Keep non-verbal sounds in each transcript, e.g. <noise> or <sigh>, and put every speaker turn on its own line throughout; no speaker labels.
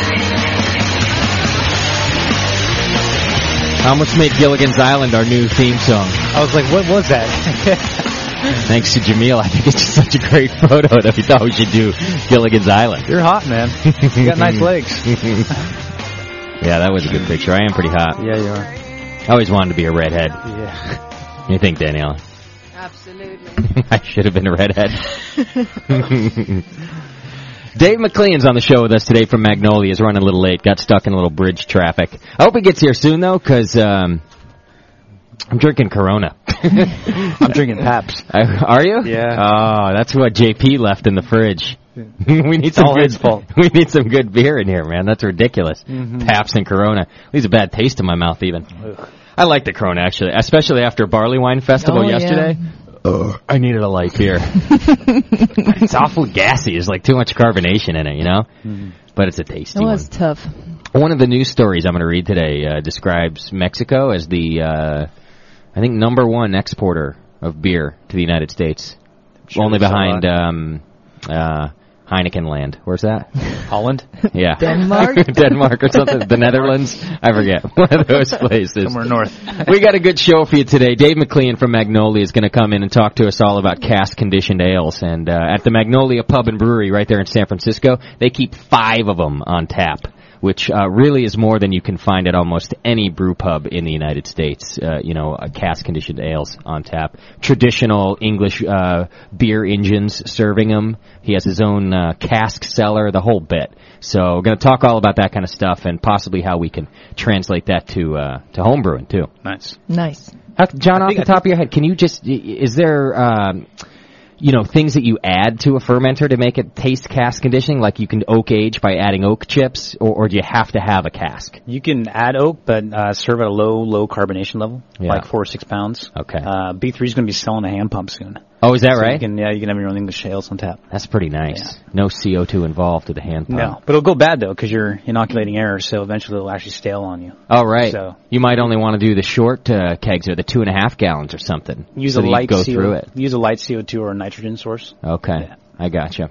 Almost made Gilligan's Island our new theme song.
I was like, what was that?
<laughs> Thanks to Jamil, I think it's just such a great photo that we thought we should do Gilligan's Island. <laughs>
You're hot, man. You
<laughs>
got nice legs.
Yeah, that was a good picture. I am pretty hot.
Yeah, you are.
I always wanted to be a redhead.
Yeah.
You think, Danielle?
Absolutely.
<laughs> I should have been a redhead. <laughs> Dave McLean's on the show with us today from Magnolia. Is running a little late. Got stuck in a little bridge traffic. I hope he gets here soon though, because um, I'm drinking Corona.
<laughs> I'm drinking Paps.
Uh, <laughs> Are you?
Yeah.
Oh, that's what JP left in the fridge. <laughs> we need some
all
good,
his fault.
<laughs> We need some good beer in here, man. That's ridiculous.
Mm-hmm.
Mhm.
Paps and Corona leaves a bad taste in my mouth. Even I like the Corona actually, especially after Barley Wine Festival
Oh, yeah.
yesterday. Ugh, I needed a light
<laughs>
beer. it's awful gassy. There's like too much carbonation in it, you know.
Mm-hmm.
But it's a tasty
It
one.
was tough.
One of the news stories I'm going to read today uh, describes Mexico as the, uh, I think, number one exporter of beer to the United States,
Sure,
only
that's a
behind
lot.
um, uh, Heineken Land. Where's that?
<laughs> Holland?
Yeah,
Denmark?
<laughs> Denmark or something. The Netherlands. I forget. <laughs> One of those places
Somewhere north.
we got a good show for you today. Dave McLean from Magnolia is going to come in and talk to us all about cask conditioned ales. And uh, at the Magnolia Pub and Brewery right there in San Francisco, they keep five of them on tap, which uh, really is more than you can find at almost any brew pub in the United States. Uh, you know, uh, cask conditioned ales on tap. Traditional English uh, beer engines serving them. He has his own uh, cask cellar, the whole bit. So we're going to talk all about that kind of stuff and possibly how we can translate that to uh, to homebrewing too.
Nice.
Nice.
How, John, off
think-
the top of your head, can you just i- is there um, you know things that you add to a fermenter to make it taste cask conditioning? Like you can oak age by adding oak chips, or, or do you have to have a cask?
You can add oak, but uh, serve at a low, low carbonation level,
Yeah.
like four or six pounds.
Okay.
Uh, B3 is going to be selling a hand pump soon.
Oh, is that
So
right?
You can, yeah, you can have your own English ales on tap.
That's pretty nice. No CO two involved with the hand pump.
No, but it'll go bad though because you're inoculating air, so eventually it'll actually stale on you.
All Oh, right.
So-
You might only want to do the short uh, kegs or the two and a half gallons or something.
Use
so
a
that you
light
go
CO,
through it.
Use a light CO2 or a nitrogen source.
Okay. I gotcha.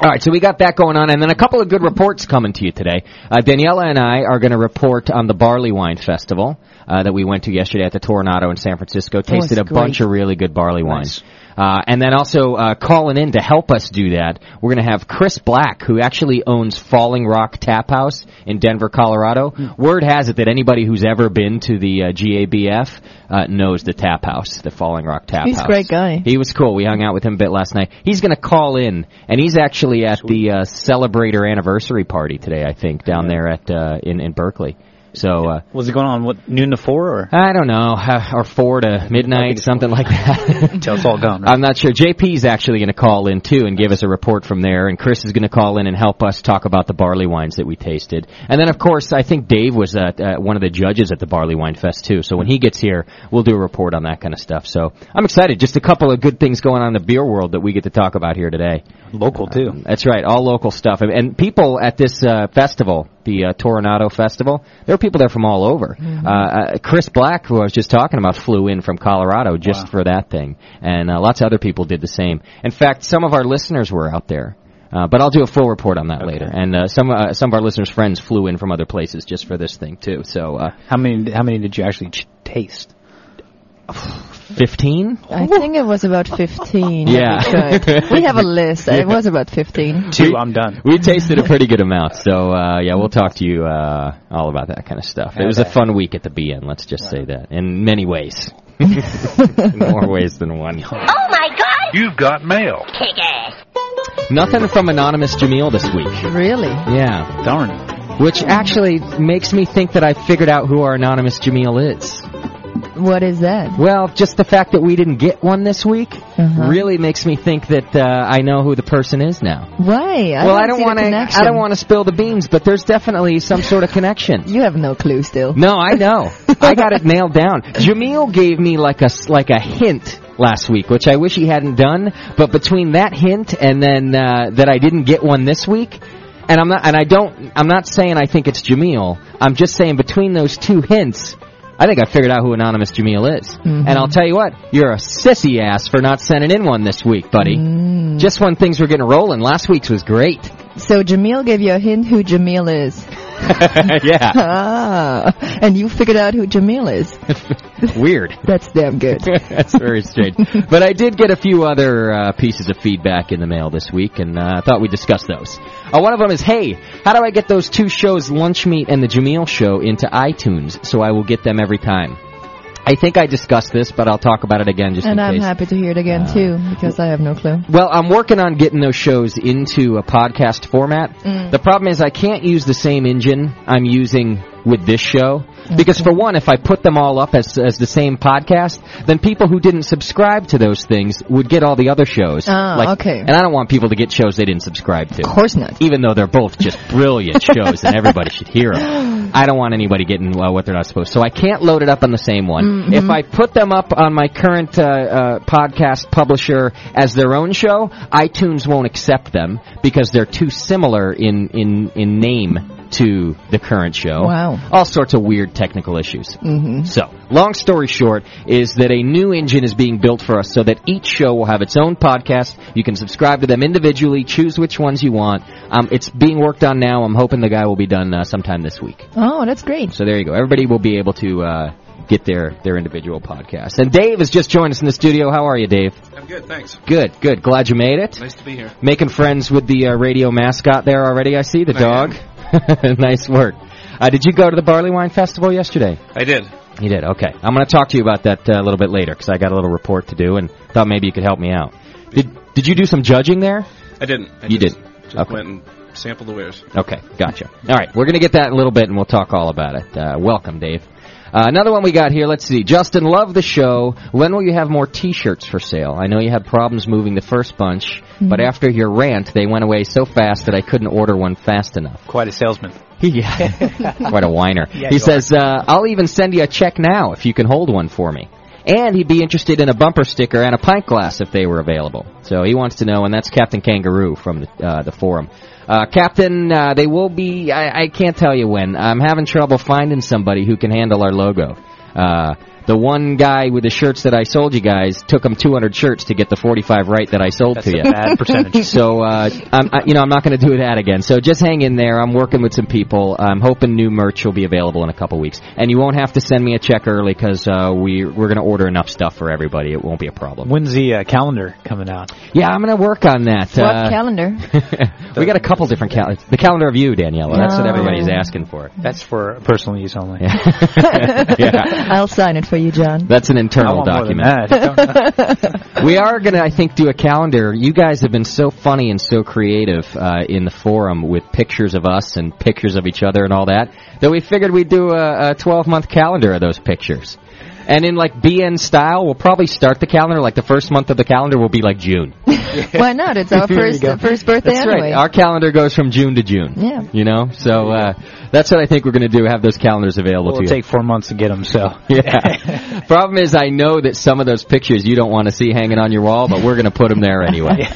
All right, so we got that going on, and then a couple of good reports coming to you today. Uh, Daniela and I are going to report on the barley wine festival uh, that we went to yesterday at the Toronado in San Francisco. Tasted a
great.
bunch of really good barley wines, uh, and then also uh, calling in to help us do that. We're going to have Chris Black, who actually owns Falling Rock Tap House in Denver, Colorado.
Hmm.
Word has it that anybody who's ever been to the uh, GABF uh, knows the tap house, the Falling Rock Tap
He's a
House.
great guy.
He was cool. We hung out with him a bit last night. He's going to call in, and he's actually at the uh, Celebrator anniversary party today, I think, down there at uh, in in Berkeley. So uh,
Was it going on what noon to four or?
I don't know, or four to midnight, something like that.
<laughs> Till it's all
<laughs>
gone. Right?
I'm not sure. JP's actually going to call in too and give us a report from there, and Chris is going to call in and help us talk about the barley wines that we tasted. And then, of course, I think Dave was uh, uh, one of the judges at the Barley Wine Fest too. So when he gets here, we'll do a report on that kind of stuff. So I'm excited. Just a couple of good things going on in the beer world that we get to talk about here today.
Local too.
That's right, all local stuff, and, and people at this uh, festival. the uh, Toronado Festival. There were people there from all over.
Mm-hmm.
Uh, uh, Chris Black, who I was just talking about, flew in from Colorado just for that thing, and uh, lots of other people did the same. In fact, some of our listeners were out there. Uh, but I'll do a full report on that later. And uh, some uh, some of our listeners' friends flew in from other places just for this thing too. So uh,
How many? How many did you actually ch- taste?
<sighs> fifteen.
I think it was
<laughs>
about 15.
Yeah.
we tried. We
<laughs>
have a list. It was about 15.
Two. I'm done.
We tasted a pretty good amount, so uh, yeah, we'll talk to you uh, all about that kind of stuff. It was a fun week at the BN. Let's just say that in
<laughs>
many ways, in more ways than one.
Oh my god!
You've got mail.
Kick ass!
Nothing from anonymous Jamil this week.
Really?
Yeah,
Darn.
which actually makes me think that I figured out who our anonymous Jamil is.
What is that?
Well, just the fact that we didn't get one this week
Uh-huh.
really makes me think that uh, I know who the person is now.
Why? I
well,
don't
I don't
see the
want to.
connection.
I don't want to spill the beans, but there's definitely some sort of connection.
<laughs> You have no clue still.
No, I know. I got it nailed down. Jamil gave me like a s- like a hint last week, which I wish he hadn't done. But between that hint and then uh, that I didn't get one this week, and I'm not and I don't I'm not saying I think it's Jamil. I'm just saying between those two hints. I think I figured out who anonymous Jamil is, and I'll tell you what, you're a sissy ass for not sending in one this week, buddy. Just when things were getting rolling, last week's was great. <laughs>
So Jamil gave you a hint who Jamil is.
yeah,
<laughs> Ah, and you figured out who Jamil
<laughs>
is.
weird.
That's damn good.
That's very strange. but I did get a few other uh, pieces of feedback in the mail this week, and uh, I thought we'd discuss those. Uh, one of them is, hey, how do I get those two shows, Lunch Meat and The Jameel Show, into iTunes so I will get them every time? I think I discussed this, but I'll talk about it again just
And
in
I'm
case. Uh,
happy to hear it again too, because I have no clue.
Well, I'm working on getting those shows into a podcast format.
Mm.
The problem is I can't use the same engine I'm using with this show. Because for one, if I put them all up as, as the same podcast, then people who didn't subscribe to those things would get all the other shows.
Ah, okay.
And I don't want people to get shows they didn't subscribe to
Of course not.
even though they're both just
<laughs>
brilliant shows and everybody should hear them. I don't want anybody getting uh, what they're not supposed. to. So I can't load it up on the same one. If I put them up on my current uh, uh, podcast publisher as their own show, iTunes won't accept them because they're too similar in in in name to the current show.
Wow.
All sorts of weird technical issues. Mm-hmm. So, long story short is that a new engine is being built for us so that each show will have its own podcast. You can subscribe to them individually, choose which ones you want. Um, it's being worked on now. I'm hoping the guy will be done uh, sometime this week.
Oh, that's great.
So there you go. Everybody will be able to uh, get their their individual podcasts. And Dave has just joined us in the studio. How are you, Dave?
I'm good, thanks.
Good, good. Glad you made it.
Nice to be here.
Making friends with the uh, radio mascot there already. I see the dog. <laughs> nice work. Uh, did you go to the barley wine festival yesterday?
I did.
You did. Okay. I'm going to talk to you about that uh, a little bit later because I got a little report to do and thought maybe you could help me out. Did Did you do some judging there?
I didn't. I
You
just-
did.
Just
Okay.
went and sampled the wares.
Okay, gotcha. All right, we're going to get that in a little bit, and we'll talk all about it. Uh, welcome, Dave. Uh, another one we got here. Let's see. Justin, love the show. When will you have more T-shirts for sale? I know you had problems moving the first bunch, but after your rant, they went away so fast that I couldn't order one fast enough.
<gasps> Quite a salesman.
Yeah.
<laughs>
Quite a whiner. he
you
says, uh, I'll even send you a check now if you can hold one for me. And he'd be interested in a bumper sticker and a pint glass if they were available. So he wants to know, and that's Captain Kangaroo from the, uh, the forum. Uh, Captain, uh, they will be, I, I can't tell you when. I'm having trouble finding somebody who can handle our logo. Uh, the one guy with the shirts that I sold you guys took him 200 shirts to get the 45 right that I sold
That's
to
a
you.
bad
<laughs>
percentage.
So, uh, I'm, I, you know, I'm not going to do that again. So just hang in there. I'm working with some people. I'm hoping new merch will be available in a couple weeks. And you won't have to send me a check early because uh, we, we're going to order enough stuff for everybody. It won't be a problem.
When's the uh, calendar coming out?
Yeah, I'm going to work on that.
What
Uh,
calendar?
<laughs> we got a couple different calendars. The calendar of you, Daniela. That's what
No.
everybody's asking for.
That's for personal use only.
<laughs>
<laughs> I'll sign it for you, John.
That's an
I
internal
want more than
<laughs>
document.
that.
<laughs>
<laughs>
we are going to, I think, do a calendar. You guys have been so funny and so creative uh, in the forum with pictures of us and pictures of each other and all that that we figured we'd do a 12 month calendar of those pictures. And in like BN style, we'll probably start the calendar. Like the first month of the calendar will be
<laughs>
like June.
Why not? It's
<laughs>
our first first birthday
That's
anyway.
right. Our calendar goes from June to June.
Yeah.
You know, so uh, that's what I think we're going to do. Have those calendars available
It'll
to you.
take four months to get them, so.
<laughs> Yeah. Problem is, I know that some of those pictures you don't want to see hanging on your wall, but we're going to put them
<laughs>
there
<laughs>
anyway.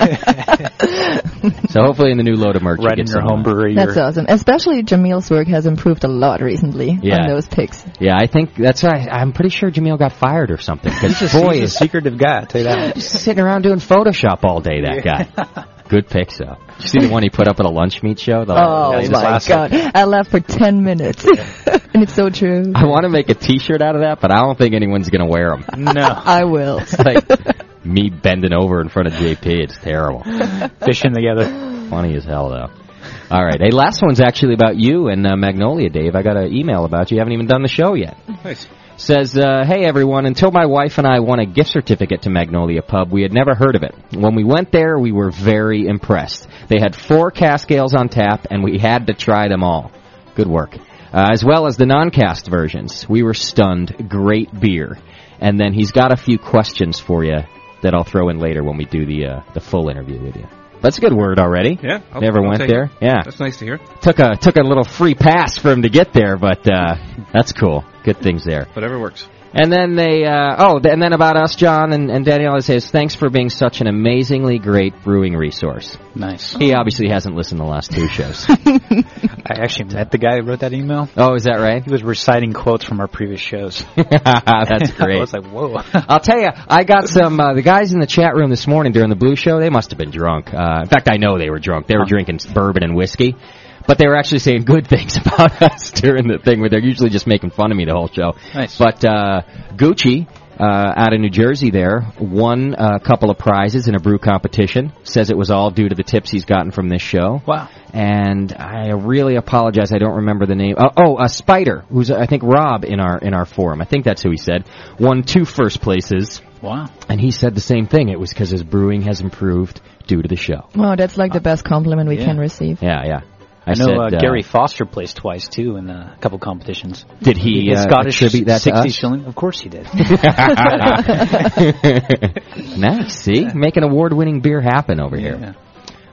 so hopefully, in the new load of merch, you
Right
get
in your
some,
home
uh,
brewery.
That's
or-
awesome. Especially Jamil's work has improved a lot recently
Yeah.
on those pics.
Yeah, I think that's why I'm pretty sure Jamil got fired or something. Because boy,
He's a
is
secretive guy, I'll tell you
<laughs>
that.
he sitting around doing Photoshop all day. That guy. Good pics though. Did you see the one he put up at a lunch meet show? The-
Oh
he's
my
classic.
god. I laughed for 10 minutes. <laughs> and it's so true.
I want to make a T-shirt out of that, but I don't think anyone's going to wear them.
No,
I will.
It's like me bending over in front of JP. It's terrible.
fishing together.
Funny as hell, though. All right. Hey, last one's actually about you and uh, Magnolia, Dave. I got an email about you. You haven't even done the show yet.
Nice.
Says, uh, hey everyone, until my wife and I won a gift certificate to Magnolia Pub, we had never heard of it. When we went there, we were very impressed. They had four cask ales on tap, and we had to try them all. Good work. Uh, as well as the non-cast versions. We were stunned. Great beer. And then he's got a few questions for you that I'll throw in later when we do the, uh, the full interview with you. That's a good word already.
Yeah, I'll-
Never
I'll
went
take it.
there. Yeah
That's nice to hear.
took a took a little free pass for him to get there, but uh, that's cool. Good things there.
Whatever
<laughs>
works.
And then they, uh, oh, th- and then about us, John and, and Danielle it says, thanks for being such an amazingly great brewing resource.
Nice.
He obviously hasn't listened to the last two shows.
<laughs> I actually met the guy who wrote that email.
oh, is that right?
He was reciting quotes from our previous shows.
<laughs> that's
<laughs> I
great.
was like, whoa.
<laughs> I'll tell you, I got some. Uh, the guys in the chat room this morning during the Blue Show, they must have been drunk. Uh, in fact, I know they were drunk. They were drinking bourbon and whiskey, but they were actually saying good <laughs> things about us during the thing where they're usually just making fun of me the whole show.
Nice.
But uh, Gucci. Uh, out of New Jersey, there won a couple of prizes in a brew competition. Says it was all due to the tips he's gotten from this show.
Wow.
And I really apologize. I don't remember the name. Uh, oh, uh, Spider, who's uh, I think Rob in our in our forum. I think that's who he said won two first places,
Wow.
and he said the same thing. It was because his brewing has improved due to the show.
Wow, that's like the best compliment we
Yeah.
can receive.
Yeah, yeah. I,
I know
said,
uh, Gary Foster placed twice too in uh, a couple competitions.
Did he,
his
uh,
Scottish
attribute that to
sixty
us?
shilling? Of course he
<laughs>
did. <laughs>
nice. See, making award-winning beer happen over here.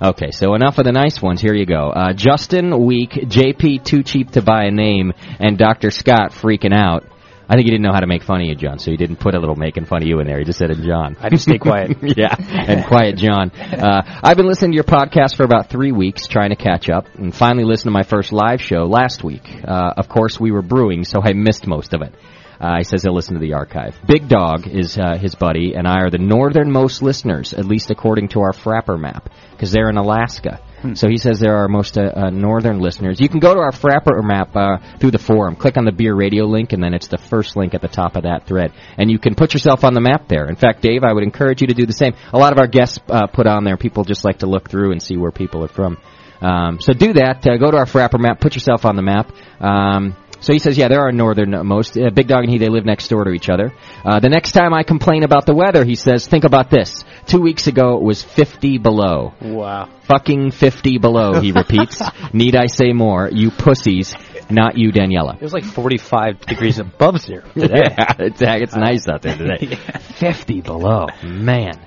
Yeah.
Okay, so enough of the nice ones. Here you go. Uh, Justin Week, JP Too Cheap to Buy a Name, and Dr. Scott freaking out. I think he didn't know how to make fun of you, John, so he didn't put a little making fun of you in there. He just said it, John.
I just stay quiet.
<laughs> yeah, and Quiet John. Uh, I've been listening to your podcast for about three weeks, trying to catch up, and finally listened to my first live show last week. Uh, of course, we were brewing, so I missed most of it. Uh, he says he'll listen to the archive. Big Dog is uh, his buddy, and I are the northernmost listeners, at least according to our Frapper map, because they're in Alaska. So he says there are most uh, uh, northern listeners. You can go to our Frapper map uh, through the forum. Click on the beer radio link, and then it's the first link at the top of that thread. And you can put yourself on the map there. In fact, Dave, I would encourage you to do the same. A lot of our guests uh, put on there. People just like to look through and see where people are from. Um, so do that. Uh, go to our Frapper map. Put yourself on the map. Um, so he says, yeah, there are northernmost. Uh, Big Dog and he, they live next door to each other. Uh, the next time I complain about the weather, he says, think about this. Two weeks ago, it was 50 below.
Wow.
Fucking 50 below,
<laughs>
he repeats. Need I say more? You pussies, not you, Daniela.
It was like forty-five degrees above zero today.
<laughs> Yeah, it's, it's nice out there <laughs> today. 50 below. Man.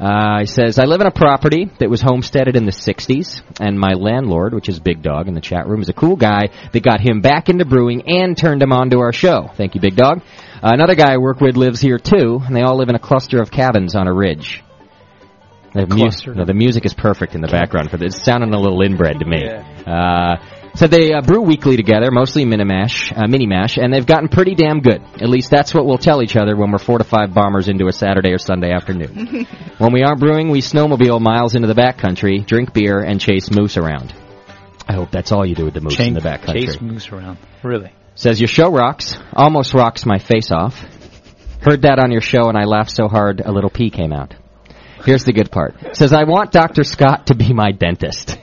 Uh, he says, I live in a property that was homesteaded in the 60s, and my landlord, which is Big Dog in the chat room, is a cool guy that got him back into brewing and turned him on to our show. Thank you, Big Dog. Uh, another guy I work with lives here too, and they all live in a cluster of cabins on a ridge. The, mu-
Cluster.
no, the music is perfect in the background for this. It's sounding a little inbred to me. Uh, so they uh, brew weekly together, mostly mini-mash, uh, mini-mash, and they've gotten pretty damn good. At least that's what we'll tell each other when we're four to five bombers into a Saturday or
<laughs>
Sunday afternoon. when we aren't brewing, we snowmobile miles into the backcountry, drink beer, and chase moose around. I hope that's all you do with the moose in the backcountry.
Chase moves around. Really.
Says your show rocks. Almost rocks my face off. Heard that on your show and I laughed so hard a little pee came out. Here's the good part. Says I want Dr. Scott to be my dentist.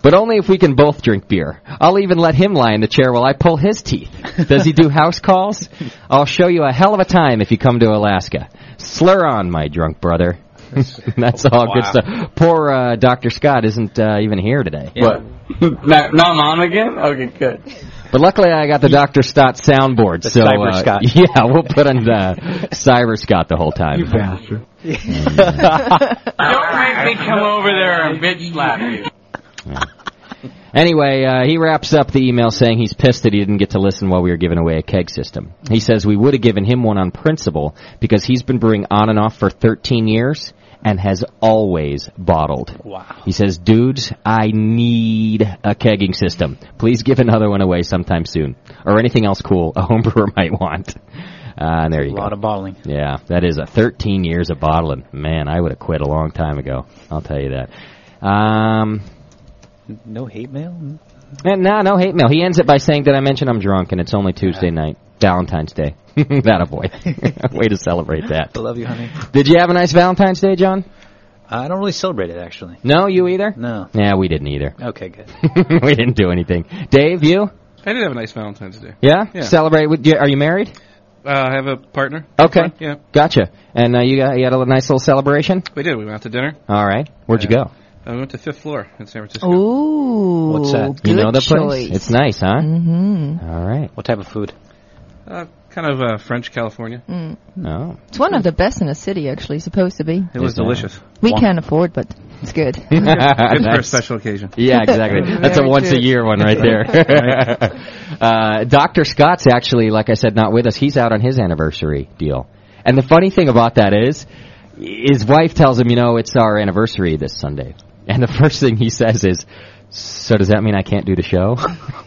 but only if we can both drink beer. I'll even let him lie in the chair while I pull his teeth. Does he do house calls? I'll show you a hell of a time if you come to Alaska. Slur on, my drunk brother. <laughs> That's all good
Wow.
stuff. Poor uh, Dr. Scott isn't uh, even here today.
What? now, now I'm on again? Okay, good.
But luckily, I got the Doctor Stott soundboard. so
Cyber
uh,
Scott.
<laughs> yeah, we'll put
<laughs>
on the Cyber Scott the whole time. <laughs>
Don't make me come over there and bitch slap you.
Anyway, uh, he wraps up the email saying he's pissed that he didn't get to listen while we were giving away a keg system. He says we would have given him one on principle because he's been brewing on and off for 13 years and has always bottled. Wow. He says, dudes, I need a kegging system. Please give another one away sometime soon. Or anything else cool a <laughs> homebrewer might want. Uh, and there you
A
go.
lot of bottling.
Yeah, that is a 13 years of bottling. Man, I would have quit a long time ago. I'll tell you that. Um,
No hate mail.
and no, no hate mail. He ends it by saying, "Did I mention I'm drunk?" And it's only Tuesday night, Valentine's Day. <laughs> that a boy. Way to celebrate that.
I love you, honey.
Did you have a nice Valentine's Day, John?
I don't really celebrate it actually.
No, you either.
No.
Yeah, we didn't either.
Okay, good.
<laughs> we didn't do anything. Dave, you?
I did have a nice Valentine's Day.
Yeah.
Yeah.
Celebrate with? Are you married?
Uh, I have a partner.
Okay.
Yeah,
Gotcha. And uh, you got you had a nice little celebration.
we did. We went out to dinner.
All right. Where'd you
Yeah.
go?
Uh, we went to Fifth Floor in San Francisco.
Ooh.
What's that?
Good
you know the
choice.
place. It's nice, huh?
hmm
All right.
What type of food?
Uh, kind of uh, French California.
No.
It's one of the best in the city, actually, supposed to be.
It was
Is that-
delicious.
We
One-
can't afford, but it's good.
<laughs> Good
<laughs>
for a
Nice.
special occasion. <laughs>
<laughs>
Yeah, exactly. That's a
Very
once a
true.
year one right there. <laughs> uh, Dr. Scott's actually, like I said, not with us. He's out on his anniversary deal. And the funny thing about that is, his wife tells him, you know, it's our anniversary this Sunday. And the <laughs> first thing he says is, so does that mean I can't do the show?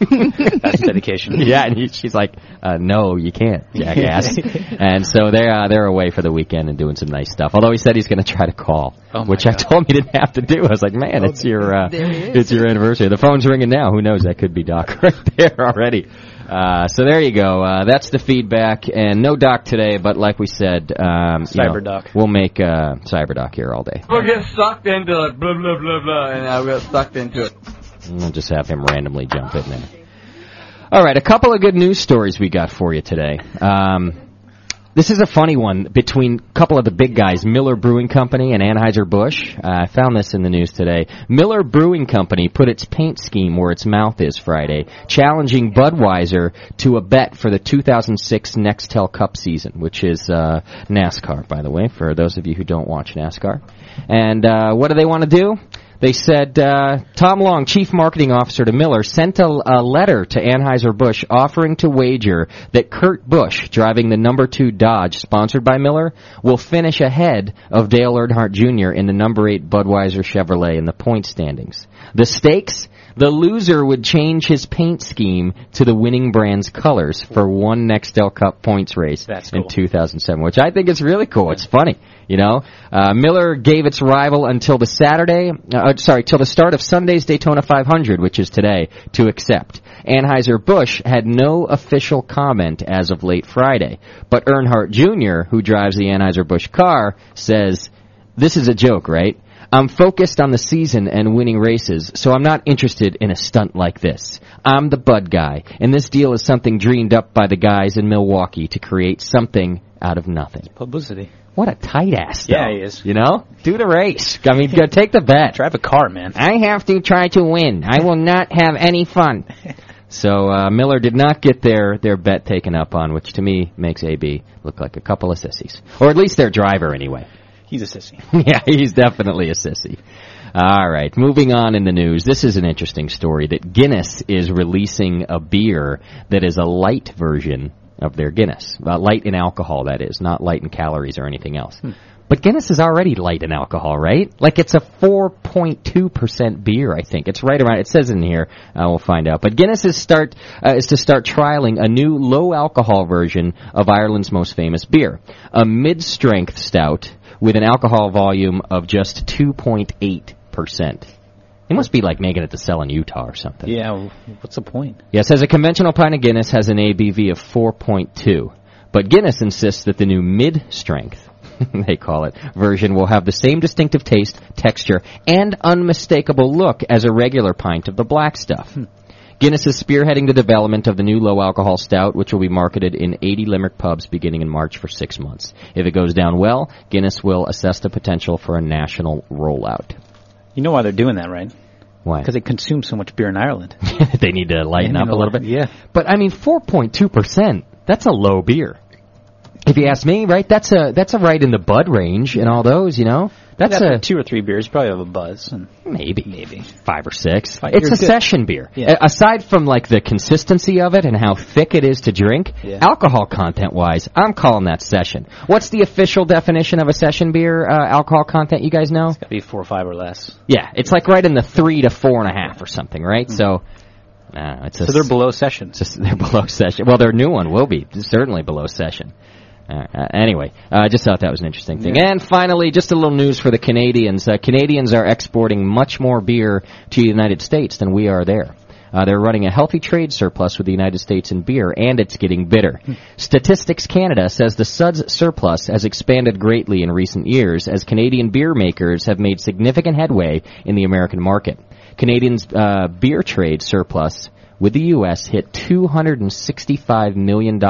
<laughs> That's dedication.
<laughs> yeah, and he, she's like, uh, no, you can't, jackass.
<laughs>
and so they're uh, they're away for the weekend and doing some nice stuff. Although he said he's going to try to call,
Oh my
which I
God.
told him he didn't have to do. I was like, man, it's your uh,
Oh, there it is.
it's your anniversary. The phone's ringing now. Who knows? That could be Doc <laughs> right there already. Uh, so there you go. Uh, that's the feedback, and no Doc today. But like we said, um, you know,
Cyber Doc.
We'll make uh, Cyber Doc here all day.
We'll get sucked into it, blah, blah, blah, blah, and I got sucked into it.
And We'll just have him randomly jump in there. All right, a couple of good news stories we got for you today. Um, this is a funny one between a couple of the big guys, Miller Brewing Company and Anheuser-Busch. Uh, I found this in the news today. Miller Brewing Company put its paint scheme where its mouth is Friday, challenging Budweiser to a bet for the 2006 Nextel Cup season, which is uh, NASCAR, by the way, for those of you who don't watch NASCAR. And uh, what do they want to do? They said uh, Tom Long, chief marketing officer to Miller, sent a, a letter to Anheuser-Busch offering to wager that Kurt Busch, driving the number two Dodge sponsored by Miller, will finish ahead of Dale Earnhardt Jr. in the number eight Budweiser Chevrolet in the point standings. The stakes? The loser would change his paint scheme to the winning brand's colors for one Nextel Cup points race
That's
in
cool.
2007, which I think is really cool. It's funny, you know. Uh, Miller gave its rival until the Saturday, uh, sorry, till the start of Sunday's Daytona 500, which is today, to accept. Anheuser-Busch had no official comment as of late Friday, but Earnhardt Jr., who drives the Anheuser-Busch car, says, "This is a joke, right?" I'm focused on the season and winning races, so I'm not interested in a stunt like this. I'm the Bud guy, and this deal is something dreamed up by the guys in Milwaukee to create something out of nothing.
Publicity.
What a tight ass! though.
Yeah, he is.
You know, do the race. I mean, go take the bet.
Drive a car, man.
I have to try to win. I will not have
<laughs>
any fun. So uh, Miller did not get their their bet taken up on, which to me makes AB look like a couple of sissies, or at least their driver anyway
He's a sissy.
<laughs> yeah, he's definitely a sissy. All right, moving on in the news. This is an interesting story that Guinness is releasing a beer that is a light version of their Guinness. Uh, light in alcohol, that is, not light in calories or anything else. But Guinness is already light in alcohol, right? Like it's a 4.2% beer, I think. It's right around, it says in here, uh, we'll find out. But Guinness is start, uh, is to start trialing a new low alcohol version of Ireland's most famous beer. A mid-strength stout with an alcohol volume of just 2.8%. It must be like making it to sell in Utah or something.
Yeah. w- What's the point?
Yeah, it says a conventional pint of Guinness has an ABV of 4.2, but Guinness insists that the new mid-strength, <laughs> they call it, version will have the same distinctive taste, texture, and unmistakable look as a regular pint of the black stuff. Guinness is spearheading the development of the new low alcohol stout, which will be marketed in 80 Limerick pubs beginning in March for six months. If it goes down well, Guinness will assess the potential for a national rollout.
You know why they're doing that, right?
Why?
Because they consume so much beer in Ireland.
<laughs> they need to lighten
Yeah,
up a little bit.
yeah.
But I mean, 4.2%, that's a low beer. If you ask me, right? That's a that's a right in the bud range and all those. You know, that's
After
a
two or three beers, you probably have a buzz. And
maybe
maybe.
five or six.
Five-
it's
you're
a
good.
session beer.
Yeah.
A- aside from like the consistency of it and how thick it is to drink,
Yeah.
alcohol content wise, I'm calling that session. What's the official definition of a session beer uh, alcohol content? You guys know?
Gotta be four or five or less.
Yeah, it's like right in the three to four and a half or something, right? So. No, it's a
Hmm. So they're
s-
below session.
it's just- <laughs> they're below session. Well, their new one will be certainly below session. Uh, uh, anyway, uh, I just thought that was an interesting thing. And finally, just a little news for the Canadians. Uh, Canadians are exporting much more beer to the United States than we are there. Uh, they're running a healthy trade surplus with the United States in beer, and it's getting bitter.
Hmm.
Statistics Canada says the Suds surplus has expanded greatly in recent years as Canadian beer makers have made significant headway in the American market. Canadians' uh, beer trade surplus with the U.S. hit $265 million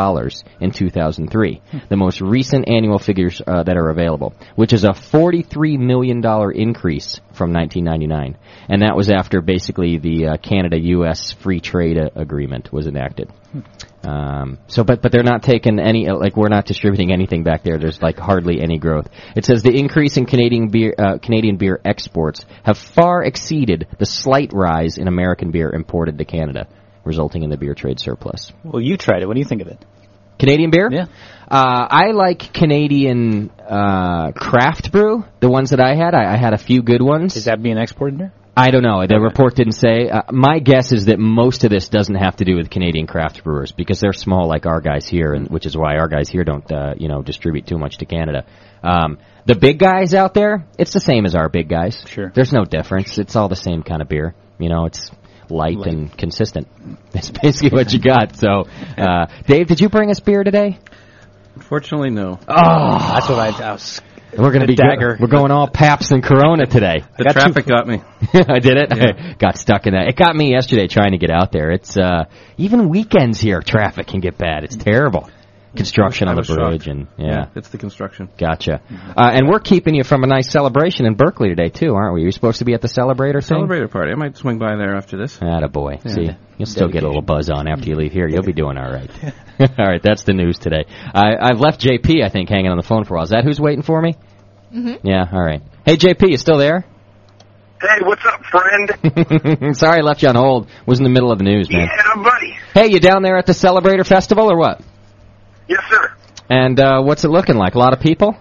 in 2003, the most recent annual figures uh, that are available, which is a $43 million increase from 1999. And that was after basically the uh, Canada-U.S. free trade uh, agreement was enacted. Um, so, but but they're not taking any uh, like we're not distributing anything back there. There's like hardly any growth. It says the increase in Canadian beer uh, Canadian beer exports have far exceeded the slight rise in American beer imported to Canada, resulting in the beer trade surplus.
Well, you tried it. What do you think of it?
Canadian beer?
Yeah.
Uh, I like Canadian uh, craft brew. The ones that I had, I, I had a few good ones.
Is that being exported there?
I don't know. The report didn't say. Uh, my guess is that most of this doesn't have to do with Canadian craft brewers because they're small, like our guys here, and which is why our guys here don't, uh, you know, distribute too much to Canada. Um, the big guys out there, it's the same as our big guys.
Sure.
there's no difference. It's all the same kind of beer. You know, it's light, and consistent. <laughs> That's basically what you got. So, uh, Dave, did you bring us beer today?
Unfortunately, no.
That's what I, I was.
<sighs> We're gonna
A
be go-
Ah! dagger.
we're going all Paps and Corona today.
<laughs> the
got two-
traffic got me.
<laughs> I did it. <laughs> got stuck in that. It got me yesterday trying to get out there. It's uh even weekends here traffic can get bad. It's terrible. Construction
I
on the
was shocked.
bridge and yeah.
It's the construction.
Gotcha. Uh, and we're keeping you from a nice celebration in Berkeley today too, aren't we? You're supposed to be at the celebrator thing.
Celebrator party. I might swing by there after this.
Atta boy. See, you'll still get a little buzz on after you leave here. You'll be doing all right. <laughs> all right, that's the news today. I, I've left JP, I think, hanging on the phone for a while. Is that who's waiting for me? Mm-hmm. Yeah. All right. Hey, JP, you still there?
Hey, what's up, friend?
<laughs> Sorry, I left you on hold. Was in the middle of the news, man.
yeah, buddy.
Hey, you down there at the Celebrator Festival or what?
Yes, sir.
And uh, what's it looking like? A lot of people?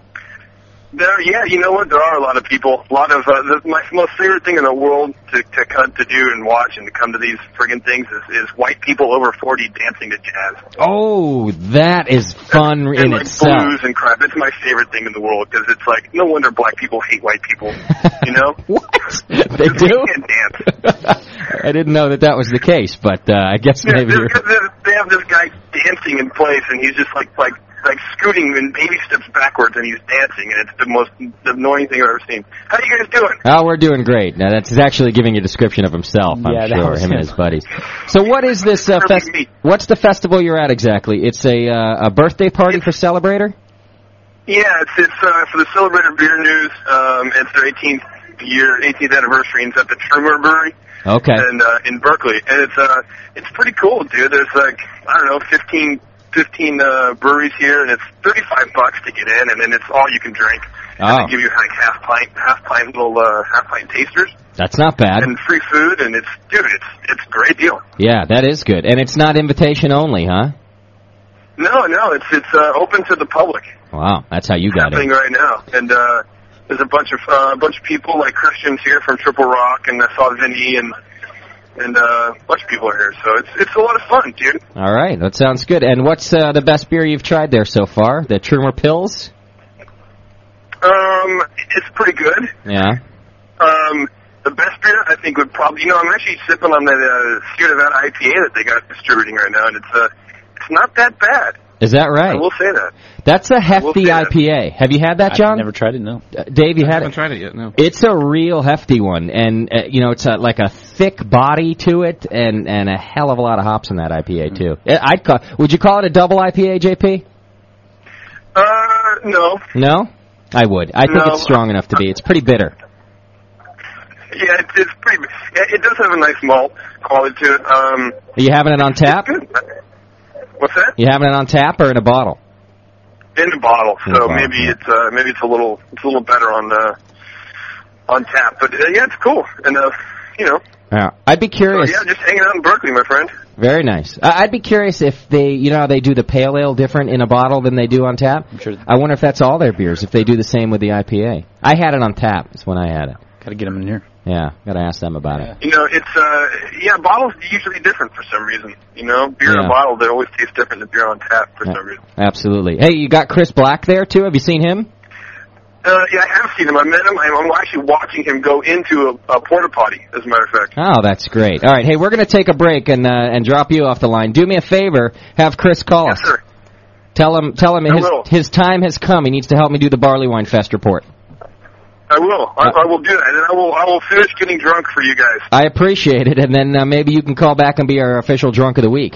There, yeah, you know what? There are a lot of people. A lot of uh, the, my most favorite thing in the world to to come to do and watch and to come to these friggin' things is, is white people over forty dancing to jazz
Oh, that is fun in
and like
itself.
blues and crap. It's my favorite thing in the world because it's like no wonder black people hate white
<laughs>
people. You know,
What? they
'Cause we
do?
can't dance.
<laughs> I didn't know that that was the case, but uh, I guess
Yeah,
maybe
this,
you're...
this- they have this guy dancing in place, and he's just like like like scooting in baby steps backwards, and he's dancing, and it's the most annoying thing I've ever seen. How you guys doing?
Oh, we're doing great. Now, that's he's actually giving a description of himself, I'm
Yeah, that
sure,
was
him and
him.
his buddies. So what is this uh, fest...
Perfect.
What's the festival you're at exactly? It's a, uh, a birthday party for Celebrator?
Yeah, it's it's uh, for the Celebrated Beer News. Um, it's their 18th year, 18th anniversary, and it's at the Trumer Brewery
Okay.
and uh, in Berkeley, and it's uh it's pretty cool, dude. There's like I don't know, 15, 15 uh, breweries here, and it's 35 bucks to get in, and then it's all you can drink. And
Oh.
they give you like half pint, half pint little uh, half pint tasters,
That's not bad.
and free food, and it's dude, it's it's a great deal.
Yeah, that is good. And it's not invitation only, huh?
No, no, it's it's uh, open to the public.
Wow, that's how you got it.
happening right now, and uh, there's a bunch of uh, a bunch of people like Christians here from Triple Rock, and I saw Vinny and and uh, a bunch of people are here, so it's it's a lot of fun, dude.
All right, that sounds good. And what's uh, the best beer you've tried there so far? The Trumer Pills?
Um, it's pretty good.
Yeah.
Um, the best beer I think would probably you know I'm actually sipping on that uh, Sierra Nevada IPA that they got distributing right now, and it's uh it's not that bad.
Is that
I
right?
will say that.
That's a
will
hefty
say that.
IPA. Have you had that,
I've
John?
never tried it. No.
Uh, Dave, you
I
had
haven't
it.
tried it yet. No.
It's a real hefty one, and uh, you know it's a, like a thick body to it, and and a hell of a lot of hops in that
Mm-hmm.
IPA too. I- I'd call. Would you call it a double IPA, JP?
Uh, no,
No, I would. I think
No.
it's strong enough to be. It's pretty bitter.
yeah, it's, it's pretty. It, it does have a nice malt quality to it. Um,
Are you having it on tap?
good. What's that?
You having it on tap or in a bottle?
in a bottle,
In a
so
bottle,
maybe
yeah.
it's uh, maybe it's a little it's a little better on uh, on tap. But uh, yeah, it's cool, and uh, you know,
Yeah. I'd be
so,
curious.
yeah, just hanging out in Berkeley, my friend.
Very nice. I- I'd be curious if they, you know, how they do the pale ale different in a bottle than they do on tap.
I'm sure-
I wonder if that's all their beers. If they do the same with the IPA. I had it on tap. That's when I had it.
Got to get them in here.
Yeah, gotta ask them about it.
You know, it's uh, yeah, bottles are usually different for some reason. You know, beer in
Yeah.
a bottle they always taste different than beer on tap for some reason.
Absolutely. Hey, you got Chris Black there too. Have you seen him?
Uh, yeah, I have seen him. I met him. I'm I'm actually watching him go into a, a porta potty, as a matter of fact.
Oh, that's great. All right, hey, we're gonna take a break and uh, and drop you off the line. Do me a favor, have Chris call
Yes,
us.
sir.
Tell him tell him
I
his
will.
his time has come. He needs to help me do the barley wine fest report.
I will. I, I will do that, and I will. I will finish getting drunk for you guys.
I appreciate it, and then uh, maybe you can call back and be our official drunk of the week.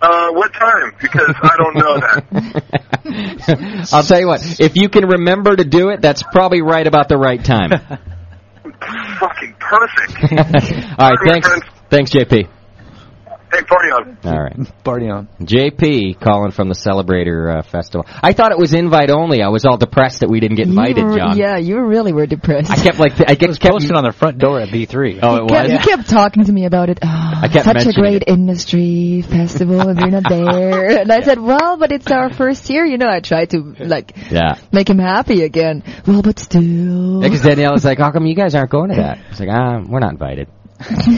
Uh, what time? Because I don't know that.
<laughs> I'll tell you what, if you can remember to do it, that's probably right about the
<laughs>
right time. <laughs> All
Fucking perfect.
right, thanks. Thanks, JP.
Hey, party on.
All right.
Party on.
JP calling from the Celebrator uh, Festival. I thought it was invite only. I was all depressed that we didn't get invited,
you were,
John.
Yeah, you really were depressed.
I kept like th- I
It
kept,
was
kept
posted on the front door at B3.
Oh, it was.
Kept- you kept talking to me about it. Ah,
I kept
such a
mentioning
great industry festival, and you're
<laughs>
not there. And I said, well, but it's our first year. You know, I tried to like
Yeah.
make him happy again. Well, but still,
Because Danielle was like, "How come you guys aren't going to that?" I was like, "Ah, we're not invited."
Did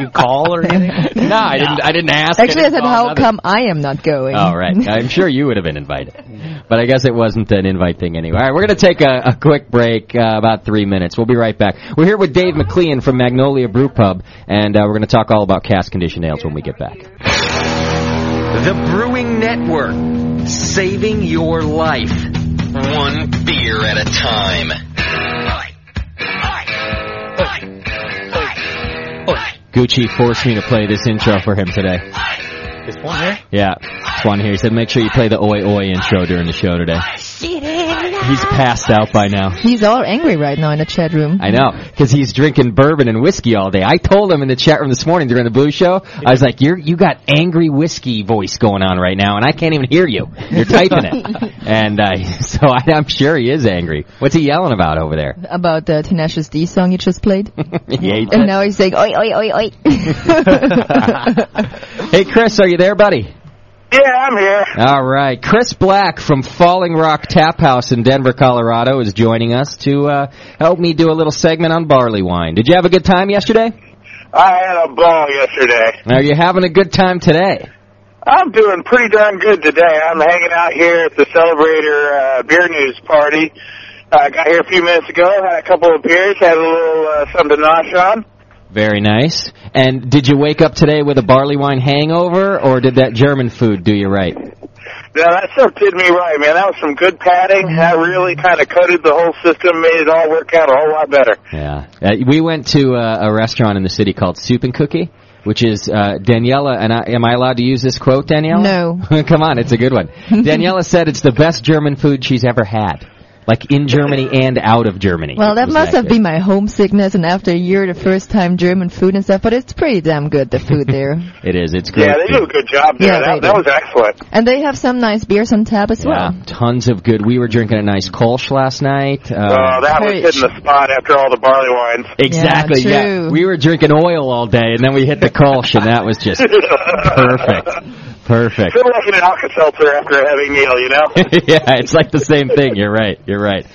you
<laughs>
call or anything? <laughs>
no, ah, I didn't. I didn't ask.
actually, I
didn't
said,
call
how
nothing.
come I am not going?
All Oh, right. I'm sure you would have been invited. But I guess it wasn't an invite thing anyway. All right, we're going to take a, a quick break, uh, about three minutes. We'll be right back. We're here with Dave McLean from Magnolia Brew Pub, and uh, we're going to talk all about cast conditioned ales when we get back.
The Brewing Network, saving your life.
One beer at a time.
Gucci forced me to play this intro for him today.
This one here?
Yeah, it's one here. He said, make sure you play the Oi Oi intro during the show today. He's passed out by
<laughs>
now.
He's all angry right now in the chat room.
I know, because he's drinking bourbon and whiskey all day. I told him in the chat room this morning during the Blue Show, I was like, "You're you got angry whiskey voice going on right now, and I can't even hear you. You're typing it." and uh, <laughs> so I, I'm sure he is angry. What's he yelling about over there?
<laughs>
<laughs>
about the Tenacious D song you just played.
he hates
and
it.
now he's saying, oi, oi, oi, oi.
<laughs> Hey, Chris, are you there, buddy?
Yeah, I'm here.
All right, Chris Black from Falling Rock Tap House in Denver, Colorado, is joining us to uh, help me do a little segment on barley wine. Did you have a good time yesterday?
I had a ball yesterday.
Are you having a good time today?
I'm doing pretty darn good today. I'm hanging out here at the Celebrator uh, Beer News Party. I got here a few minutes ago, had a couple of beers, had a little uh, something to nosh on.
Very nice. And did you wake up today with a barley wine hangover, or did that German food do you right?
Now that stuff did me right, man. That was some good padding. That really kind of coated the whole system, made it all work out a whole lot better.
Yeah. Uh, we went to uh, a restaurant in the city called Soup and Cookie, which is uh, Daniela. And I, am I allowed to use this quote, Daniela?
No.
<laughs> Come on, it's
<laughs>
a good one. Daniela said it's the best German food she's ever had, like in Germany and out of Germany.
well, that
It was
must have
good.
been my homesickness, and after a year, the first time German food and stuff, but it's pretty damn good, the
<laughs>
food there.
It is. It's great.
Yeah, they do a
food.
good job there.
Yeah,
that,
they
that
do.
was excellent.
and they have some nice beers on tap as
Yeah,
well.
tons of good. We were drinking a nice Kolsch last night. Uh,
Oh, that was
Hey.
hitting the spot after all the barley wines.
Exactly.
Yeah,
Yeah,
true.
We were drinking oil all day, and then we hit the Kolsch, and that was
<laughs>
just perfect. Perfect.
Feel like an Alka Seltzer after a heavy meal, you know?
<laughs> yeah, it's like the same thing. You're right. You're right.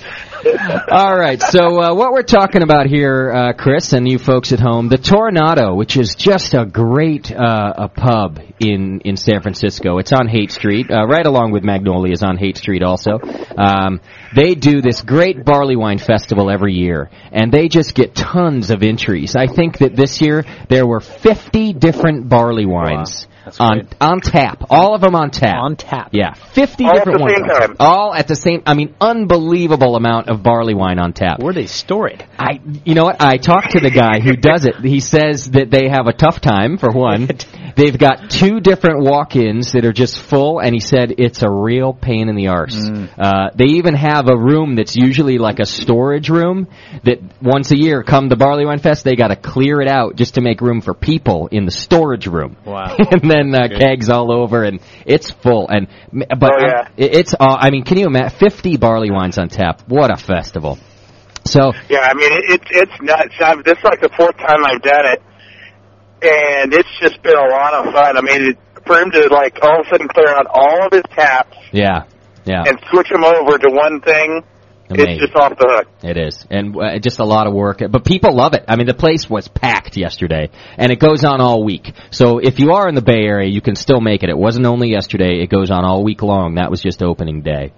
All right. So uh, what we're talking about here, uh, Chris, and you folks at home, the Tornado, which is just a great uh, a pub in in San Francisco. It's on Haight Street, uh, right along with Magnolia is on Haight Street. Also, um, they do this great barley wine festival every year, and they just get tons of entries. I think that this year there were 50 different barley wines.
That's
On
great.
on tap, all of them on tap.
On tap.
yeah, fifty
All at
different
the
ones.
same
on tap.
time.
All at the same. I mean, unbelievable amount of barley wine on tap.
Where they store it.
I,
<laughs>
you know what? I talked to the guy who does it. He says that they have a tough time for one, They've got two different walk-ins that are just full, and he said it's a real pain in the arse.
Mm.
Uh, they even have a room that's usually like a storage room that once a year, come the Barley Wine Fest, they got to clear it out just to make room for people in the storage room.
Wow.
<laughs> and then uh, kegs all over, and it's full. And but
Oh, yeah.
I- it- it's all. I mean, can you imagine? Fifty barley wines on tap. What a festival! So
Yeah, I mean it, it- it's nuts. I've, this is like the fourth time I've done it, and it's just been a lot of fun. I mean, it, for him to like all of a sudden clear out all of his taps
yeah, yeah.
and switch them over to one thing,
Amazing.
it's just off the hook.
It is, and uh, just a lot of work. But people love it. I mean, the place was packed yesterday, and it goes on all week. So if you are in the Bay Area, you can still make it. It wasn't only yesterday; it goes on all week long. That was just opening day.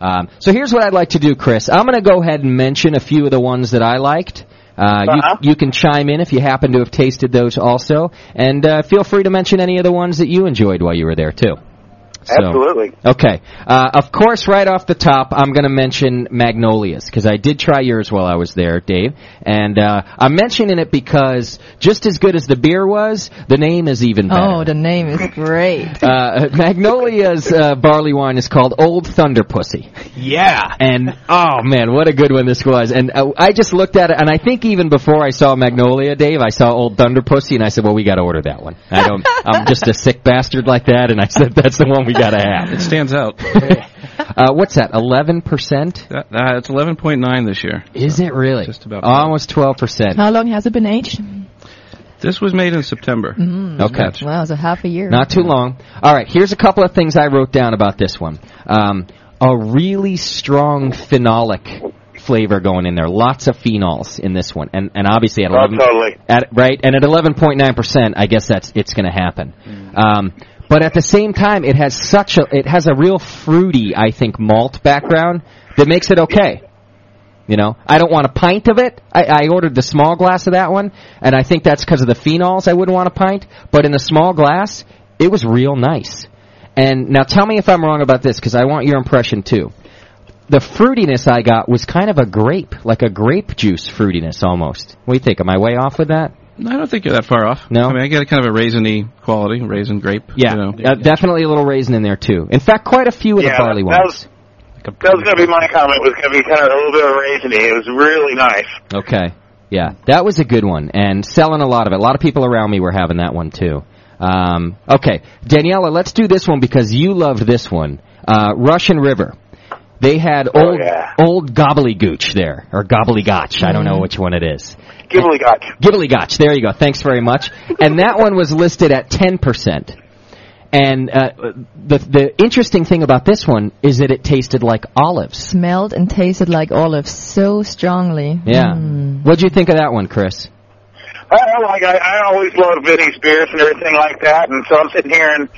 Um, so here's what I'd like to do, Chris. I'm going to go ahead and mention a few of the ones that I liked. Uh, you, you can chime in if you happen to have tasted those also, and uh, feel free to mention any of the ones that you enjoyed while you were there too. So-
Absolutely.
Okay. Uh, of course, right off the top, I'm going to mention Magnolias because I did try yours while I was there, Dave. And uh, I'm mentioning it because just as good as the beer was, the name is even better.
Oh, the name is great.
Uh, Magnolia's uh, barley wine is called Old Thunder Pussy.
Yeah.
And oh man, what a good one this was! And uh, I just looked at it, and I think even before I saw Magnolia, Dave, I saw Old Thunder Pussy, and I said, "Well, we got to order that one." I don't. I'm just a sick bastard like that, and I said, "That's the one we got to have." It stands out. <laughs> uh, what's that? Eleven percent?
That, uh, it's 11.9 this year.
Is it really?
Just about.
Almost twelve percent.
How long has it been aged?
This was made in September.
Mm.
Okay.
Wow, so half a year.
Not too long. All right, here's a couple of things I wrote down about this one. Um, a really strong phenolic flavor going in there. Lots of phenols in this one, and and obviously at
Oh,
11,
totally.
at, right, and at 11.9 percent, I guess that's it's going to happen. Um, but at the same time, it has such a it has a real fruity, I think, malt background that makes it okay. You know, I don't want a pint of it. I, I ordered the small glass of that one, and I think that's because of the phenols. I wouldn't want a pint, but in the small glass, it was real nice. And now tell me if I'm wrong about this, because I want your impression too. The fruitiness I got was kind of a grape, like a grape juice fruitiness almost. What do you think? Am I way off with that?
I don't think you're that far off.
No?
I mean, I get a kind of a raisiny quality, raisin grape.
Yeah,
You know.
uh, definitely a little raisin in there too. In fact, quite a few of
Yeah,
the barley
that
ones.
was- That was going to be my comment. Was going to be kind of a little bit of raisiny. It was really nice.
Okay. Yeah, that was a good one, and selling a lot of it. A lot of people around me were having that one too. Um, okay, Daniela, let's do this one because you loved this one. Uh, Russian River. They had old old gobbledygooch there, or gobbledygotch. I don't know which one it is.
Gibbledygotch.
Gibbledygotch. There you go. Thanks very much. and that one was listed at ten percent. And uh, the the interesting thing about this one is that it tasted like olives.
Smelled and tasted like olives so strongly.
Yeah. What'd you think of that one, Chris?
I, I like I, I always love Vinny's beers and everything like that, and so I'm sitting here and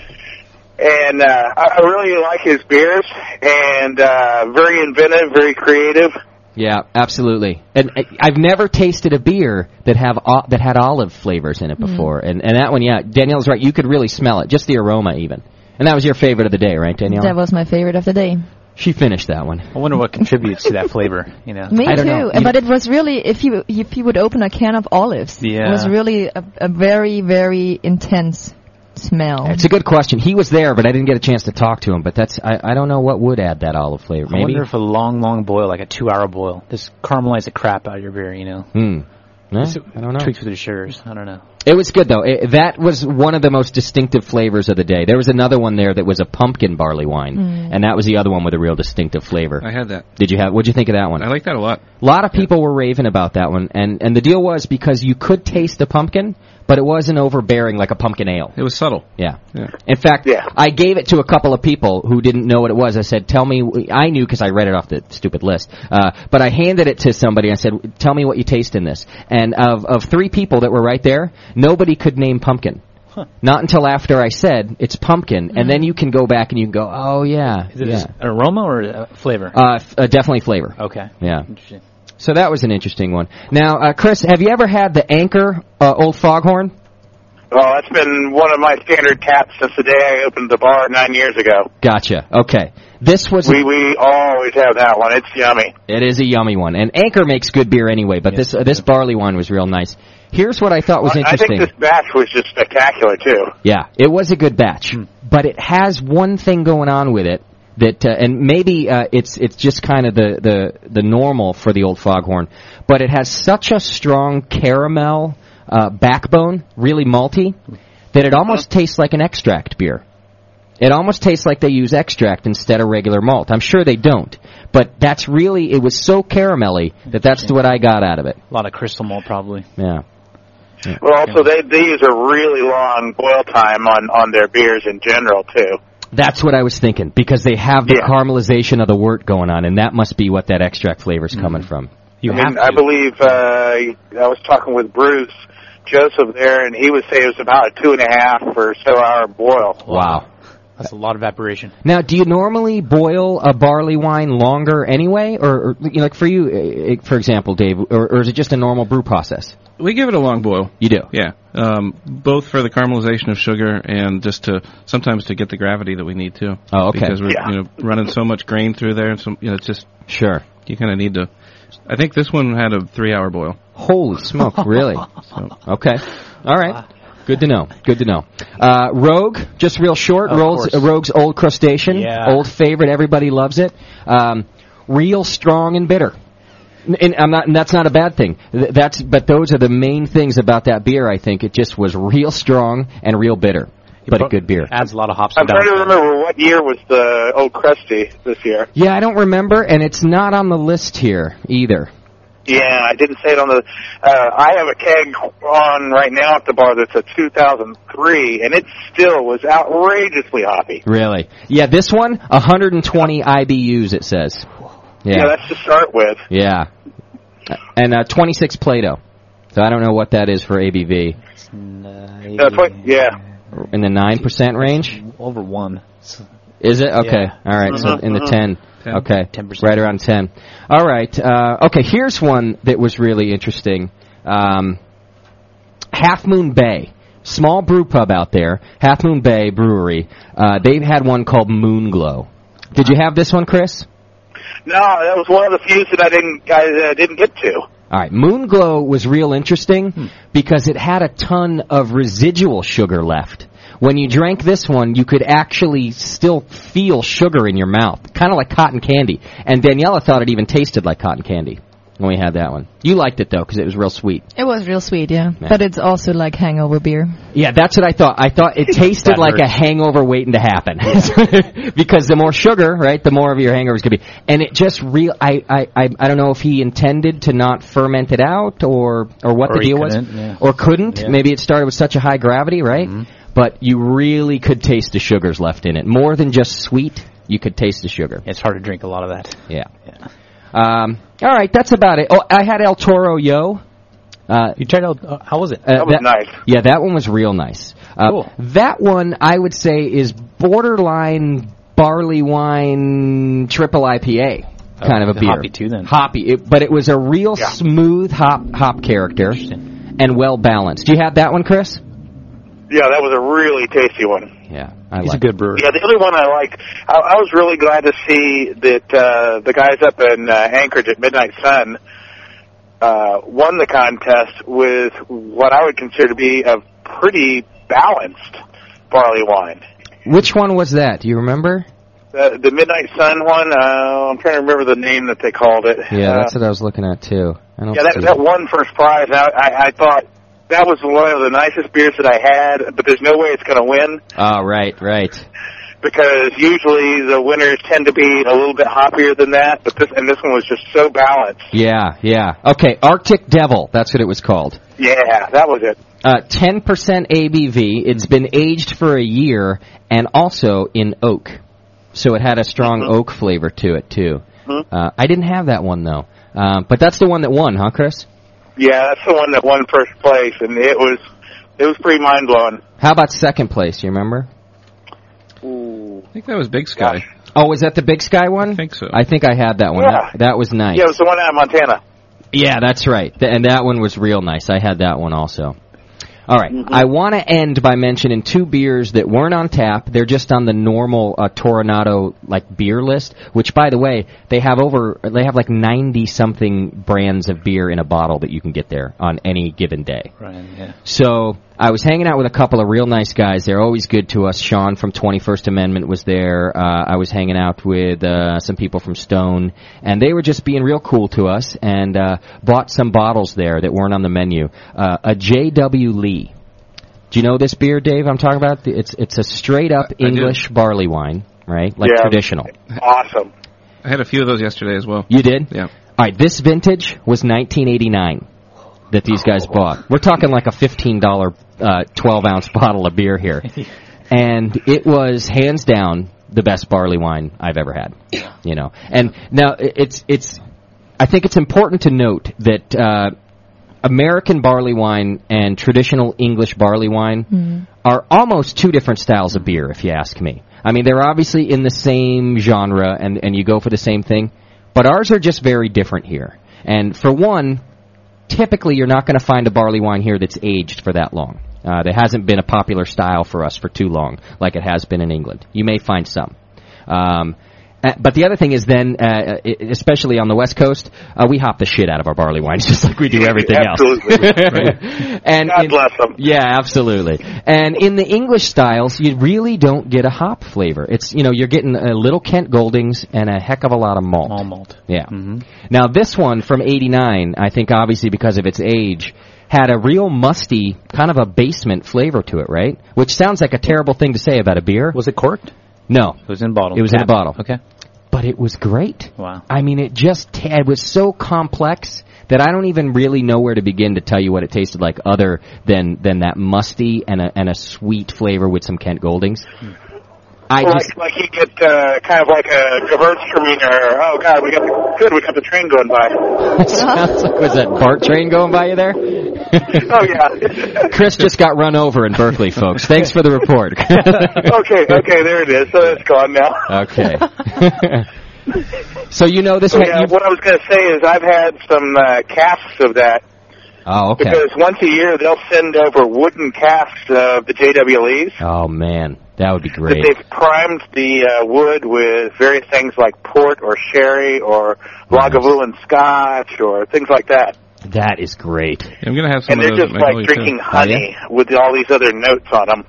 and uh, I I really like his beers and uh, very inventive, very creative.
Yeah, absolutely. And I, I've never tasted a beer that have o- that had olive flavors in it
Mm-hmm.
before. And and that one, yeah, Danielle's right. You could really smell it, just the aroma even. And that was your favorite of the day, right, Danielle?
That was my favorite of the day.
she finished that one. I
wonder what contributes to that flavor. You know.
Me
I
too.
don't know.
But it was really if you if you would open a can of olives,
Yeah.
it was really a, a very very intense smell.
It's a good question. He was there, but I didn't get a chance to talk to him. But that's I, I don't know what would add that olive flavor.
I
Maybe.
wonder if a long, long boil, like a two-hour boil, just caramelize the crap out of your beer. You know.
Hmm. No,
Just
I don't know.
Tweaks with the sugars. I don't know.
It was good though. It, that was one of the most distinctive flavors of the day. There was another one there that was a pumpkin barley wine,
Mm.
and that was the other one with a real distinctive flavor.
I had that.
Did you have? What'd you think of that one?
I like that a lot.
A lot of people were raving about that one, and and the deal was because you could taste the pumpkin, but it wasn't overbearing like a pumpkin ale.
It was subtle.
Yeah.
Yeah.
In fact, I gave it to a couple of people who didn't know what it was. I said, "Tell me." I knew because I read it off the stupid list. Uh, but I handed it to somebody. I said, "Tell me what you taste in this." And of of three people that were right there, nobody could name pumpkin. Not until after I said it's pumpkin, and then you can go back and you can go, "Oh yeah,
Mm-hmm. Is it
yeah."
an aroma or a flavor?
Uh, f- uh, definitely flavor.
Okay.
Yeah.
Interesting.
So that was an interesting one. Now, uh, Chris, have you ever had the Anchor uh, Old Foghorn?
Well, that's been one of my standard taps since the day I opened the bar nine years ago.
Gotcha. Okay. This was
We we always have that one. It's yummy.
it is a yummy one, and Anchor makes good beer anyway. But this uh, this barley wine was real nice. Here's what I thought was
I- I
interesting.
think this batch was just spectacular too.
Yeah, it was a good batch,
Hmm.
but it has one thing going on with it that, uh, and maybe uh, it's it's just kind of the, the the normal for the old foghorn, but it has such a strong caramel uh, backbone, really malty, that it almost tastes like an extract beer. It almost tastes like they use extract instead of regular malt. I'm sure they don't, but that's really it was so caramelly that that's what I got out of it.
A lot of crystal malt, probably.
Yeah.
Well, also they they use a really long boil time on on their beers in general too.
That's what I was thinking because they have the caramelization of the wort going on, and that must be what that extract flavor is coming from.
I mean, I believe uh, I was talking with Bruce Joseph there, and he would say it was about a two and a half or so hour boil.
Wow.
That's a lot of evaporation.
Now, do you normally boil a barley wine longer anyway, or, or you know, like for you, uh, for example, Dave, or, or is it just a normal brew process?
We give it a long boil.
You do.
Yeah, um, both for the caramelization of sugar and just to sometimes to get the gravity that we need to.
Oh, okay.
Because we're
Yeah.
you know running so much grain through there, and some you know it's just
sure
you kind of need to. I think this one had a three-hour boil.
Holy smoke!
<laughs>
Really? Okay. All right. Good to know. Good to know. Uh, Rogue, just real short.
Of
Rogue's,
course.
Rogue's old crustacean,
Yeah.
old favorite. Everybody loves it. Um, real strong and bitter. N- And I'm not. And that's not a bad thing. Th- That's. But those are the main things about that beer. I think it just was real strong and real bitter, but a good beer.
Adds a lot of hops.
I'm trying to remember what year was the old crusty this year.
Yeah, I don't remember, and it's not on the list here either.
Yeah, I didn't say it on the. Uh, I have a keg on right now at the bar that's a 2003, and it still was outrageously hoppy.
Really? Yeah, this one, 120 IBUs. It says.
yeah that's to start with.
Yeah. And uh, 26 Plato. So I don't know what that is for ABV.
That's what, yeah.
In the 9% range?
Over one.
Is it? Okay.
Yeah.
All right. So
Uh-huh.
Mhm,
in the
mhm.
10.
Ten.
Okay.
10%.
Right around 10. All right. Uh, okay. Here's one that was really interesting. Um, Half Moon Bay. Small brew pub out there. Half Moon Bay Brewery. Uh, they've had one called Moon Glow. Did you have this one, Chris?
No, that was one of the few that I didn't I uh, didn't get to.
All right, Moon Glow was real interesting because it had a ton of residual sugar left. When you drank this one, you could actually still feel sugar in your mouth, kind of like cotton candy. And Daniela thought it even tasted like cotton candy when we had that one. You liked it though because it was real sweet.
It was real sweet, yeah.
Yeah.
But it's also like hangover beer.
Yeah, that's what I thought. I
<laughs>
thought it tasted
That
like a
hurts.
hangover waiting to happen. <laughs> because the more sugar, right, the more of your hangover is going to be. And it just real I, I I I don't know if he intended to not ferment it out or or what
Or
the
he
deal was
couldn't, yeah.
or couldn't.
Yeah. Mm-hmm.
Maybe it started with such a high gravity, right? But you really could taste the sugars left in it. More than just sweet, you could taste the sugar.
It's hard to drink a lot of that.
Yeah. Um, all right, that's about it. Oh, I had El Toro Yo. Uh,
you tried El. How was it?
That was nice.
Yeah, that one was real nice. Uh,
Cool.
That one I would say is borderline barley wine triple IPA kind of a
Oh,
beer.
hoppy too, then.
Hoppy, it, but it was a real smooth hop hop character and well balanced. Do you have that one, Chris?
Yeah, that was a really tasty one.
Yeah, I
He's
like
a good brewer.
Yeah, the other one I liked. I, I was really glad to see that uh, the guys up in uh, Anchorage at Midnight Sun uh, won the contest with what I would consider to be a pretty balanced barley wine.
Which one was that? Do you remember?
The, the Midnight Sun one. Uh, I'm trying to remember the name that they called it.
Yeah,
Uh,
that's what I was looking at too. I don't
Yeah, that
see
that one first prize, I, I, I thought that was one of the nicest beers that I had. But there's no way it's going to win
Oh, right, right.
because usually the winners tend to be a little bit hoppier than that. But this and this one was just so balanced.
Yeah, yeah. Okay, Arctic Devil. That's what it was called.
Yeah, that was it.
Uh, Ten percent ABV. It's been aged for a year and also in oak, so it had a strong
Mm-hmm.
oak flavor to it too. Uh, I didn't have that one though, uh, but that's the one that won, huh, Chris?
Yeah, that's the one that won first place, and it was it was pretty mind blowing.
How about second place? You remember?
Ooh.
I think that was Big Sky.
Oh, was that the Big Sky one? I think so. I think I had that one.
Yeah.
That, that was nice.
Yeah, it was the one out of Montana.
Yeah, that's right. Th- and that one was real nice. I had that one also. All right. I want to end by mentioning two beers that weren't on tap. They're just on the normal uh, Toronado like beer list, which by the way, they have over they have like 90 something brands of beer in a bottle that you can get there on any given day.
Right, yeah.
So I was hanging out with a couple of real nice guys. They're always good to us. Sean from 21st Amendment was there. Uh, I was hanging out with uh, some people from Stone, and they were just being real cool to us and uh, bought some bottles there that weren't on the menu. Uh, a J.W. Lee. Do you know this beer, Dave? I'm talking about. It's it's a straight up
I do.
English barley wine, right? Like
Yeah.
traditional.
Awesome.
I had a few of those yesterday as well.
You did?
Yeah.
All right, this vintage was 1989 that these guys bought. We're talking like a $15 uh, 12 ounce <laughs> bottle of beer here. And it was hands down the best barley wine I've ever had. You know. And now i- it's it's I think it's important to note that uh, American barley wine and traditional English barley wine are almost two different styles of beer, if you ask me. I mean, they're obviously in the same genre, and, and you go for the same thing, but ours are just very different here. And for one, typically you're not going to find a barley wine here that's aged for that long. Uh, there hasn't been a popular style for us for too long, like it has been in England. You may find some. Um, uh, but the other thing is then, uh, uh, especially on the West Coast, uh, we hop the shit out of our barley wines <laughs> just like we do everything
Absolutely.
else. <laughs> and
God
in-
bless 'em.
yeah, absolutely. And in the English styles, you really don't get a hop flavor. It's you know you're getting a little Kent Goldings and a heck of a lot of malt.
All malt. Mm-hmm.
Yeah. Now this one from '89, I think obviously because of its age, had a real musty kind of a basement flavor to it, right? Which sounds like a terrible thing to say about a beer.
Was it corked? It
No,
was in a bottle.
It was in a
Tap.
bottle.
Okay.
but it was great.
Wow.
I mean, it just ta- it was so complex that I don't even really know where to begin to tell you what it tasted like, other than than that musty and a and a sweet flavor with some Kent Goldings. I
Like,
just <laughs>
like you get uh, kind of like a Gewurztraminer. Oh God, we got the, good. We got the train going by.
<laughs> sounds like was that BART train going by you there?
<laughs> Oh yeah.
<laughs> Chris just got run over in Berkeley, folks. Thanks for the report. <laughs>
okay, okay, there it is. So it's gone now. <laughs>
okay. <laughs> so you know this.
So,
one.
Oh, yeah, what I was going to say is I've had some uh, casks of that
oh, okay.
because once a year they'll send over wooden casks of the JWEs
Oh man, that would be
that
great.
they've primed the uh, wood with various things like port or sherry or Lagavulin scotch or things like that.
That is great.
I'm gonna have some
and
of
they're
those.
just
at
like
Magnolia,
drinking
Oh,
too.
honey with all these other notes on them.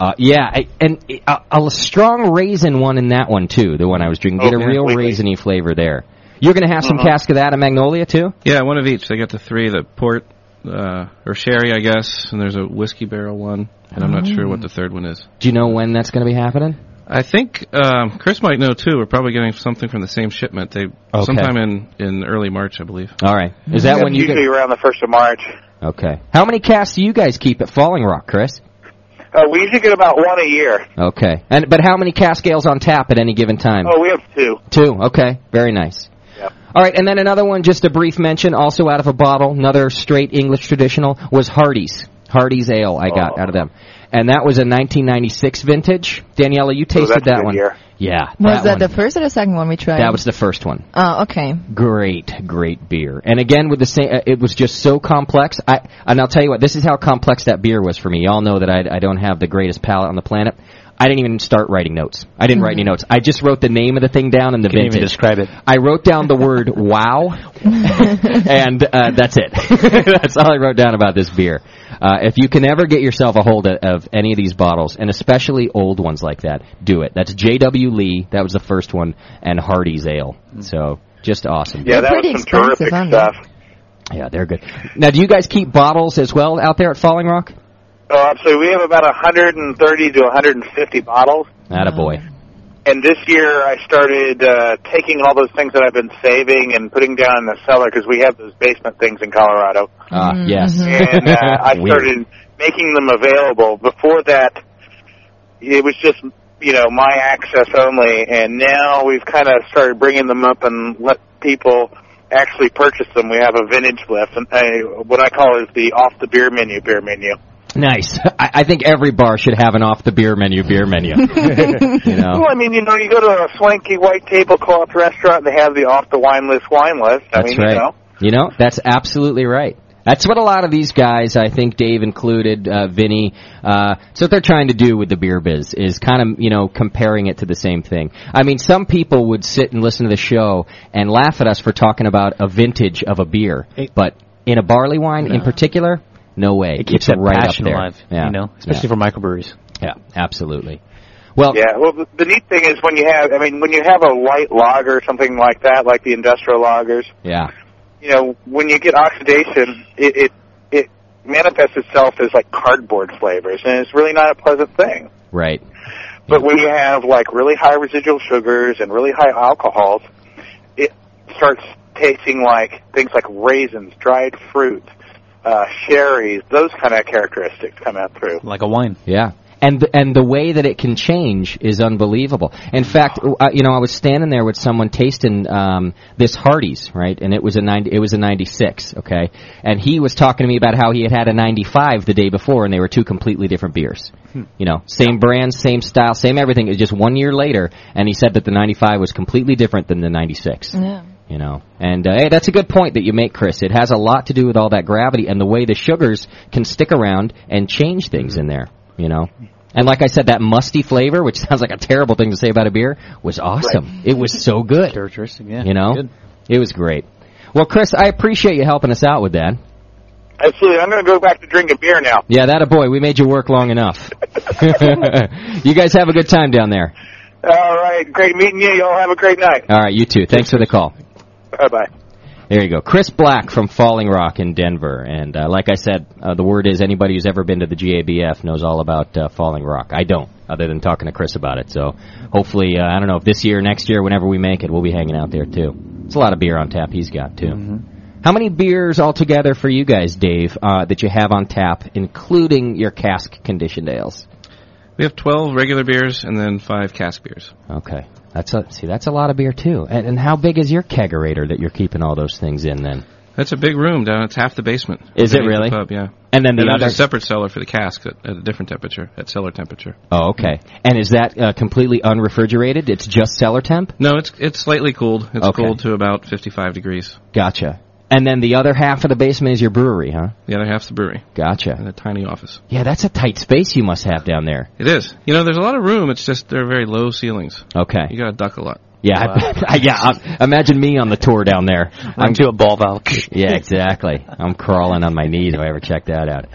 Uh, yeah, I, and uh, a, a strong raisin one in that one too. The one I was drinking, get
Okay.
a real
Oh, Completely. Mm-hmm.
raisiny flavor there. You're gonna have some cask of that at Magnolia too.
Yeah, one of each. They got the three: the port uh, or sherry, I guess, and there's a whiskey barrel one, and I'm not sure what the third one is.
Do you know when that's gonna be happening?
I think um, Chris might know too. We're probably getting something from the same shipment. They sometime in in early March, I believe.
All right, is that when you?
usually
Can,
around the first of March.
okay. How many casks do you guys keep at Falling Rock, Chris?
Uh, we usually get about one a year.
Okay, and but how many cask ales on tap at any given time?
Oh, we have two.
Two. Okay. Very nice.
Yep.
All right, and then another one, just a brief mention, also out of a bottle, another straight English traditional, was Hardy's. Hardy's Ale I
Oh.
got out of them. And that was a 1996 vintage. Daniela, you tasted
Oh, that's a
that
good
one.
year.
Yeah.
Was that,
one.
the first or the second one we tried?
that was the first one
Oh, okay.
great, great beer. And again, with the same, uh, it was just so complex. I and I'll tell you what, this is how complex that beer was for me. Y'all know that I, I don't have the greatest palate on the planet. I didn't even start writing notes. I didn't write any notes. I just wrote the name of the thing down and the
Mm-hmm. Can't even
vintage.
describe it.
I wrote down the word <laughs> "wow," and uh, that's it. <laughs> that's all I wrote down about this beer. Uh, if you can ever get yourself a hold of, of any of these bottles, and especially old ones like that, do it. That's J.W. Lee. That was the first one, and Hardy's Ale. So just awesome.
Yeah,
They're
that
pretty
was some
expensive,
terrific
aren't they?
stuff.
Yeah, they're good. Now, do you guys keep bottles as well out there at Falling Rock?
Oh, absolutely. We have about 130 to 150 bottles.
That a
Mm-hmm.
boy.
And this year I started uh, taking all those things that I've been saving and putting down in the cellar because we have those basement things in Colorado.
Ah,
Mm-hmm.
yes.
And
<laughs>
uh, I
Weird.
started making them available. Before that, it was just, you know, my access only. And now we've kind of started bringing them up and let people actually purchase them. We have a vintage list, and uh what I call is the off the beer menu beer menu.
Nice. I, I think every bar should have an off the beer menu beer menu.
<laughs>
you know,
Well, I mean, you know, you go to a swanky white tablecloth restaurant and they have the off the wine list wine list. I
that's
mean,
right.
you know.
You know, that's absolutely right. That's what a lot of these guys, I think, Dave included, uh, Vinny. Uh, so what they're trying to do with the beer biz is kind of you know comparing it to the same thing. I mean, some people would sit and listen to the show and laugh at us for talking about a vintage of a beer, but in a barley wine in particular, no way.
It keeps
it's
that
right
passion
up there.
alive,
yeah.
you know, especially for microbreweries.
Yeah, absolutely. Well,
yeah. Well, the, the neat thing is when you have, I mean, when you have a light lager, something like that, like the industrial lagers,
Yeah.
you know, when you get oxidation, it it, it manifests itself as like cardboard flavors, and it's really not a pleasant thing.
Right.
But when you have like really high residual sugars and really high alcohols, it starts tasting like things like raisins, dried fruit, uh, sherries, those kind of characteristics come out through.
Like a wine.
Yeah. And th- and the way that it can change is unbelievable. In fact, w- uh, you know, I was standing there with someone tasting um, this Hardee's, right? And it was a 90, it was a 96, okay? And he was talking to me about how he had had a 95 the day before and they were two completely different beers. You know, same brand, same style, same everything. It was just 1 year later and he said that the 95 was completely different than the 96.
Yeah.
You know, and uh, hey, that's a good point that you make, Chris. It has a lot to do with all that gravity and the way the sugars can stick around and change things in there. You know, and like I said, that musty flavor, which <laughs> sounds like a terrible thing to say about a beer, was awesome. It was so good.
Characteristic, yeah.
You know, it was great. Well, Chris, I appreciate you helping us out with that.
Absolutely. Uh, I'm going to go back to drinking beer now.
Yeah, that a boy. We made you work long enough. <laughs> you guys have a good time down there.
All right. Great meeting you. Y'all have a great night.
All right, you too. Thanks for the call.
Bye bye.
There you go. Chris Black from Falling Rock in Denver. And uh, like I said, uh, the word is anybody who's ever been to the GABF knows all about uh, Falling Rock. I don't, other than talking to Chris about it. So hopefully, uh, I don't know, if this year, next year, whenever we make it, we'll be hanging out there too. It's a lot of beer on tap he's got too. How many beers altogether for you guys, Dave, uh, that you have on tap, including your cask conditioned ales?
We have 12 regular beers and then five cask beers.
Okay. That's a, see, that's a lot of beer too. And, and how big is your kegerator that you're keeping all those things in then?
That's a big room down. It's half the basement.
Is it
Beneath the
really?
pub, yeah.
And then the
there's
other-
a separate cellar for the cask at, at a different temperature, at cellar temperature.
Oh, okay. And is that uh, completely unrefrigerated? It's just cellar temp?
No, it's it's slightly cooled. It's
Okay.
cooled to about 55 degrees.
Gotcha. And then the other half of the basement is your brewery, huh?
The other half's the brewery.
Gotcha.
And a tiny office.
Yeah, that's a tight space you must have down there.
It is. You know, there's a lot of room. It's just they're very low ceilings.
Okay.
You got to duck a lot.
Yeah, <laughs> I, yeah. I, imagine me on the tour down there. I'm
to a ball valve.
<laughs> yeah, exactly. I'm crawling on my knees if I ever check that out.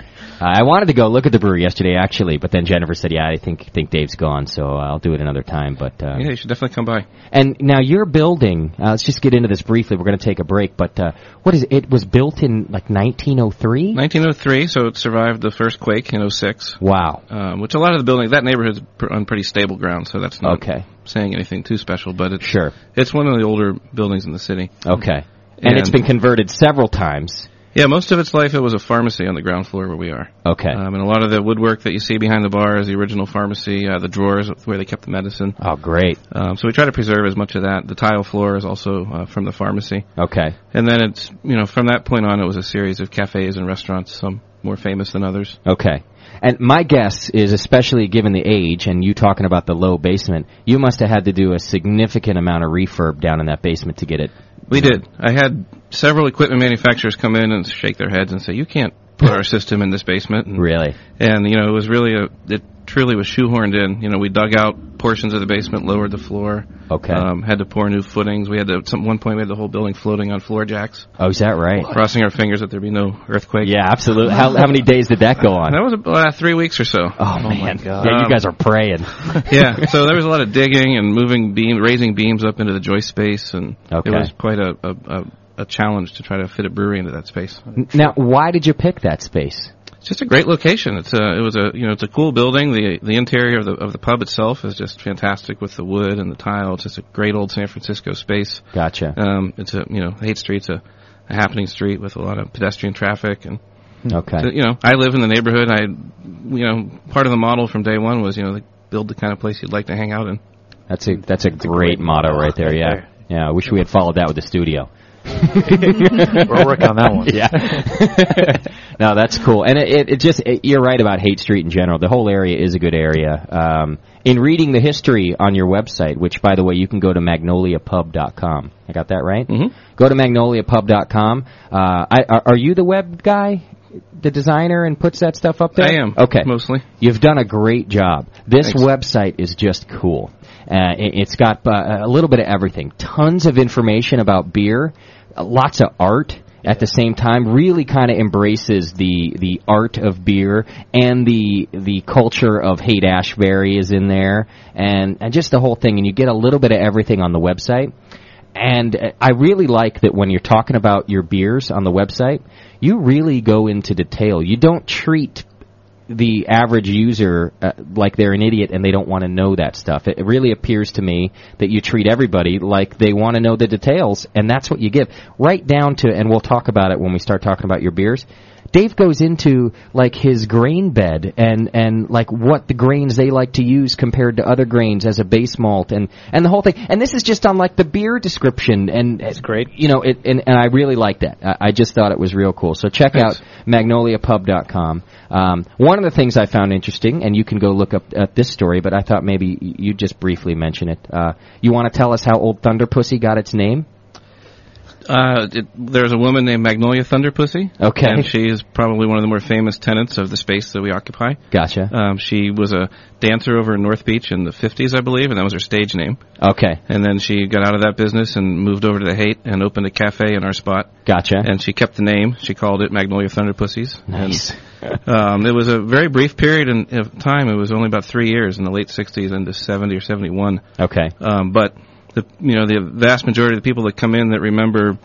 Uh, I wanted to go look at the brewery yesterday, actually, but then Jennifer said, "Yeah, I think think Dave's gone, so I'll do it another time." But uh,
Yeah, you should definitely come by.
And now your building, uh, let's just get into this briefly. We're going to take a break, but uh, what is it? It was built in like 1903.
1903, so it survived the first quake in 06.
Wow.
Um, which a lot of the building that neighborhood's pr- on pretty stable ground, so that's not
Okay.
saying anything too special. But it's
sure.
It's one of the older buildings in the city.
Okay. And, it's been converted several times.
Yeah, most of its life it was a pharmacy on the ground floor where we are.
Okay.
Um, and a lot of the woodwork that you see behind the bar is the original pharmacy. Uh, the drawers where they kept the medicine.
Oh, great.
Um, so we try to preserve as much of that. The tile floor is also uh, from the pharmacy.
Okay.
And then it's you know from that point on it was a series of cafes and restaurants, some more famous than others.
Okay. And my guess is, especially given the age and you talking about the low basement, you must have had to do a significant amount of refurb down in that basement to get it.
We did. I had several equipment manufacturers come in and shake their heads and say, "You can't put our system in this basement." And,
really?
And you know, it was really a it truly was shoehorned in. You know, we dug out portions of the basement, lowered the floor.
Okay.
Um, had to pour new footings. We had to. Some one point, we had the whole building floating on floor jacks.
Oh, is that right?
Crossing our fingers that there be no earthquake.
Yeah, absolutely. How, how many days did that go on?
That was uh, three weeks or so. Um,
Oh, man. Yeah, you guys are praying.
<laughs> yeah, so there was a lot of digging and moving beam, raising beams up into the joist space, and
Okay.
it was quite a, a, a, a challenge to try to fit a brewery into that space.
Now, why did you pick that space?
It's just a great location. It's a, it was a, you know, it's a cool building. The the interior of the of the pub itself is just fantastic with the wood and the tile. It's just a great old San Francisco space.
Gotcha.
Um, it's a, you know, Haight Street's a, a happening street with a lot of pedestrian traffic and.
Okay.
So, you know, I live in the neighborhood. I, you know, part of the model from day one was, you know, build the kind of place you'd like to hang out in.
That's a that's a great motto right there. Yeah, yeah. I wish we had <laughs> followed that with the studio.
We're working on that one.
Yeah. <laughs> No, that's cool. And it, it, it just, it, you're right about Hate Street in general. The whole area is a good area. Um, in reading the history on your website, which, by the way, you can go to magnoliapub.com. I got that right? Mm-hmm. Go to magnoliapub.com. Uh, I, are, are you the web guy? The designer and puts that stuff up there?
I am.
Okay.
Mostly.
You've done a great job. This
Thanks.
website is just cool. Uh, it, it's got uh, a little bit of everything. Tons of information about beer, uh, lots of art at the same time. Really kind of embraces the the art of beer and the the culture of Haight Ashbury is in there, and and just the whole thing. And you get a little bit of everything on the website. And uh, I really like that when you're talking about your beers on the website, you really go into detail. You don't treat the average user uh, like they're an idiot and they don't want to know that stuff. It, it really appears to me that you treat everybody like they want to know the details, and that's what you give. Right down to, and we'll talk about it when we start talking about your beers. Dave goes into like his grain bed and and like what the grains they like to use compared to other grains as a base malt and and the whole thing. And this is just on like the beer description and it's great. You know, it, and and I really like that. I, I just thought it was real cool. So check out magnoliapub.com. Um, one of the things I found interesting, and you can go look up at this story, but I thought maybe y- you just briefly mention it. Uh, you want to tell us how Old Thunder Pussy got its name?
Uh, it, there's a woman named Magnolia Thunderpussy.
Okay.
And she is probably one of the more famous tenants of the space that we occupy.
Gotcha.
Um, she was a dancer over in North Beach in the 50s, I believe, and that was her stage name.
Okay.
And then she got out of that business and moved over to the Hate and opened a cafe in our spot.
Gotcha.
And she kept the name. She called it Magnolia Thunder Pussies.
Nice.
And, <laughs> um, it was a very brief period in, of time. It was only about three years in the late 60s into 70 or 71.
Okay.
Um, but the you know the vast majority of the people that come in that remember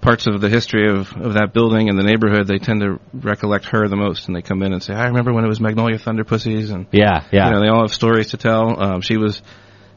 parts of the history of, of that building and the neighborhood, they tend to recollect her the most, and they come in and say, "I remember when it was Magnolia Thunder Pussies," and
Yeah, yeah.
you know, they all have stories to tell. Um, she was.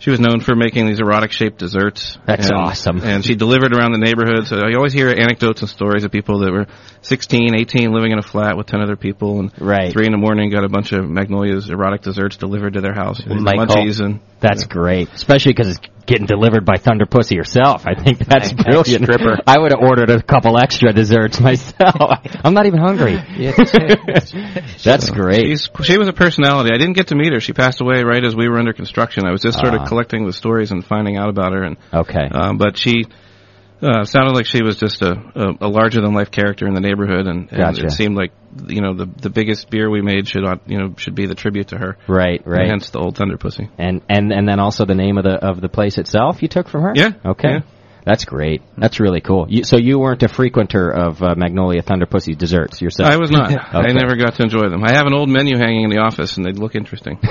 She was known for making these erotic shaped desserts.
That's
and,
awesome.
And she delivered around the neighborhood. So you always hear anecdotes and stories of people that were 16, 18, living in a flat with 10 other people. And
Right.
3 in the morning got a bunch of Magnolia's erotic desserts delivered to their house. You know,
Michael.
munchies and
That's great, especially because it's getting delivered by Thunder Pussy herself. I think that's brilliant.
stripper.
I would have ordered a couple extra
<laughs>
desserts myself. I'm not even hungry. <laughs> that's great.
She's, she was a personality. I didn't get to meet her. She passed away right as we were under construction. I was just sort
Ah.
of collecting the stories and finding out about her. And
Okay.
um, but she uh, sounded like she was just a, a, a larger than life character in the neighborhood, and, and
Gotcha.
it seemed like you know the the biggest beer we made should ought- you know should be the tribute to her.
Right,
And
right,
hence the old Thunder Pussy.
and and and then also the name of the of the place itself you took from her.
Yeah,
Okay.
yeah.
That's great. That's really cool. You, so you weren't a frequenter of uh, Magnolia Thunder Pussy desserts yourself.
I was not. I
<laughs> Okay.
never got to enjoy them. I have an old menu hanging in the office, and they look interesting. <laughs>
<laughs>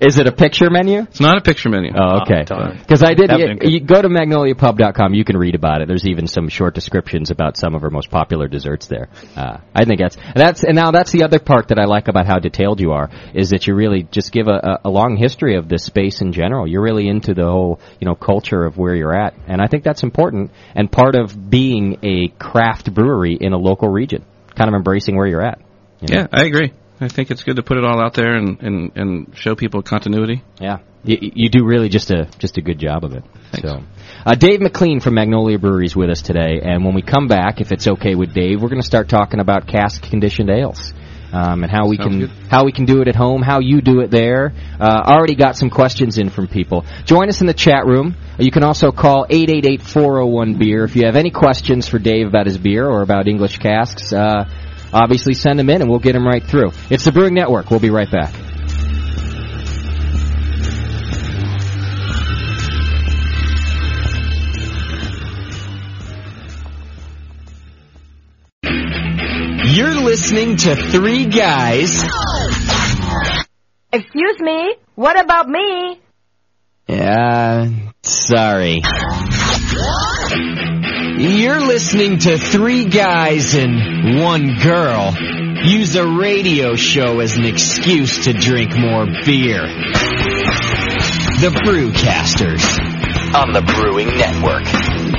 Is it a picture menu?
it's not a picture menu.
Oh, okay.
darn.
Because I did.
That'd
You,
been good.
you go to magnoliapub.com. You can read about it. There's even some short descriptions about some of her most popular desserts there. Uh, I think that's that's and now that's the other part that I like about how detailed you are is that you really just give a, a, a long history of this space in general. You're really into the whole you know culture of where you're at, and I think that's important and part of being a craft brewery in a local region, kind of embracing where you're at. you know?
Yeah, I agree. I think it's good to put it all out there and, and, and show people continuity.
Yeah, you, you do really just a just a good job of it. So, uh, Dave McLean from Magnolia Brewery is with us today, and when we come back, if it's okay with Dave, we're going to start talking about cask conditioned ales. Um, and how we
Sounds
can
good.
how we can do it at home, how you do it there. Uh, already got some questions in from people. Join us in the chat room. You can also call 888-401-BEER if you have any questions for Dave about his beer or about English casks. Uh, obviously, send them in, and we'll get them right through. It's the Brewing Network. We'll be right back.
You're listening to three guys.
Excuse me? What about me?
Yeah, sorry. You're listening to three guys and one girl use a radio show as an excuse to drink more beer. The Brewcasters.
on the Brewing Network.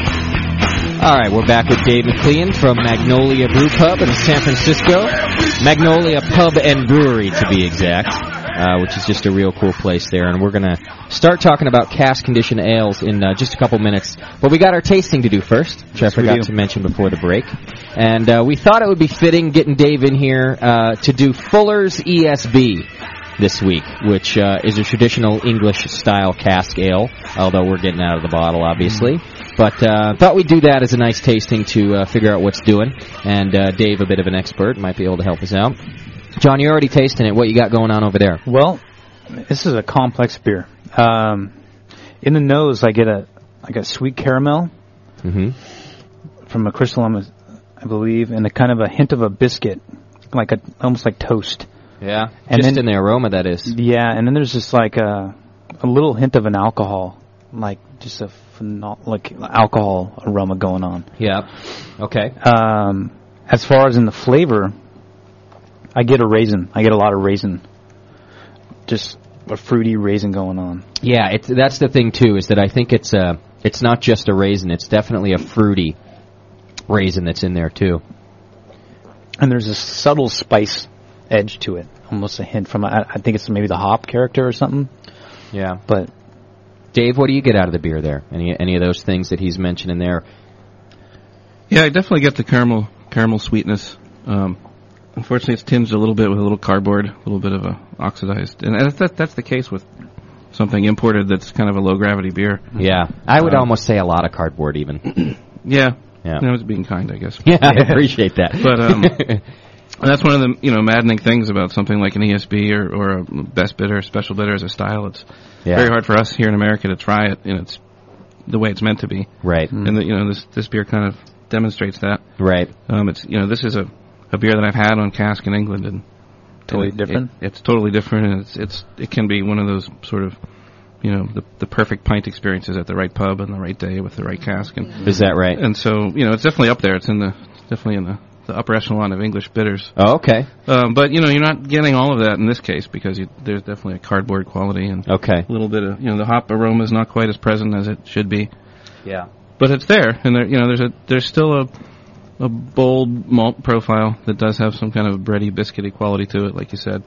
All right, we're back with Dave McLean from Magnolia Brew Pub in San Francisco. Magnolia Pub and Brewery, to be exact. uh, which is just a real cool place there. And we're gonna start talking about cast condition ales in uh, just a couple minutes. But we got our tasting to do first, which I
Yes, we
forgot
do.
to mention before the break. And uh, we thought it would be fitting getting Dave in here uh, to do Fuller's ESB this week, which uh, is a traditional English style cask ale, although we're getting out of the bottle, obviously.
Mm-hmm.
But uh, thought we'd do that as a nice tasting to uh, figure out what's doing. And uh, Dave, a bit of an expert, might be able to help us out. John, you're already tasting it. What you got going on over there?
Well, this is a complex beer. Um, in the nose, I get a like a sweet caramel
Mm-hmm.
from a crystalline, I believe, and a kind of a hint of a biscuit, like a almost like toast.
Yeah,
And
just
then-
in the aroma that is.
Yeah, and then there's just like a a little hint of an alcohol, like just a phenol, like alcohol aroma going on.
Yeah. Okay.
Um, as far as in the flavor, I get a raisin. I get a lot of raisin. Just a fruity raisin going on.
Yeah, it's that's the thing too is that I think it's a it's not just a raisin. It's definitely a fruity raisin that's in there too.
and there's a subtle spice edge to it, almost a hint from I, I think it's maybe the hop character or something.
Yeah.
But
Dave, what do you get out of the beer there? Any any of those things that he's mentioning there?
Yeah, I definitely get the caramel caramel sweetness. Um, unfortunately, it's tinged a little bit with a little cardboard, a little bit of a oxidized, and that's, that, that's the case with something imported that's kind of a low gravity beer.
Yeah, I would
Um,
almost say a lot of cardboard even.
<clears throat> Yeah,
Yeah.
I was being kind, I guess.
<laughs> Yeah, I appreciate that.
But
<laughs>
um, that's one of the you know maddening things about something like an ESB or, or a best bidder, special bidder as a style. It's
Yeah.
very hard for us here in America to try it, and it's the way it's meant to be.
Right.
And the, you know this this beer kind of demonstrates that.
Right.
Um, it's you know this is a, a beer that I've had on cask in England and
Totally
and it-
different?
it- it's totally different, and it's it's it can be one of those sort of you know the the perfect pint experiences at the right pub on the right day with the right cask. And
Is that right?
And so you know it's definitely up there. It's in the definitely in the the upper echelon of English bitters.
Oh, okay.
Um, but you know you're not getting all of that in this case because you, there's definitely a cardboard quality and
Okay.
a little bit of you know the hop aroma is not quite as present as it should be
Yeah.
but it's there, and there, you know, there's a there's still a a bold malt profile that does have some kind of bready, biscuity quality to it, like you said.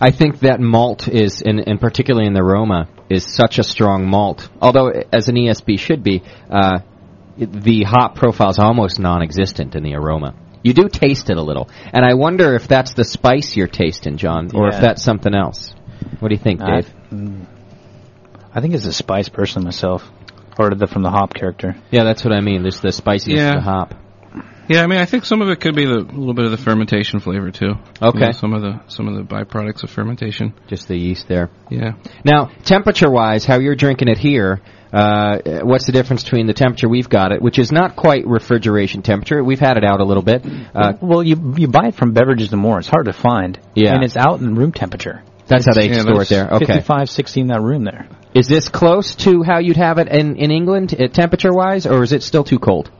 I think that malt is, and, and particularly in the Roma, is such a strong malt. Although, as an ESB should be, uh, it- the hop profile is almost non-existent in the aroma. You do taste it a little, and I wonder if that's the spice you're tasting, John, or
Yeah.
if that's something else. What do you think,
I-
Dave?
mm, I, think it's a spice person myself, or the from the hop character.
yeah, that's what I mean. There's the spiciness
Yeah.
of the hop.
Yeah, I mean, I think some of it could be the, a little bit of the fermentation flavor too.
Okay.
You know, some of the some of the byproducts of fermentation.
Just the yeast there.
Yeah.
Now, temperature-wise, how you're drinking it here, uh, what's the difference between the temperature we've got it, which is not quite refrigeration temperature. We've had it out a little bit. Uh,
well, you you buy it from Beverages and More. It's hard to find.
Yeah.
and it's out in room temperature.
That's how they
It's-
store it there. Okay.
55, 60 in that room there.
Is this close to how you'd have it in, in England, uh, temperature-wise, or is it still too cold?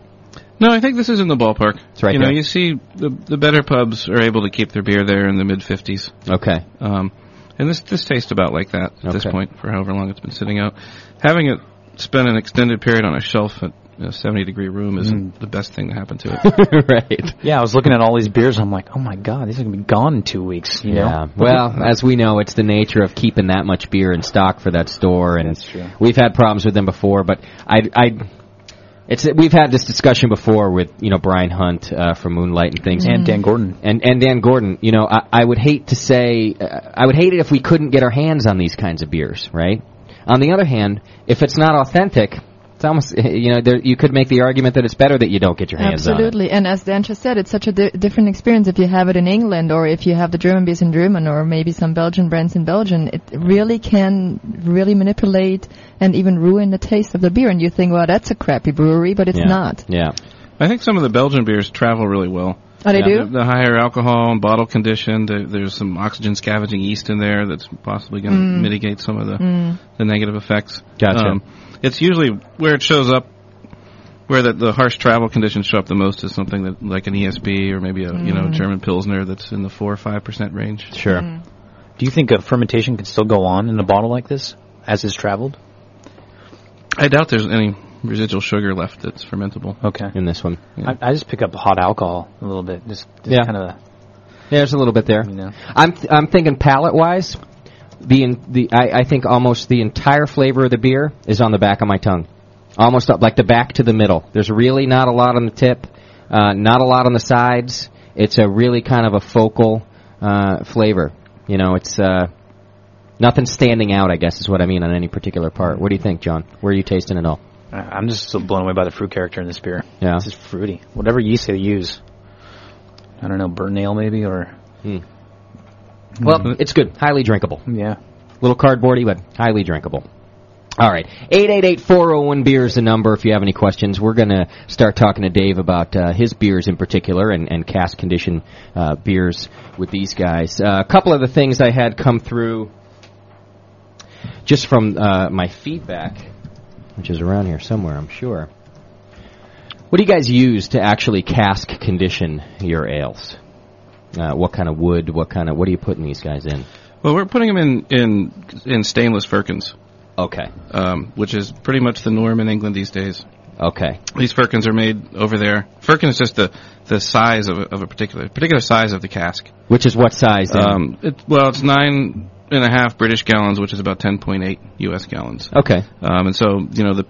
No, I think this is in the ballpark. That's
right
You know,
there.
you see the the better pubs are able to keep their beer there in the mid 50s.
Okay.
Um, and this this tastes about like that at this
Okay.
point for however long it's been sitting out. Having it spend an extended period on a shelf at a 70 degree room isn't the best thing to happen to it.
Mm. <laughs> right.
Yeah, I was looking at all these beers. I'm like, oh my god, these are gonna be gone in two weeks. You
Yeah.
know?
Well, as we know, it's the nature of keeping that much beer in stock for that store, and we've had problems with them before. But I, I, it's we've had this discussion before with you know Brian Hunt uh, from Moonlight and things,
And Dan Gordon.
and and Dan Gordon. You know, I, I would hate to say, uh, I would hate it if we couldn't get our hands on these kinds of beers, right? On the other hand, if it's not authentic, it's almost <laughs> you know there, you could make the argument that it's better that you don't get your hands on it.
Absolutely, and as Dan just said, it's such a di- different experience if you have it in England or if you have the German beers in German or maybe some Belgian brands in Belgium. It really can really manipulate and even ruin the taste of the beer. And you think, well, that's a crappy brewery, but it's not.
Yeah.
I think some of the Belgian beers travel really well.
Oh, they
Yeah,
do?
The, the higher alcohol and bottle condition, the, there's some oxygen scavenging yeast in there that's possibly going to
Mm.
mitigate some of the,
Mm.
the negative effects. Um,
Gotcha.
it's usually where it shows up, where the, the harsh travel conditions show up the most is something that like an ESB or maybe a you know
Mm.
German Pilsner that's in the four or five percent range.
Sure.
Do you think a fermentation can still go on in a bottle like this as it's traveled?
I doubt there's any residual sugar left that's fermentable.
Okay.
In this one.
I, I just pick up hot alcohol a little bit. Just, just
Yeah.
kind of.
Yeah, there's a little bit there. I'm th- I'm thinking palate wise, the in- the I, I think almost the entire flavor of the beer is on the back of my tongue, almost up like the back to the middle. There's really not a lot on the tip, uh, not a lot on the sides. It's a really kind of a focal uh, flavor. You know, it's uh, nothing standing out. I guess is what I mean on any particular part. What do you think, John? Where are you tasting it all?
I'm just so blown away by the fruit character in this beer.
Yeah.
This is fruity. Whatever yeast they use. I don't know, burnt ale maybe or.
Hmm. Well, it's good. Highly drinkable.
Yeah.
Little cardboardy, but highly drinkable. All right. 888-401 beer is the number if you have any questions. We're going to start talking to Dave about uh, his beers in particular and, and cast condition uh, beers with these guys. Uh, a couple of the things I had come through just from uh, my feedback, which is around here somewhere, I'm sure. What do you guys use to actually cask condition your ales? Uh, what kind of wood? What kind of? What are you putting these guys in?
Well, we're putting them in in, in stainless firkins.
Okay.
Um, which is pretty much the norm in England these days.
Okay.
These firkins are made over there. Firkin is just the the size of a, of a particular particular size of the cask.
Which is what size? then?
Um, it, well, it's nine and a half British gallons, which is about ten point eight U.S. gallons.
Okay.
Um, and so you know the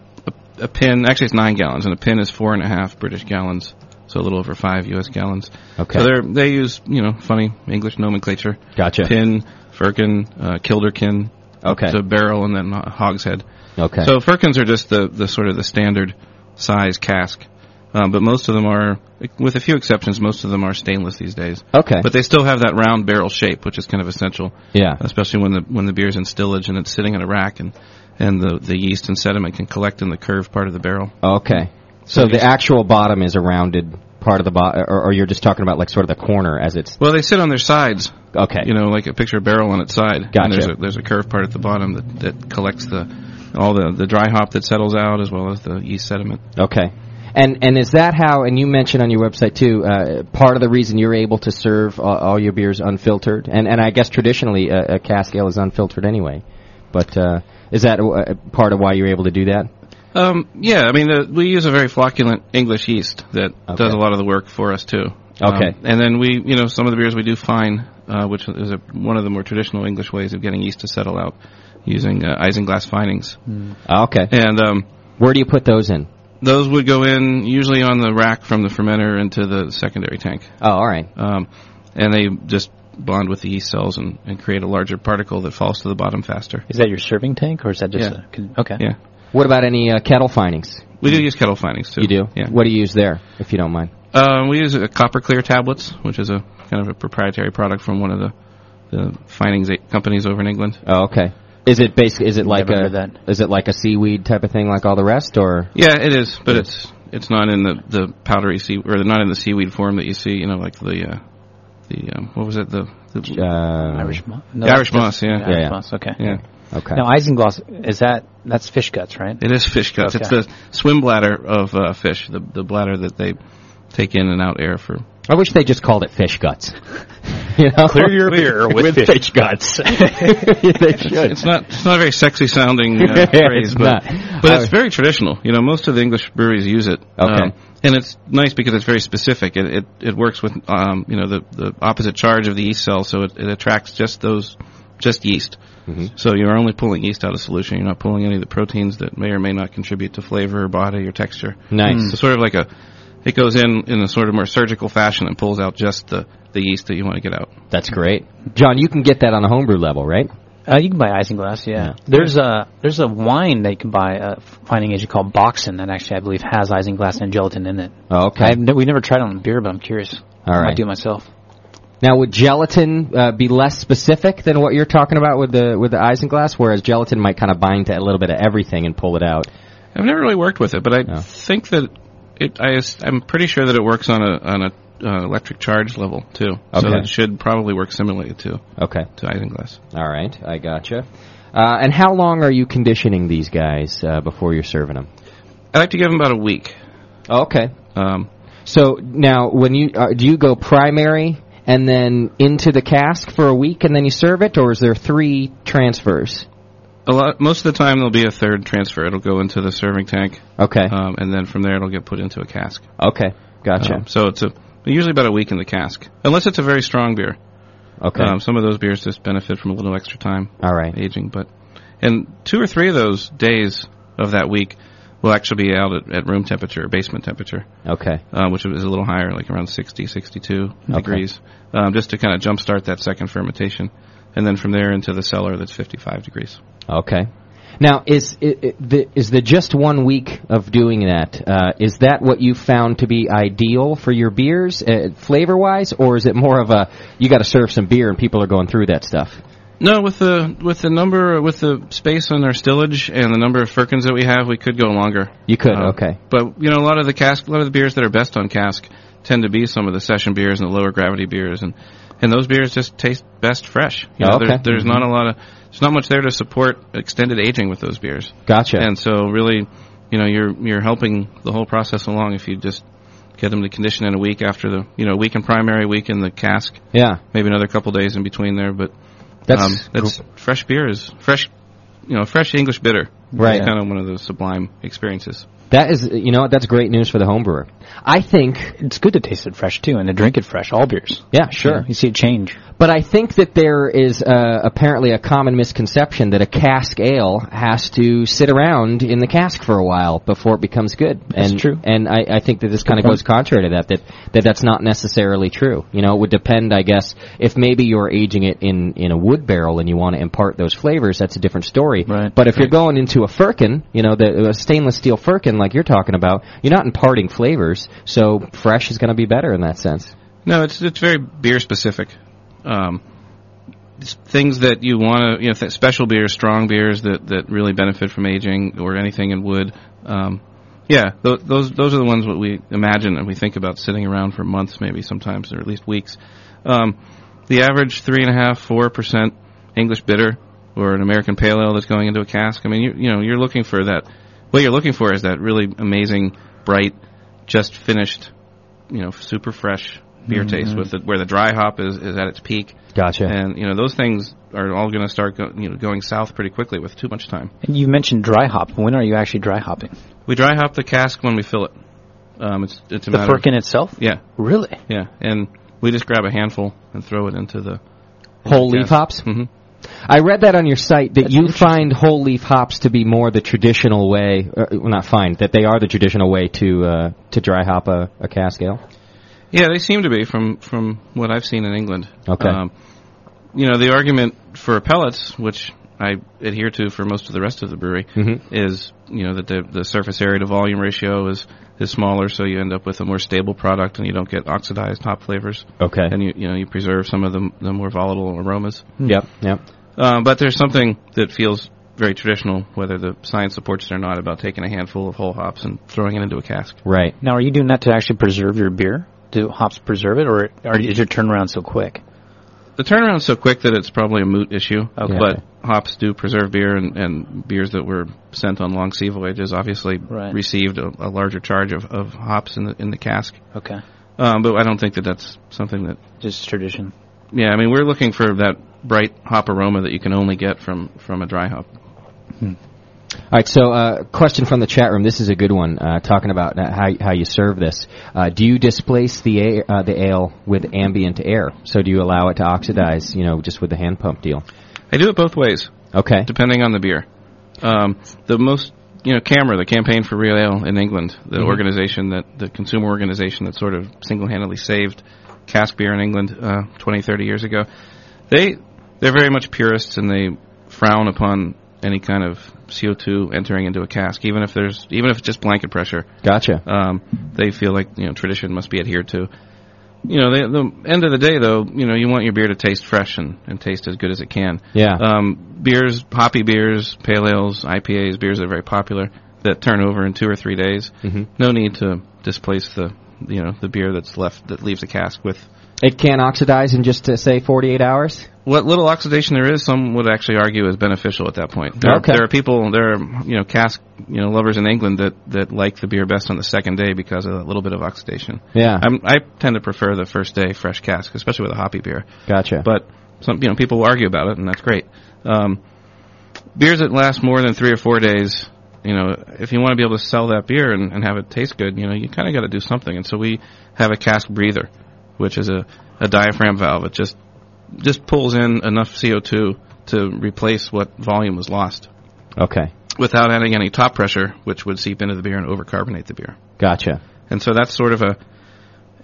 a, a pin actually it's nine gallons, and a pin is four and a half British gallons, so a little over five U.S. gallons.
Okay.
So they they use you know funny English nomenclature.
Gotcha.
Pin, firkin, uh, kilderkin.
Okay.
So barrel and then a hogshead.
Okay.
So firkins are just the the sort of the standard size cask. Um, but most of them are, with a few exceptions, most of them are stainless these days.
Okay.
But they still have that round barrel shape, which is kind of essential.
Yeah.
Especially when the when the beer's in stillage and it's sitting in a rack and and the the yeast and sediment can collect in the curved part of the barrel.
Okay. So the actual bottom is a rounded part of the bottom, or, or you're just talking about like sort of the corner as it's.
Well, they sit on their sides.
Okay.
You know, like a picture of a barrel on its side.
Gotcha.
And there's a there's a curved part at the bottom that that collects the all the the dry hop that settles out as well as the yeast sediment.
Okay. And and is that how? And you mentioned on your website too. Uh, part of the reason you're able to serve all, all your beers unfiltered, and and I guess traditionally uh, a, a cask ale is unfiltered anyway. But uh, is that uh, part of why you're able to do that?
Um, yeah, I mean, uh, we use a very flocculent English yeast that does a lot of the work for us too. Um,
Okay.
and then we, you know, some of the beers we do fine, uh, which is a, one of the more traditional English ways of getting yeast to settle out, using uh, isinglass finings.
Hmm. Ah, Okay.
And um,
where do you put those in?
Those would go in usually on the rack from the fermenter into the secondary tank.
Oh, all right.
Um, and they just bond with the yeast cells and, and create a larger particle that falls to the bottom faster.
Is that your serving tank or is that just
Yeah.
a. con- Okay.
Yeah.
What about any uh, kettle findings?
We do use kettle findings too.
You do.
Yeah.
What do you use there, if you don't mind?
Um, we use a copper clear tablets, which is a kind of a proprietary product from one of the the findings eight companies over in England.
Oh, okay. Is it basically is it like
Never
a
heard that.
is it like a seaweed type of thing like all the rest or
Yeah, it is, but it's it's not in the the powdery sea or not in the seaweed form that you see. You know, like the uh, the um, what was it the,
uh,
the
Hmm. Irish moss?
The Irish moss, yeah.
Irish moss, okay.
Yeah.
Okay.
Now, isinglass, is that. That's fish guts, right?
It is fish guts.
Okay.
It's the swim bladder of uh, fish, the the bladder that they take in and out air for.
I wish they just called it fish guts. you
<laughs>
know? <laughs>
Clear your beer with
fish.
fish. <laughs>
guts. they should.
It's not it's not a very sexy sounding uh,
<laughs> Yeah,
phrase,
it's
but
not.
but
I
it's
was-
very traditional. You know, most of the English breweries use it. um,
Okay.
and it's nice because it's very specific. It it, it works with um, you know the, the opposite charge of the yeast cell, so it, it attracts just those just yeast.
Mm-hmm.
So you're only pulling yeast out of solution. You're not pulling any of the proteins that may or may not contribute to flavor or body or texture.
Nice.
So sort of like a it goes in in a sort of more surgical fashion and pulls out just the the yeast that you want to get out.
That's great. John, you can get that on a homebrew level, right?
Uh, you can buy isinglass, yeah. There's a there's a wine that you can buy, a finding agent called Boxen, that actually I believe has isinglass and gelatin in it.
Oh, okay.
I've ne- we never tried it on beer, but I'm curious.
All
I
right.
might do it myself.
Now, would gelatin uh, be less specific than what you're talking about with the with the isinglass, whereas gelatin might kind of bind to a little bit of everything and pull it out?
I've never really worked with it, but I think that it. I, am pretty sure that it works on a on a uh, electric charge level too. So
Okay.
it should probably work similarly to
Okay.
to isinglass.
All right, I gotcha. Uh, and how long are you conditioning these guys uh, before you're serving them?
I like to give them about a week.
Okay.
Um,
so now, when you uh, do you go primary and then into the cask for a week and then you serve it, or is there three transfers?
A lot, most of the time, there'll be a third transfer. It'll go into the serving tank.
Okay.
Um, and then from there, it'll get put into a cask.
Okay, gotcha.
Um, so it's a usually about a week in the cask, unless it's a very strong beer.
Okay.
Um, some of those beers just benefit from a little extra time.
All right.
Aging, but and two or three of those days of that week will actually be out at, at room temperature, basement temperature.
Okay.
Uh, which is a little higher, like around 60, 62
Okay.
degrees, um, just to kind of jumpstart that second fermentation, and then from there into the cellar that's 55 degrees.
Okay. Now, is i- i- the is the just one week of doing that? Uh, is that what you found to be ideal for your beers, uh, flavor wise, or is it more of a you got to serve some beer and people are going through that stuff?
No, with the with the number with the space on our stillage and the number of firkins that we have, we could go longer.
You could,
Uh,
okay.
But you know, a lot of the cask, a lot of the beers that are best on cask tend to be some of the session beers and the lower gravity beers, and and those beers just taste best fresh. You know,
Oh, okay.
there's, there's not
Mhm.
a lot of there's not much there to support extended aging with those beers.
Gotcha.
And so really, you know, you're you're helping the whole process along if you just get them to condition in a week after the you know a week in primary, a week in the cask.
Yeah.
Maybe another couple days in between there, but
That's
um, that's fresh beer is fresh, you know, fresh English bitter.
Right.
It's kind of one of those sublime experiences.
That is, you know, what, that's great news for the home brewer. I think
it's good to taste it fresh too, and to drink it fresh. All beers.
Yeah, sure.
You see it change.
But I think that there is uh, apparently a common misconception that a cask ale has to sit around in the cask for a while before it becomes good.
That's
and,
true.
And I, I think that this kind of
Good point.
goes contrary to that, that that that's not necessarily true. You know, it would depend, I guess, if maybe you're aging it in in a wood barrel and you want to impart those flavors, that's a different story. Right. But if you're going into a firkin, you know, the a stainless steel firkin like you're talking about, you're not imparting flavors, so fresh is going to be better in that sense.
No, it's it's very beer specific. Um, it's things that you want to, you know, th- special beers, strong beers that, that really benefit from aging or anything in wood. Um, yeah, th- those those are the ones that we imagine and we think about sitting around for months, maybe sometimes, or at least weeks. Um, the average three and a half, four percent English bitter or an American pale ale that's going into a cask. I mean, you you know, you're looking for that. What you're looking for is that really amazing, bright, just finished, you know, super fresh beer
Mhm.
taste with the, where the dry hop is, is at its peak.
Gotcha.
And you know those things are all going to start go, you know going south pretty quickly with too much time.
And you mentioned dry hop. When are you actually dry hopping?
We dry hop the cask when we fill it. Um, it's it's a
The
matter of-
firkin itself?
Yeah.
Really?
Yeah, and we just grab a handful and throw it into the
Whole
the
leaf
cask.
hops?
Mhm.
I read that on your site that you find whole leaf hops to be more the traditional way, or, well, not find that they are the traditional way to uh, to dry hop a, a cask ale.
Yeah, they seem to be from from what I've seen in England. Um,
Okay.
you know, the argument for pellets, which I adhere to for most of the rest of the brewery,
Mhm.
is you know that the the surface area to volume ratio is is smaller, so you end up with a more stable product, and you don't get oxidized hop flavors.
Okay.
And you you know you preserve some of the the more volatile aromas.
Yep, yep.
Um, but there's something that feels very traditional, whether the science supports it or not, about taking a handful of whole hops and throwing it into a cask.
Right.
Now, are you doing that to actually preserve your beer? Do hops preserve it, or are, is your turnaround so quick?
the turnaround's so quick that it's probably a moot issue.
Okay.
But hops do preserve beer, and, and beers that were sent on long sea voyages obviously
Right.
received a, a larger charge of, of hops in the in the cask.
Okay.
Um, but I don't think that that's something that
just tradition.
Yeah, I mean we're looking for that bright hop aroma that you can only get from from a dry hop.
All right. So, uh, question from the chat room. This is a good one. Uh, talking about uh, how how you serve this. Uh, do you displace the air, uh, the ale with ambient air? So, do you allow it to oxidize? You know, just with the hand pump deal.
I do it both ways.
Okay.
Depending on the beer. Um, the most, you know, CAMRA, the Campaign for Real Ale in England, the
Mm-hmm.
Mhm.
organization that, the consumer organization that sort of single-handedly saved cask beer in England uh, 20, 30 years ago, they, they're very much purists and they frown upon any kind of CO2 entering into a cask, even if there's, even if it's just blanket pressure.
Gotcha.
Um, they feel like, you know, tradition must be adhered to. You know, they, the end of the day, though, you know, you want your beer to taste fresh and, and taste as good as it can.
Yeah.
Um, beers, hoppy beers, pale ales, IPAs, beers that are very popular that turn over in two or three days.
Mhm.
No need to displace the you know the beer that's left that leaves the cask with
It can oxidize in just uh, say 48 hours.
what little oxidation there is. Some would actually argue is beneficial at that point. There,
Okay.
there are people, there are you know cask you know lovers in England that that like the beer best on the second day because of a little bit of oxidation.
Yeah.
I'm, I tend to prefer the first day fresh cask, especially with a hoppy beer.
Gotcha.
But some you know people will argue about it, and that's great. Um, beers that last more than three or four days, you know, if you want to be able to sell that beer and, and have it taste good, you know, you kind of got to do something. And so we have a cask breather, which is a, a diaphragm valve. It just just pulls in enough CO2 to replace what volume was lost
Okay.
without adding any top pressure, which would seep into the beer and overcarbonate the beer.
Gotcha.
And so that's sort of a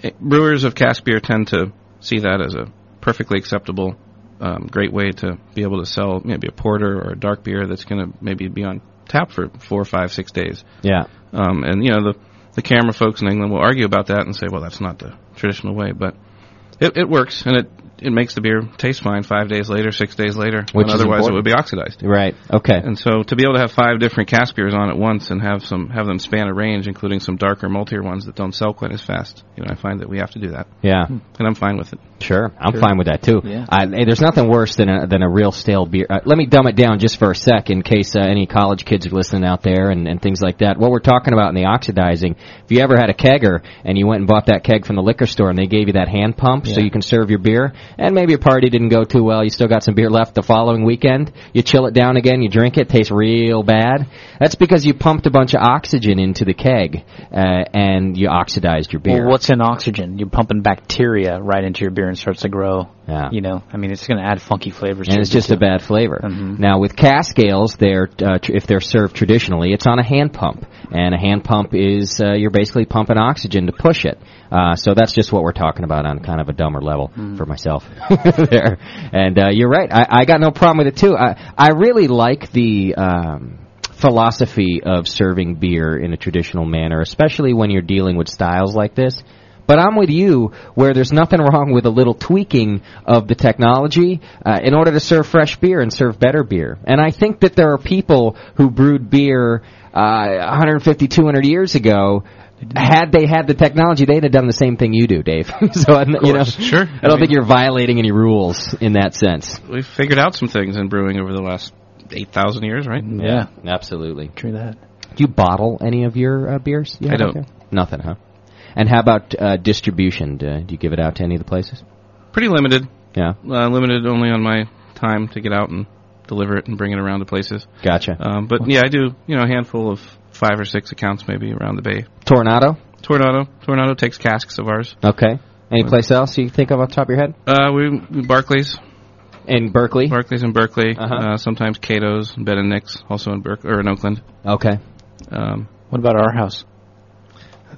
eh, brewers of cask beer tend to see that as a perfectly acceptable, um, great way to be able to sell maybe a porter or a dark beer that's going to maybe be on tap for four, five, six days.
Yeah.
Um, and you know the the camera folks in England will argue about that and say, well, that's not the traditional way, but it, it works and it it makes the beer taste fine five days later, six days later.
Which
and
is
otherwise it
important.
would be oxidized.
Right. Okay.
And so to be able to have five different cask beers on at once and have some have them span a range, including some darker, maltier ones that don't sell quite as fast, you know, I find that we have to do that. Hmm.
Yeah.
and I'm fine with it.
Sure, I'm
Sure.
fine with that too.
Yeah.
I, hey, there's nothing worse than a, than a real stale beer. Uh, let me dumb it down just for a sec, in case uh, any college kids are listening out there and, and things like that. What we're talking about in the oxidizing, if you ever had a kegger and you went and bought that keg from the liquor store and they gave you that hand pump so
Yeah.
you can serve your beer, and maybe your party didn't go too well, you still got some beer left the following weekend, you chill it down again, you drink it, tastes real bad. That's because you pumped a bunch of oxygen into the keg uh, and you oxidized your beer.
Well, what's in oxygen? You're pumping bacteria right into your beer and starts to grow.
Yeah.
You know, I mean, it's going to add funky flavors.
and
to
it's
it,
just
too. Mm-hmm.
a <laughs> bad flavor. Now with cask ales, they're uh, tr- if they're served traditionally, it's on a hand pump, and a hand pump is uh, you're basically pumping oxygen to push it. Uh, so that's just what we're talking about on kind of a dumber level
Mm.
for myself <laughs> there. And uh, you're right, I, I got no problem with it too. I I really like the. Um, philosophy of serving beer in a traditional manner, especially when you're dealing with styles like this. But I'm with you where there's nothing wrong with a little tweaking of the technology uh, in order to serve fresh beer and serve better beer. And I think that there are people who brewed beer uh, 150, 200 years ago. Had they had the technology, they'd have done the same thing you do, Dave. <laughs> so I'm- you know,
Sure.
I don't think you're violating any rules in that sense.
We've figured out some things in brewing over the last eight thousand years, right?
Yeah. absolutely.
True that.
Do you bottle any of your uh, beers? You
I
have
don't.
out there? Nothing, huh? And how about uh, distribution? Do, do you give it out to any of the places?
Pretty limited.
Yeah.
Uh, limited only on my time to get out and deliver it and bring it around to places.
Gotcha.
Um, but yeah, I do you know a handful of five or six accounts maybe around the bay.
Tornado.
Tornado. Uh, Tornado takes casks of ours.
Okay. Any place else you think of off the top of your head?
Uh, we Barclays.
In Berkeley.
Barclays in Berkeley. uh sometimes Cato's and Ben and Nick's, also in Berkeley or in Oakland.
Okay.
Um,
what about our house?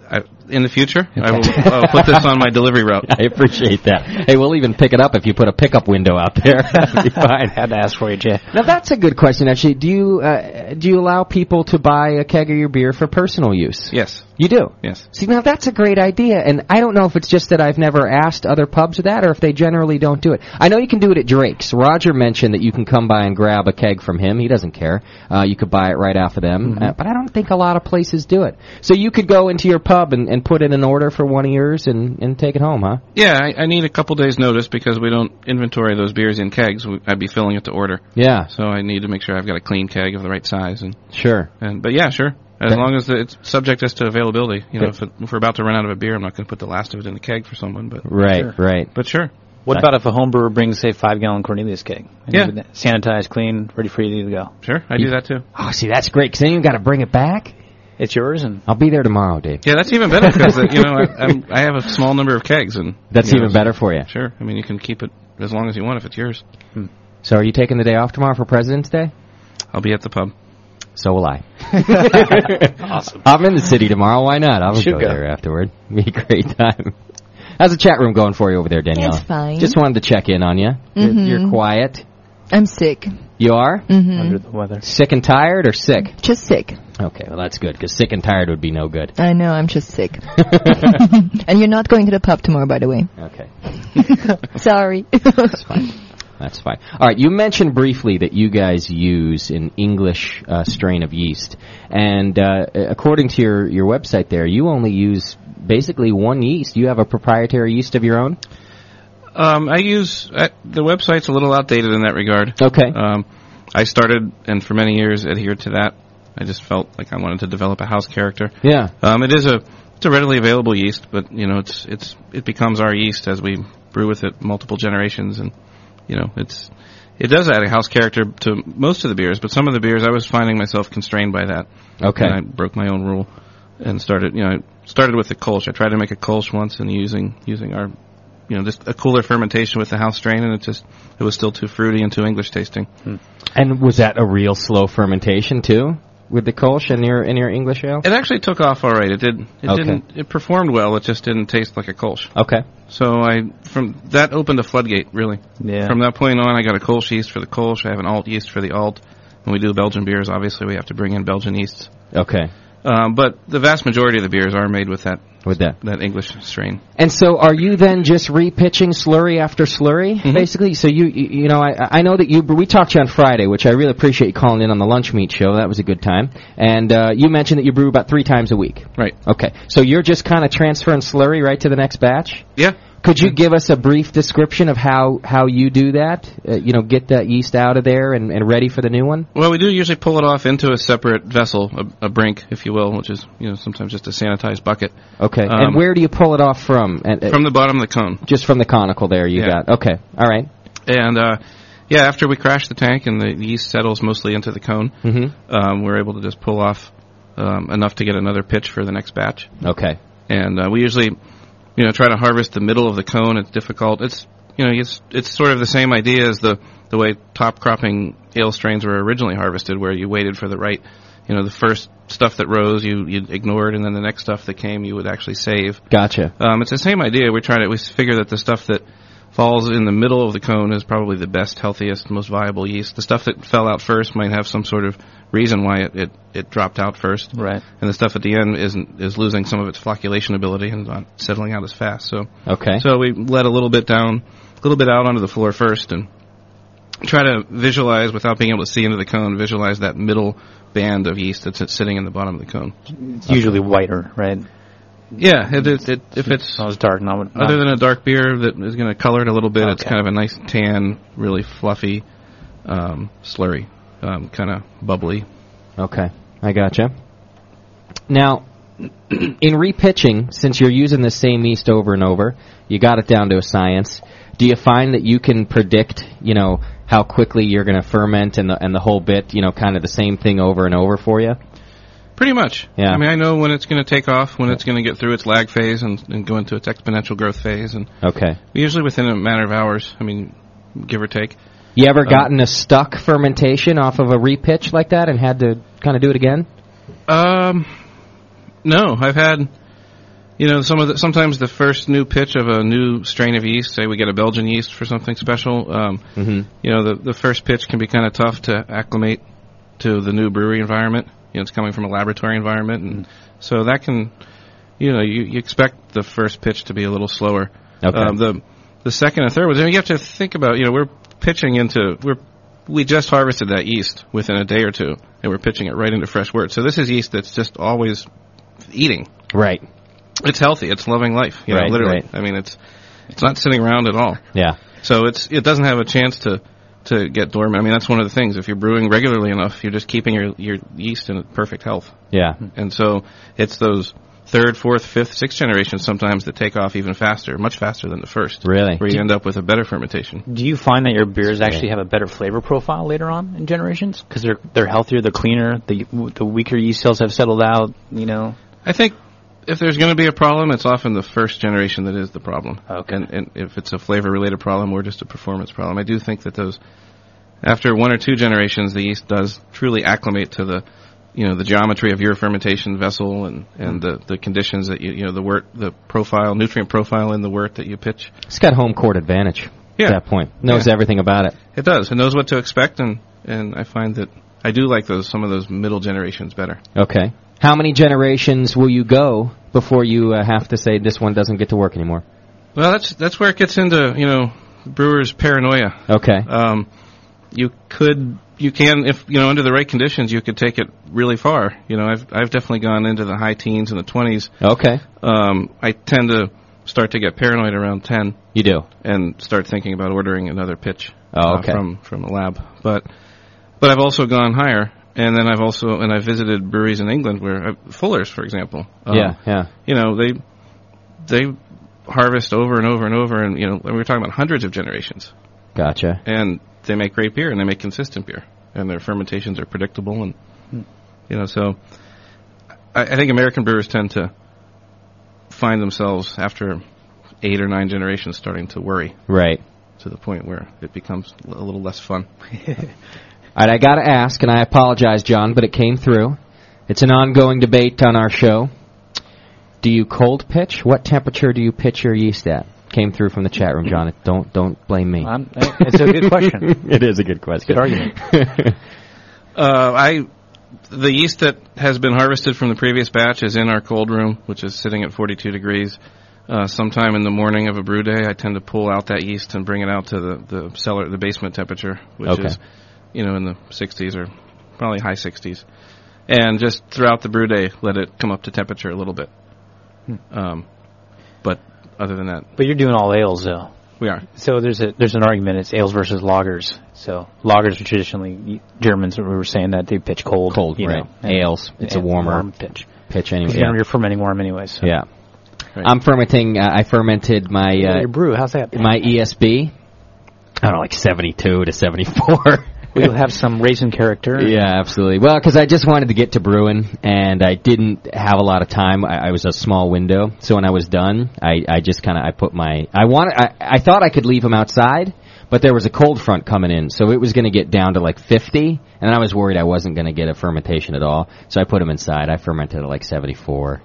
I, in the future, I will I'll put
<laughs>
this on my delivery route.
I appreciate that. Hey, we'll even pick it up if you put a pickup window out
<laughs>
there. That'd be fine.
Had to ask for you, Jay.
Now that's a good question. Actually, do you uh, do you allow people to buy a keg of your beer for personal use?
Yes.
You do.
Yes.
See, now that's a great idea, and I don't know if it's just that I've never asked other pubs that, or if they generally don't do it. I know you can do it at Drake's. Roger mentioned that you can come by and grab a keg from him. He doesn't care. Uh, you could buy it right off of them,
Mm-hmm.
uh, but I don't think a lot of places do it. So you could go into your pub and, and put in an order for one of yours and, and take it home, huh?
Yeah, I, I need a couple days' notice because we don't inventory those beers in kegs. We, I'd be filling it to order.
Yeah.
So I need to make sure I've got a clean keg of the right size. And
Sure.
and but yeah, sure. As long as it's subject as to availability. You know, if, it, if we're about to run out of a beer, I'm not going to put the last of it in a keg for someone. But
Right, right.
But sure.
What about if a home brewer brings, say, five gallon Cornelius keg? And
Yeah.
you would Sanitize, clean, ready for you to go.
Sure, I do that too.
Oh, see, that's great. Cause then you got to bring it back.
It's yours, and
I'll be there tomorrow, Dave.
Yeah, that's even better
<laughs>
because you know I, I'm, I have a small number of kegs, and
That's
you know,
even better for you.
Sure. I mean, you can keep it as long as you want if it's yours.
So are you taking the day off tomorrow for President's Day?
I'll be at the pub.
So will I. <laughs> awesome. I'm in the city tomorrow. Why not? I'll
Should
go,
go.
there afterward. <laughs> Be a great time. How's the chat room going for you over there, Danielle?
It's fine.
Just wanted to check in on you.
Mhm.
You're quiet.
I'm sick.
You are
Mhm. Under
the weather.
Sick and tired, or sick?
Just sick.
Okay, well that's good because sick and tired would be no good.
I know, I'm just
<laughs>
sick. and you're not going to the pub tomorrow, by the way.
Okay.
<laughs>
<laughs>
Sorry.
That's fine. All right, you mentioned briefly that you guys use an English uh, strain of yeast, and uh, according to your your website, there you only use basically one yeast. You have a proprietary yeast of your own.
Um, I use I, the website's a little outdated in that regard.
Okay.
Um, I started and for many years adhered to that. I just felt like I wanted to develop a house character.
Yeah.
Um, it is a it's a readily available yeast, but you know it's it's it becomes our yeast as we brew with it multiple generations, and you know it's it does add a house character to most of the beers, but some of the beers I was finding myself constrained by that.
Okay.
And I broke my own rule and started you know I started with the Kolsch. I tried to make a Kolsch once and using using our you know just a cooler fermentation with the house strain, and it just it was still too fruity and too English tasting.
And was that a real slow fermentation too with the Kolsch in your in your English ale?
It actually took off all right. It did. It
Okay.
didn't. It performed well. It just didn't taste like a Kolsch.
Okay.
So I from that opened a floodgate really.
Yeah.
From that point on, I got a Kolsch yeast for the Kolsch. I have an alt yeast for the alt. When we do Belgian beers, obviously we have to bring in Belgian yeasts.
Okay.
Um, but the vast majority of the beers are made with that
with that
that English strain.
And so, are you then just repitching slurry after slurry,
Mm-hmm.
basically? So you, you you know, I, I know that you. We talked to you on Friday, which I really appreciate you calling in on the lunch meat show. That was a good time. And uh, you mentioned that you brew about three times a week.
Right.
Okay. So you're just kind of transferring slurry right to the next batch.
Yeah.
Could you give us a brief description of how how you do that? Uh, you know, get that yeast out of there and, and ready for the new one.
Well, we do usually pull it off into a separate vessel, a, a brink, if you will, which is you know sometimes just a sanitized bucket.
Okay.
Um,
and where do you pull it off from? And, uh,
From the bottom of the cone.
Just from the conical there you
Yeah.
got. Okay. All right.
And uh, yeah, after we crash the tank and the yeast settles mostly into the cone,
Mhm.
um, we're able to just pull off um, enough to get another pitch for the next batch.
Okay.
And uh, we usually, you know, try to harvest the middle of the cone. It's difficult. It's you know, it's it's sort of the same idea as the the way top cropping ale strains were originally harvested, where you waited for the right, you know, the first stuff that rose you you ignored, and then the next stuff that came you would actually save.
Gotcha.
Um, it's the same idea. We try to we figure that the stuff that falls in the middle of the cone is probably the best, healthiest, most viable yeast. The stuff that fell out first might have some sort of reason why it, it, it dropped out first.
Right.
And the stuff at the end isn't is losing some of its flocculation ability and not settling out as fast. So
Okay.
So we let a little bit down, a little bit out onto the floor first, and try to visualize without being able to see into the cone. Visualize that middle band of yeast that's sitting in the bottom of the cone.
It's usually whiter, right?
Yeah, it, it, it, if it's
not as dark, not, not
Other than a dark beer that is going to color it a little bit, it's kind of a nice tan, really fluffy, um, slurry, um, kind of bubbly.
Okay, I gotcha. Now, <clears throat> in repitching, since you're using the same yeast over and over, you got it down to a science. Do you find that you can predict, you know, how quickly you're going to ferment and the and the whole bit, you know, kind of the same thing over and over for you?
Pretty much.
Yeah.
I mean, I know when it's going to take off, when it's going to get through its lag phase and, and go into its exponential growth phase, and
Okay.
usually within a matter of hours. I mean, give or take.
You ever
Um,
gotten a stuck fermentation off of a repitch like that and had to kind of do it again?
Um, no, I've had, you know, some of the, sometimes the first new pitch of a new strain of yeast. Say we get a Belgian yeast for something special. Um, you know, the the first pitch can be kind of tough to acclimate to the new brewery environment. You know, it's coming from a laboratory environment, and so that can, you know, you, you expect the first pitch to be a little slower.
Okay.
Um, the the second and third ones, I mean, you have to think about. You know, we're pitching into we're we just harvested that yeast within a day or two, and we're pitching it right into fresh wort. So this is yeast that's just always eating.
Right.
It's healthy. It's loving life. You know,
Right,
literally.
right.
I mean, it's it's not sitting around at all.
Yeah.
So it's it doesn't have a chance to to get dormant. I mean, that's one of the things. If you're brewing regularly enough, you're just keeping your your yeast in perfect health.
Yeah.
And so it's those third, fourth, fifth, sixth generations sometimes that take off even faster, much faster than the first.
Really?
Where you end up with a better fermentation.
Do you find that your beers actually have a better flavor profile later on Um, in generations because they're they're healthier, they're cleaner, the the weaker yeast cells have settled out, you know?
I think if there's going to be a problem, it's often the first generation that is the problem. Okay. And, and if it's a flavor related problem or just a performance problem, I do think that those, after one or two generations, the yeast does truly acclimate to the, you know, the geometry of your fermentation vessel and, and the, the conditions that you, you know, the wort, the profile, nutrient profile in the wort that you pitch.
It's got home court advantage
Yeah.
at that point. Knows
Yeah.
everything about it.
It does. It knows what to expect and, and I find that I do like those, some of those middle generations better.
Okay. How many generations will you go before you uh, have to say this one doesn't get to work anymore?
Well, that's that's where it gets into you know brewers paranoia.
Okay.
Um, you could you can if you know under the right conditions you could take it really far. You know I've I've definitely gone into the high teens and the twenties.
Okay.
Um, I tend to start to get paranoid around ten.
You do.
And start thinking about ordering another pitch. uh,
Oh, okay.
from from the lab, but but I've also gone higher. And then I've also and I have visited breweries in England where uh, Fuller's, for example. Um,
Yeah, yeah.
You know they they harvest over and over and over, and you know we were talking about hundreds of generations,
Gotcha.
and they make great beer and they make consistent beer, and their fermentations are predictable, and
Hmm.
you know so I, I think American brewers tend to find themselves after eight or nine generations starting to worry
Right.
to the point where it becomes l- a little less fun.
All right, I got to ask, and I apologize, John, but it came through. It's an ongoing debate on our show. Do you cold pitch? What temperature do you pitch your yeast at? Came through from the chat room, John. Don't don't blame me.
I'm, it's a good question.
<laughs> it is a good question.
Good argument.
Uh, I the yeast that has been harvested from the previous batch is in our cold room, which is sitting at 42 degrees. Uh, sometime in the morning of a brew day, I tend to pull out that yeast and bring it out to the, the cellar, the basement temperature, which
Okay.
is, you know, in the 60s or probably high 60s, and just throughout the brew day, let it come up to temperature a little bit.
Hmm.
Um, but other than that,
But you're doing all ales though.
We are.
So there's a there's an argument. It's ales versus lagers. So lagers are traditionally Germans. We were saying that they pitch cold. Cold, you
right.
Know, and-
Ales, it's a
and
warmer
warm pitch.
pitch anyway.
'Cause
Yeah.
you're, you're fermenting warm anyways. So.
<laughs> Yeah.
Right.
I'm fermenting. Uh, I fermented my
Yeah,
uh,
your brew. How's that?
my ESB. I don't know, like 72 to 74.
<laughs> We'll have some raisin character.
Yeah, absolutely. Well, because I just wanted to get to brewing, and I didn't have a lot of time. I, I was a small window, so when I was done, I, I just kind of I put my I wanted I, I thought I could leave them outside, but there was a cold front coming in, so it was going to get down to like 50, and I was worried I wasn't going to get a fermentation at all. So I put them inside. I fermented at like 74,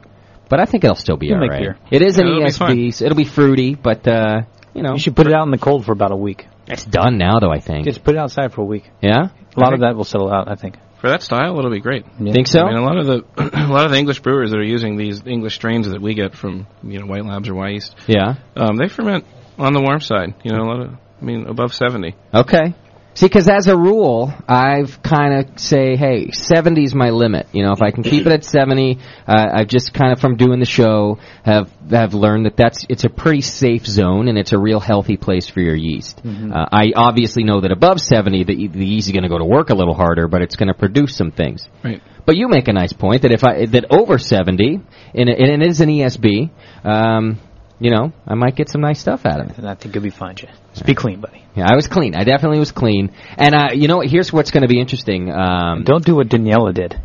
but I think it'll still be
You'll
all
make
right.
beer.
It is an
It'll be
ESB, so it'll be fruity, but uh, you know
You should put it out in the cold for about a week.
it's done now though. I think.
Just put it outside for a week.
yeah.
A lot of that will settle out, I think.
for that style, it'll be great.
Think so?
I mean, a lot of the <clears throat> a lot of the English brewers that are using these English strains that we get from you know White Labs or White Yeast,
Yeah.
um, they ferment on the warm side. You know, a lot of I mean, above seventy.
Okay. See, because as a rule, I've kind of say, hey, 70 is my limit. You know, if I can keep it at 70, uh, I've just kind of from doing the show have have learned that that's it's a pretty safe zone and it's a real healthy place for your yeast. Uh, I obviously know that above 70, the, the yeast is going to go to work a little harder, but it's going to produce some things.
Right.
But you make a nice point that if I that over 70, and it, and it is an ESB, um, you know, I might get some nice stuff out of it.
And I think you'll be fine, Jay. Just be clean, buddy.
Yeah, I was clean. I definitely was clean. And uh, you know, what? here's what's going to be interesting. Um,
Don't do what Daniela did.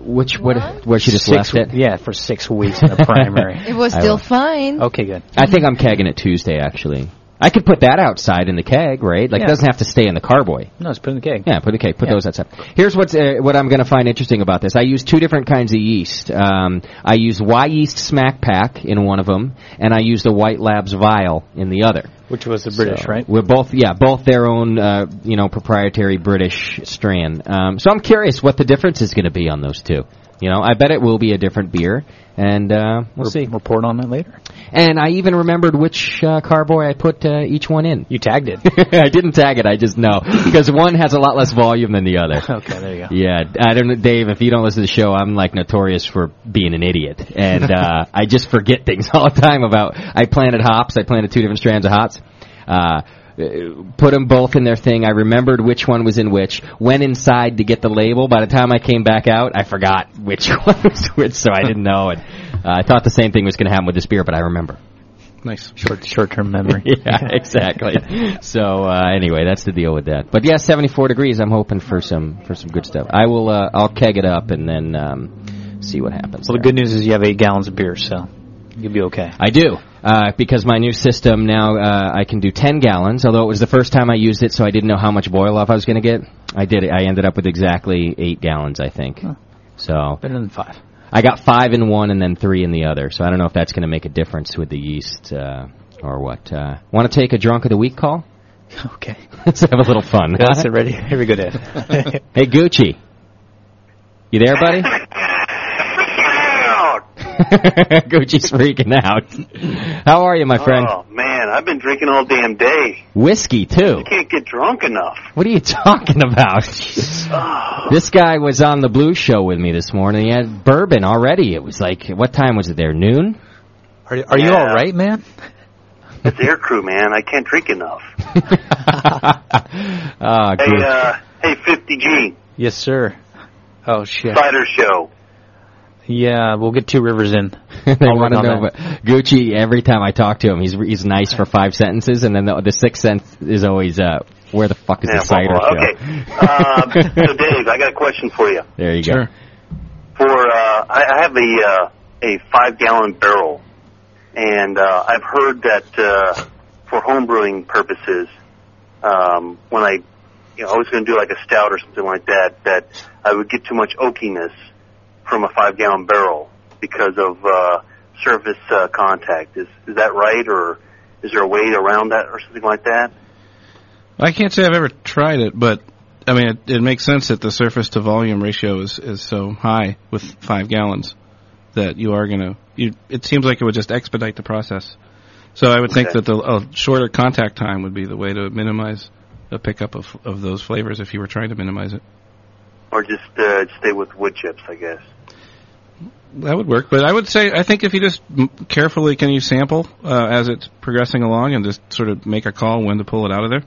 Which what? Where she just
six,
left it.
Yeah, for six weeks in the
<laughs>
primary.
It was
I
still
will.
fine.
Okay, good.
I think I'm kegging it Tuesday. Actually, I could put that outside in the keg, right? Like it
Yeah.
doesn't have to stay in the carboy.
No, let's put it in the keg.
Yeah, put the cake. Put
Yeah.
those outside. Here's what's uh, what I'm going to find interesting about this. I use two different kinds of yeast. Um, I use Y yeast Smack Pack in one of them, and I use the White Labs vial in the other.
Which was the British,
So,
right?
We're both, yeah, both their own, uh, you know, proprietary British strand. Um, so I'm curious what the difference is going to be on those two. You know, I bet it will be a different beer, and uh, we'll
Re-
see.
Report on that later.
And I even remembered which uh, carboy I put uh, each one in.
You tagged it.
I didn't tag it. <laughs> I just know because one has a lot less volume than the other.
<laughs> okay, there you go.
Yeah, I don't know, Dave. If you don't listen to the show, I'm like notorious for being an idiot,
<laughs>
and uh, I just forget things <laughs> all the time. About I planted hops. I planted two different strands of hops. Uh, put them both in their thing. I remembered which one was in which. Went inside to get the label. By the time I came back out, I forgot which <laughs> one was which, so I didn't know. And uh, I thought the same thing was going to happen with this beer, but I remember.
Nice.
Short short term memory.
<laughs> Yeah, exactly. so uh, anyway, that's the deal with that. But yeah, 74 degrees. I'm hoping for some for some good stuff. I will. Uh, I'll keg it up and then um, see what happens.
Well, the
there.
good news is you have eight gallons of beer, so you'll be okay.
I do uh, because my new system now uh, I can do 10 gallons. Although it was the first time I used it, so I didn't know how much boil off I was going to get. I did. it. I ended up with exactly eight gallons, I think. So
Better than five.
I got five in one and then three in the other. So I don't know if that's going to make a difference with the yeast uh, or what. Uh, Want to take a drunk of the week call?
<laughs> Okay.
<laughs> Let's have a little fun.
That's it. Ready? Here we go, Dave.
<laughs> Hey, Gucci. You there, buddy? <laughs> Gucci's freaking out. How are you, my friend?
Oh man, I've been drinking all damn day.
Whiskey, too.
Can't get drunk enough.
What are you talking
<sighs>
about? this guy was on the Blue Show with me this morning. He had bourbon already. It was like, what time was it there? Noon?
Are, are you
Yeah.
all right,
<laughs>
man?
It's air crew, man. I can't drink
<laughs>
enough.
Ah,
Hey,
Gucci.
uh, hey, 50G
Yes, sir. Oh shit.
Cider Show.
Yeah, we'll get two rivers in.
<laughs> they
I'll work
want to
on
know.
that.
But Gucci, every time I talk to him, he's he's nice for five sentences, and then the, the sixth sentence is always, uh, "Where the fuck is
Yeah,
the cider
blah, blah.
show?"
Okay. Uh, so, Dave, I got a question for you.
<laughs> There you go.
Sure.
For uh, I, I have a uh, a five gallon barrel, and uh, I've heard that uh, for home brewing purposes, um, when I, you know, I was going to do like a stout or something like that, that I would get too much oakiness from a five gallon barrel because of uh, surface uh, contact. Is is that right, or is there a way around that or something like that?
I can't say I've ever tried it, but I mean, it, it makes sense that the surface to volume ratio is, is so high with five gallons that you are going to. You, it seems like it would just expedite the process. So I would think
Okay.
that the a shorter contact time would be the way to minimize the pickup of of those flavors if you were trying to minimize it.
Or just uh, stay with wood chips, I guess.
That would work, but I would say I think if you just m- carefully can you sample uh, as it's progressing along and just sort of make a call when to pull it out of there.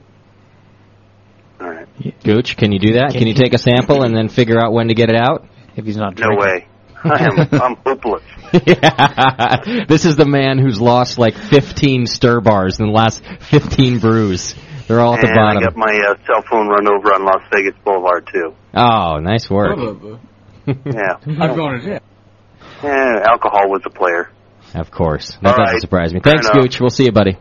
Gooch, can you do that? Can you take a sample and then figure out when to get it out?
If he's not
No way. <laughs> I
<laughs>
am I'm hopeless.
yeah. This is the man who's lost like 15 stir bars in the last 15 brews. They're all at the
and I got
bottom.
my uh, cell phone run over on Las Vegas Boulevard too.
Oh, nice work.
Yeah,
I'm going to jail.
yeah alcohol was a player.
Of course. That
All
doesn't
right.
surprise me.
Fair
Thanks,
enough.
Gooch. We'll see you, buddy.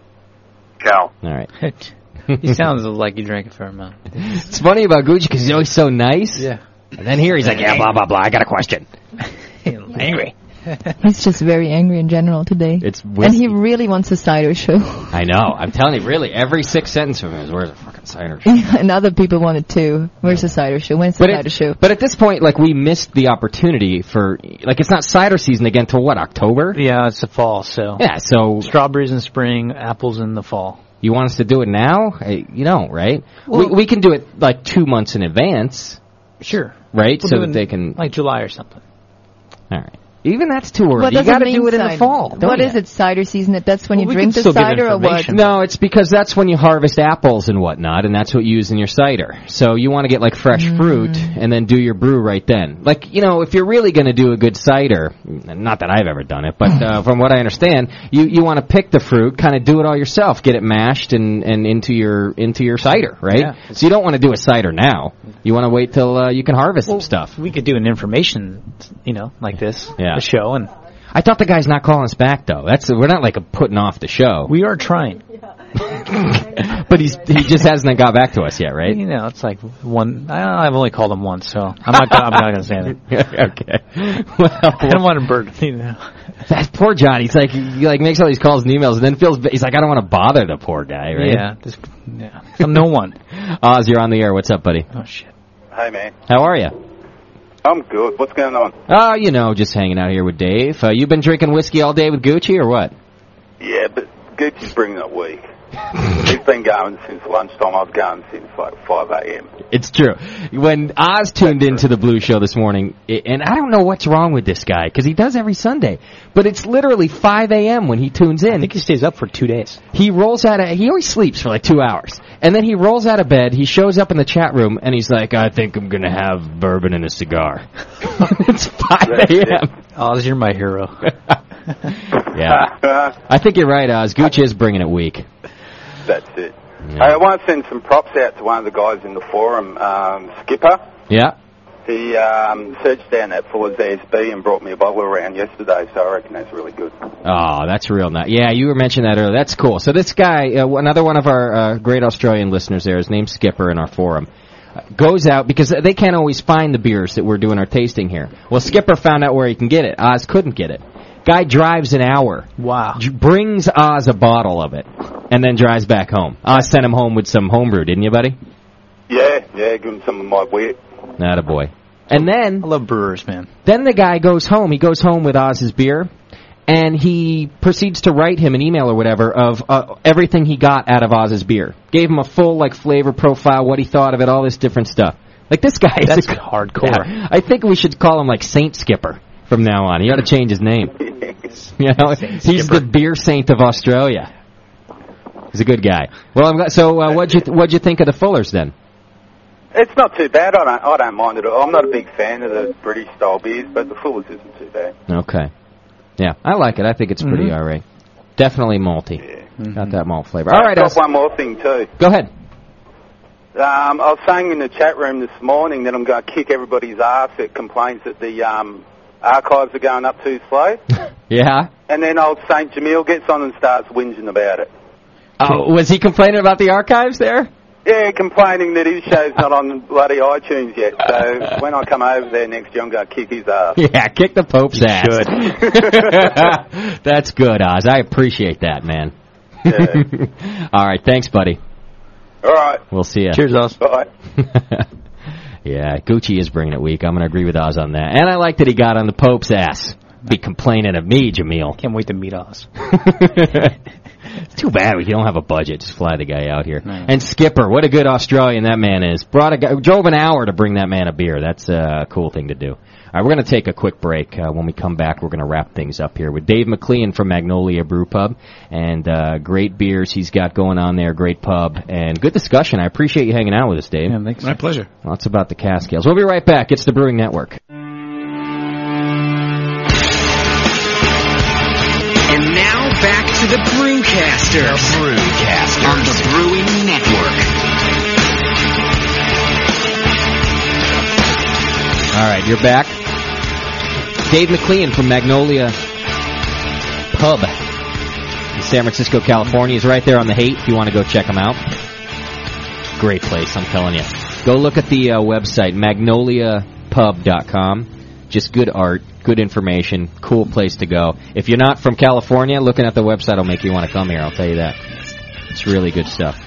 Ciao.
All right.
he sounds like he drank a fair amount.
It's funny about Gucci because he's always so nice. Yeah. And then here he's like, yeah, blah, blah, blah. I got a question. <laughs> Angry.
<laughs> He's just very angry in general today.
It's
and he really wants a cider show. <laughs>
I know. I'm telling you, really, every six sentence from him is where's the fucking cider?
and other people want it too. Where's the cider show? When's the
But,
cider show?
it, but at this point, like, we missed the opportunity for, like, it's not cider season again till what, October?
Yeah, it's the fall, so.
Yeah, so.
Strawberries in spring, apples in the fall.
You want us to do it now? I, you don't, right? we, we can do it, like, two months in advance,
Sure.
right?
We'll
so
do
that
it
they can.
Like July or something.
All right. Even that's too early.
What
you
does it
got to
mean,
do it in the
cider?
fall. don't
What
ya?
is it, cider season? That's when you
we
drink
can
the
still get
cider or what?
No, it's because that's when you harvest apples and whatnot, and that's what you use in your cider. So you want to get like fresh
Mm.
fruit and then do your brew right then. Like you know, if you're really going to do a good cider, not that I've ever done it,
<laughs>
but uh, from what I understand, you you want to pick the fruit, kind of do it all yourself, get it mashed and and into your into your cider, right?
Yeah.
So you don't want to do a cider now. You want to wait till uh, you can harvest some stuff.
We could do an information, you know, like this.
Yeah.
A show, and
I thought the guy's not calling us back though. That's we're not like putting off the show.
We are trying.
<laughs> but he's he just hasn't got back to us yet, right?
you know, it's like one. I, I've only called him once, so I'm not. Gonna, I'm not gonna say anything.
<laughs> okay. Well,
<laughs> I don't want to burden. You know.
That poor John. He's like he like makes all these calls and emails, and then feels ba- he's like I don't want to bother the poor guy, right?
Yeah. Just, yeah. I'm no one.
<laughs> Oz, you're on the air. What's up, buddy?
Oh shit.
Hi, man.
How are you?
I'm good. What's going on?
Oh, you know, just hanging out here with Dave. Uh, you've been drinking whiskey all day with Gucci, or what?
Yeah, but Gucci's bringing it
<laughs>
weak. He's been going since lunchtime. I was going since like 5 a.m.
It's true. When Oz tuned into the Blue Show this morning, i and I don't know what's wrong with this guy because he does every Sunday, but it's literally 5 a.m. when he tunes in. I think
he stays up for two days.
He rolls out of he always sleeps for like two hours, and then he rolls out of bed. He shows up in the chat room and he's like, "I think I'm gonna have bourbon and
<laughs>
a cigar." <laughs> it's 5 a.m.
Oz, you're my hero.
<laughs>
Uh,
yeah, I think you're right, Oz. Gooch is bringing it weak.
That's it. Hey, I want to send some props out to one of the guys in the forum, um, Skipper.
Yeah.
He um, searched down that Fuller's ASB and brought me a bottle around yesterday, so I reckon that's really good.
Oh, that's real nice. Yeah, you were mentioning that earlier. That's cool. So this guy, uh, another one of our uh, great Australian listeners there, his name's Skipper in our forum, uh, goes out because they can't always find the beers that we're doing our tasting here. Well, Skipper found out where he can get it. Oz couldn't get it. Guy drives an hour.
Wow.
brings Oz a bottle of it and then drives back home. Oz sent him home with some homebrew, didn't you, buddy?
Yeah, yeah, give him some of my wit.
Not a boy. And then
I love brewers, man.
Then the guy goes home. He goes home with Oz's beer, and he proceeds to write him an email or whatever of uh, everything he got out of Oz's beer. Gave him a full like flavor profile, what he thought of it, all this different stuff. Like this guy is
That's
a-
hardcore.
Yeah. <laughs> I think we should call him like Saint Skipper from now on. He ought to change his name. <laughs> You know, he's the beer saint of Australia. He's a good guy. Well, I'm glad, so uh, what'd you th- what'd you think of the Fullers then?
It's not too bad. I don't, I don't mind it. at all. I'm not a big fan of the British style beers, but the Fuller's isn't too bad.
Okay. Yeah, I like it. I think it's pretty
Mm-hmm.
Mhm.
all right. Definitely malty. Got that malt flavor. All
I've
right,
got
Oz.
one more thing too.
Go ahead.
Um, I was saying in the chat room this morning that I'm going to kick everybody's ass that complains that the um, archives are going up too slow.
Yeah.
And then old Saint Jamil gets on and starts whinging about it.
Oh, <laughs> was he complaining about the archives there? <laughs>
Yeah, complaining that his show's not on bloody iTunes yet. So when I come over there next year, I'm going to kick his ass.
Yeah, kick the Pope's ass. <laughs> Good. <laughs> That's good, Oz. I appreciate that, man. <laughs> All right, thanks, buddy.
All right.
We'll see you.
Cheers, Oz.
Bye.
<laughs> yeah, Gucci is bringing it weak. I'm going to agree with Oz on that. And I like that he got on the Pope's ass. Be complaining of me, Jameel.
Can't wait to meet
<laughs>
Oz.
It's too bad we don't have a budget. Just fly the guy out here. And Skipper, what a good Australian that man is. Brought a guy, drove an hour to bring that man a beer. That's uh, a cool thing to do. All right, we're going to take a quick break. Uh, when we come back, we're going to wrap things up here with Dave McLean from Magnolia Brew Pub. And uh, great beers he's got going on there. Great pub. And good discussion. I appreciate you hanging out with us, Dave. Yeah,
thanks.
My pleasure.
Lots about the Cascales. We'll be right back. It's the Brewing Network.
And now back to the Brewcasters. The Brewcasters. On the Brewing Network.
All right, you're back. Dave McLean from Magnolia Pub in San Francisco, California. He's right there on the Hate if you want to go check him out. Great place, I'm telling you. Go look at the uh, website, magnoliapub.com. Just good art, good information, cool place to go. If you're not from California, looking at the website will make you want to come here, I'll tell you that. It's really good stuff.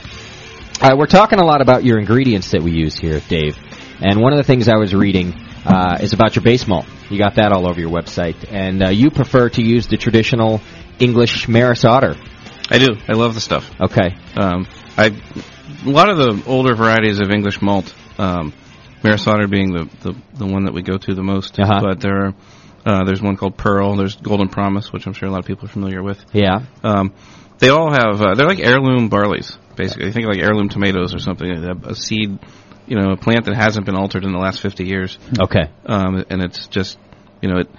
All right, we're talking a lot about your ingredients that we use here, Dave. And one of the things I was reading uh, is about your base malt. You got that all over your website, and uh, you prefer to use the traditional English Maris Otter.
I do. I love the stuff.
Okay.
Um, I a lot of the older varieties of English malt, um, Maris Otter being the, the the one that we go to the most.
Uh-huh.
But there are uh, there's one called Pearl. There's Golden Promise, which I'm sure a lot of people are familiar with.
Yeah.
Um, they all have. Uh, they're like heirloom barley's, basically. Think of like heirloom tomatoes or something. A, a seed, you know, a plant that hasn't been altered in the last 50 years.
Okay.
Um, and it's just, you know, it,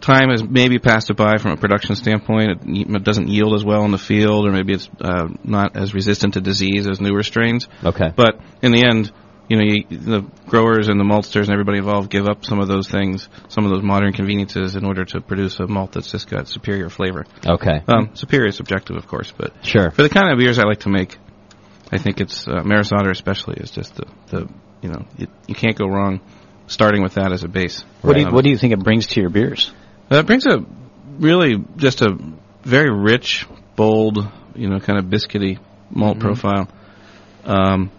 time has maybe passed it by from a production standpoint. It, ne- it doesn't yield as well in the field, or maybe it's uh, not as resistant to disease as newer strains.
Okay.
But in the end, you know, you, the growers and the maltsters and everybody involved give up some of those things, some of those modern conveniences, in order to produce a malt that's just got superior flavor.
Okay.
Um, superior is subjective, of course, but
Sure.
for the kind of beers I like to make, I think it's uh, Maris Otter especially is just the, the you know you, you can't go wrong starting with that as a base.
What do you,
Um,
What do you think it brings to your beers?
that brings a really just a very rich, bold, you know, kind of biscuity malt
Mhm.
profile. Um,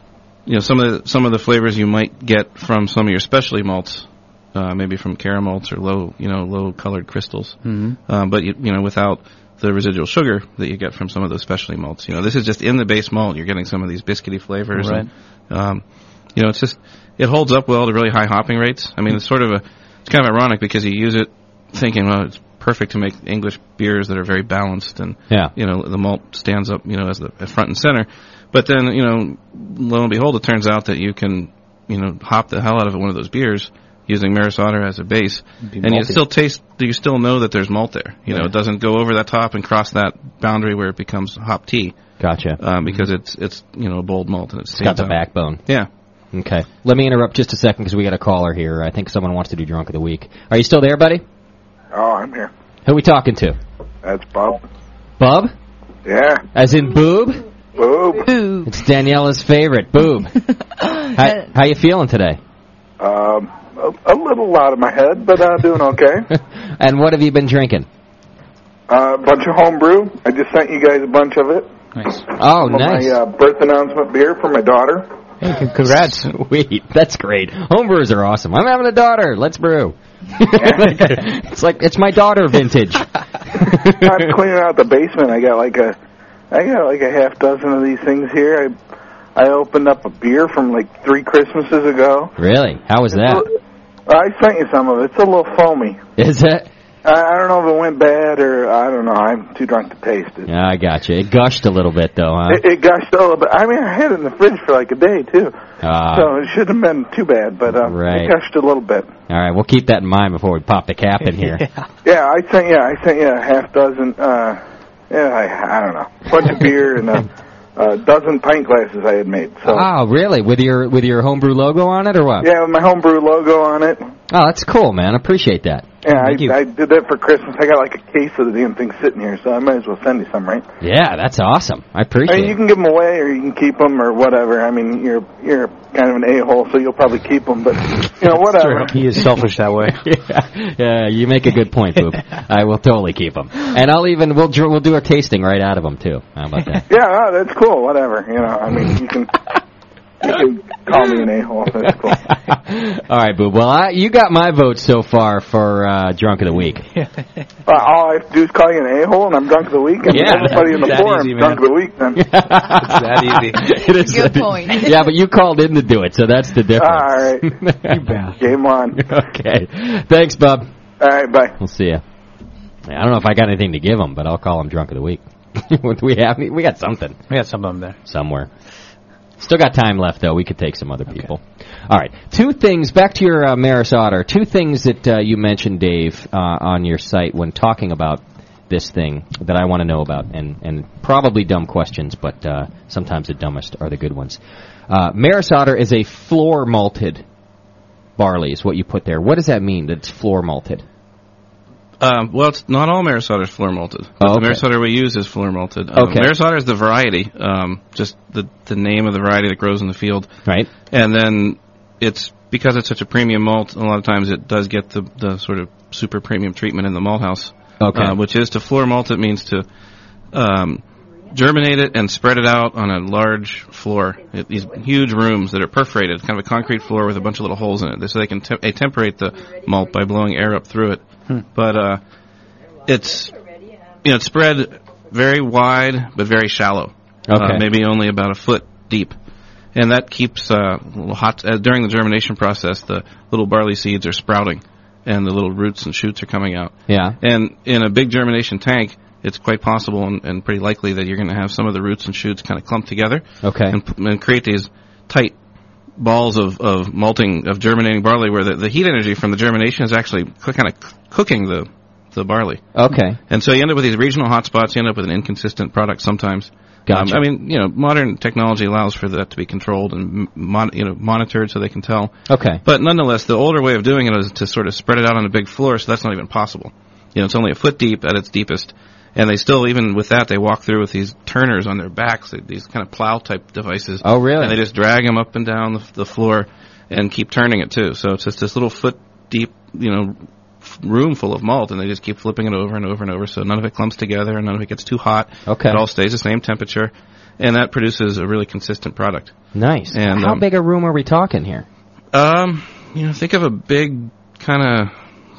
you know, some of the, some of the flavors you might get from some of your specialty malts, uh, maybe from caramels or low, you know, low colored crystals.
Mhm.
Um, but you, you know, without the residual sugar that you get from some of those specialty malts. You know, this is just in the base malt. You're getting some of these biscuity flavors. and, um, you know, it's just it holds up well to really high hopping rates. I mean, it's sort of a it's kind of ironic because you use it thinking, well, it's perfect to make English beers that are very balanced and
Yeah.
you know the malt stands up you know as the as front and center. But then you know, lo and behold, it turns out that you can you know hop the hell out of one of those beers using Maris Otter as a base,
Be
and you
malty.
still taste. You still know that there's malt there. You know, it doesn't go over that top and cross that boundary where it becomes hop tea.
Gotcha. Mm-hmm.
Um, because it's it's you know a bold malt and it's
It's got the backbone.
Yeah.
Okay. Let me interrupt just a second because we got a caller here. I think someone wants to do drunk of the week. Are you still there, buddy?
Oh, I'm here.
Who are we talking to?
That's Bob.
Bub?
Yeah.
As in boob?
Boob.
It's Daniela's favorite, boob. how, how you feeling today?
Um, a, a little out of my head, but uh, doing okay.
<laughs> And what have you been drinking?
uh, bunch of homebrew. I just sent you guys a bunch of it.
Nice.
Oh,
Some of
nice.
My uh, birth announcement beer for my
<laughs>
daughter. <laughs>
Congrats. Sweet. That's great. Homebrewers are awesome. I'm having a daughter. Let's brew. <laughs> it's like, it's my daughter
<laughs>
vintage.
I'm cleaning out the basement. I got like a, I got like a half dozen of these things here. I, I opened up a beer from like three Christmases ago.
Really? How was that?
I sent you some of it. It's a little foamy.
Is it?
I, I don't know if it went bad or I don't know. I'm too drunk to taste it.
Yeah, I gotcha. It gushed a little bit though, huh?
It, it gushed all but I mean, I had it in the fridge for like a day too,
Ah.
so it shouldn't have been too bad. But um,
Right.
it gushed a little bit.
All right, we'll keep that in mind before we pop the cap in here.
<laughs> Yeah, I sent yeah, I sent you a half dozen. Uh, yeah, I, I don't know, bunch
<laughs>
of beer and a, a dozen pint glasses I had made. So
Oh, really? With your with your homebrew logo on it or what?
yeah, with my homebrew logo on it.
Oh, that's cool, man. I appreciate that.
Yeah,
Oh, Thank you.
I, I did that for Christmas. I got like a case of the damn thing sitting here, so I might as well send you some, right?
Yeah, that's awesome. I
I mean,
appreciate
you
it.
can give them away, or you can keep them, or whatever. I mean, you're you're kind of an a hole, so you'll probably keep them, but
<laughs>
you know, whatever.
He is selfish that way.
yeah, yeah, you make a good point,
<laughs>
Boop. I will totally keep them, and I'll even we'll dr- we'll do a tasting right out of them too. How about
<laughs>
that?
Yeah, no, that's cool. Whatever, you know. I mean, you can you can call me an a hole. That's
<laughs>
cool.
All right, Boob. Well, I, you got my vote so far for uh, drunk of
<laughs>
the week.
Uh, all I have to do is call you an a hole, and I'm drunk of the week, and
Yeah,
everybody in the
that's
forum
easy, man.
drunk of the week.
<laughs>
Then
that
easy.
<laughs> it is
Good
that-
point.
Yeah, but you called in to do it, so that's the
all
difference.
right, game on.
Okay, thanks, Bob.
All right, bye.
We'll see ya. Yeah, I don't know if I got anything to give him, but I'll call him drunk of the week. <laughs> What do we have? We got something.
We got some of them there.
somewhere. Still got time left, though. We could take some other people. All right. Two things. Back to your uh, Maris Otter. Two things that uh, you mentioned, Dave, uh, on your site when talking about this thing that I want to know about, and, and probably dumb questions, but uh, sometimes the dumbest are the good ones. Uh, Maris Otter is a floor malted barley, is what you put there. What does that mean, that it's floor malted?
Um, well, it's not all Marisota is floor malted.
Oh,
The
okay.
Marisota we use is floor malted. Um,
Okay.
Marisota is the variety, um, just the the name of the variety that grows in the field.
Right.
And then it's because it's such a premium malt. A lot of times it does get the the sort of super premium treatment in the malt house.
Okay.
Uh, which is to floor malt it means to um, germinate it and spread it out on a large floor. It, these huge rooms that are perforated, kind of a concrete floor with a bunch of little holes in it, so they can te- attemperate the malt by blowing air up through it.
Hmm.
But uh, it's you know it's spread very wide but very shallow. Uh,
Okay.
maybe only about a foot deep. And that keeps uh, little hot uh, during the germination process. The little barley seeds are sprouting, and the little roots and shoots are coming out.
Yeah.
And in a big germination tank, it's quite possible and, and pretty likely that you're going to have some of the roots and shoots kind of clumped together.
Okay.
And, p- and create these tight balls of, of malting, of germinating barley where the, the heat energy from the germination is actually kind of c- cooking the, the barley.
Okay.
And so you end up with these regional hotspots. You end up with an inconsistent product sometimes. Um,
Gotcha.
I mean, you know, modern technology allows for that to be controlled and m- mon- you know monitored so they can tell.
Okay.
But nonetheless, the older way of doing it is to sort of spread it out on a big floor, so that's not even possible. You know, it's only a foot deep at its deepest, and they still even with that they walk through with these turners on their backs, they- these kind of plow type devices.
Oh, really?
And they just drag them up and down the, the floor and keep turning it too. So it's just this little foot deep, you know, f- room full of malt, and they just keep flipping it over and over and over. So none of it clumps together, and none of it gets too hot.
Okay.
It all stays the same temperature, and that produces a really consistent product.
Nice.
And,
How
um,
big a room are we talking here?
Um, you know, think of a big kind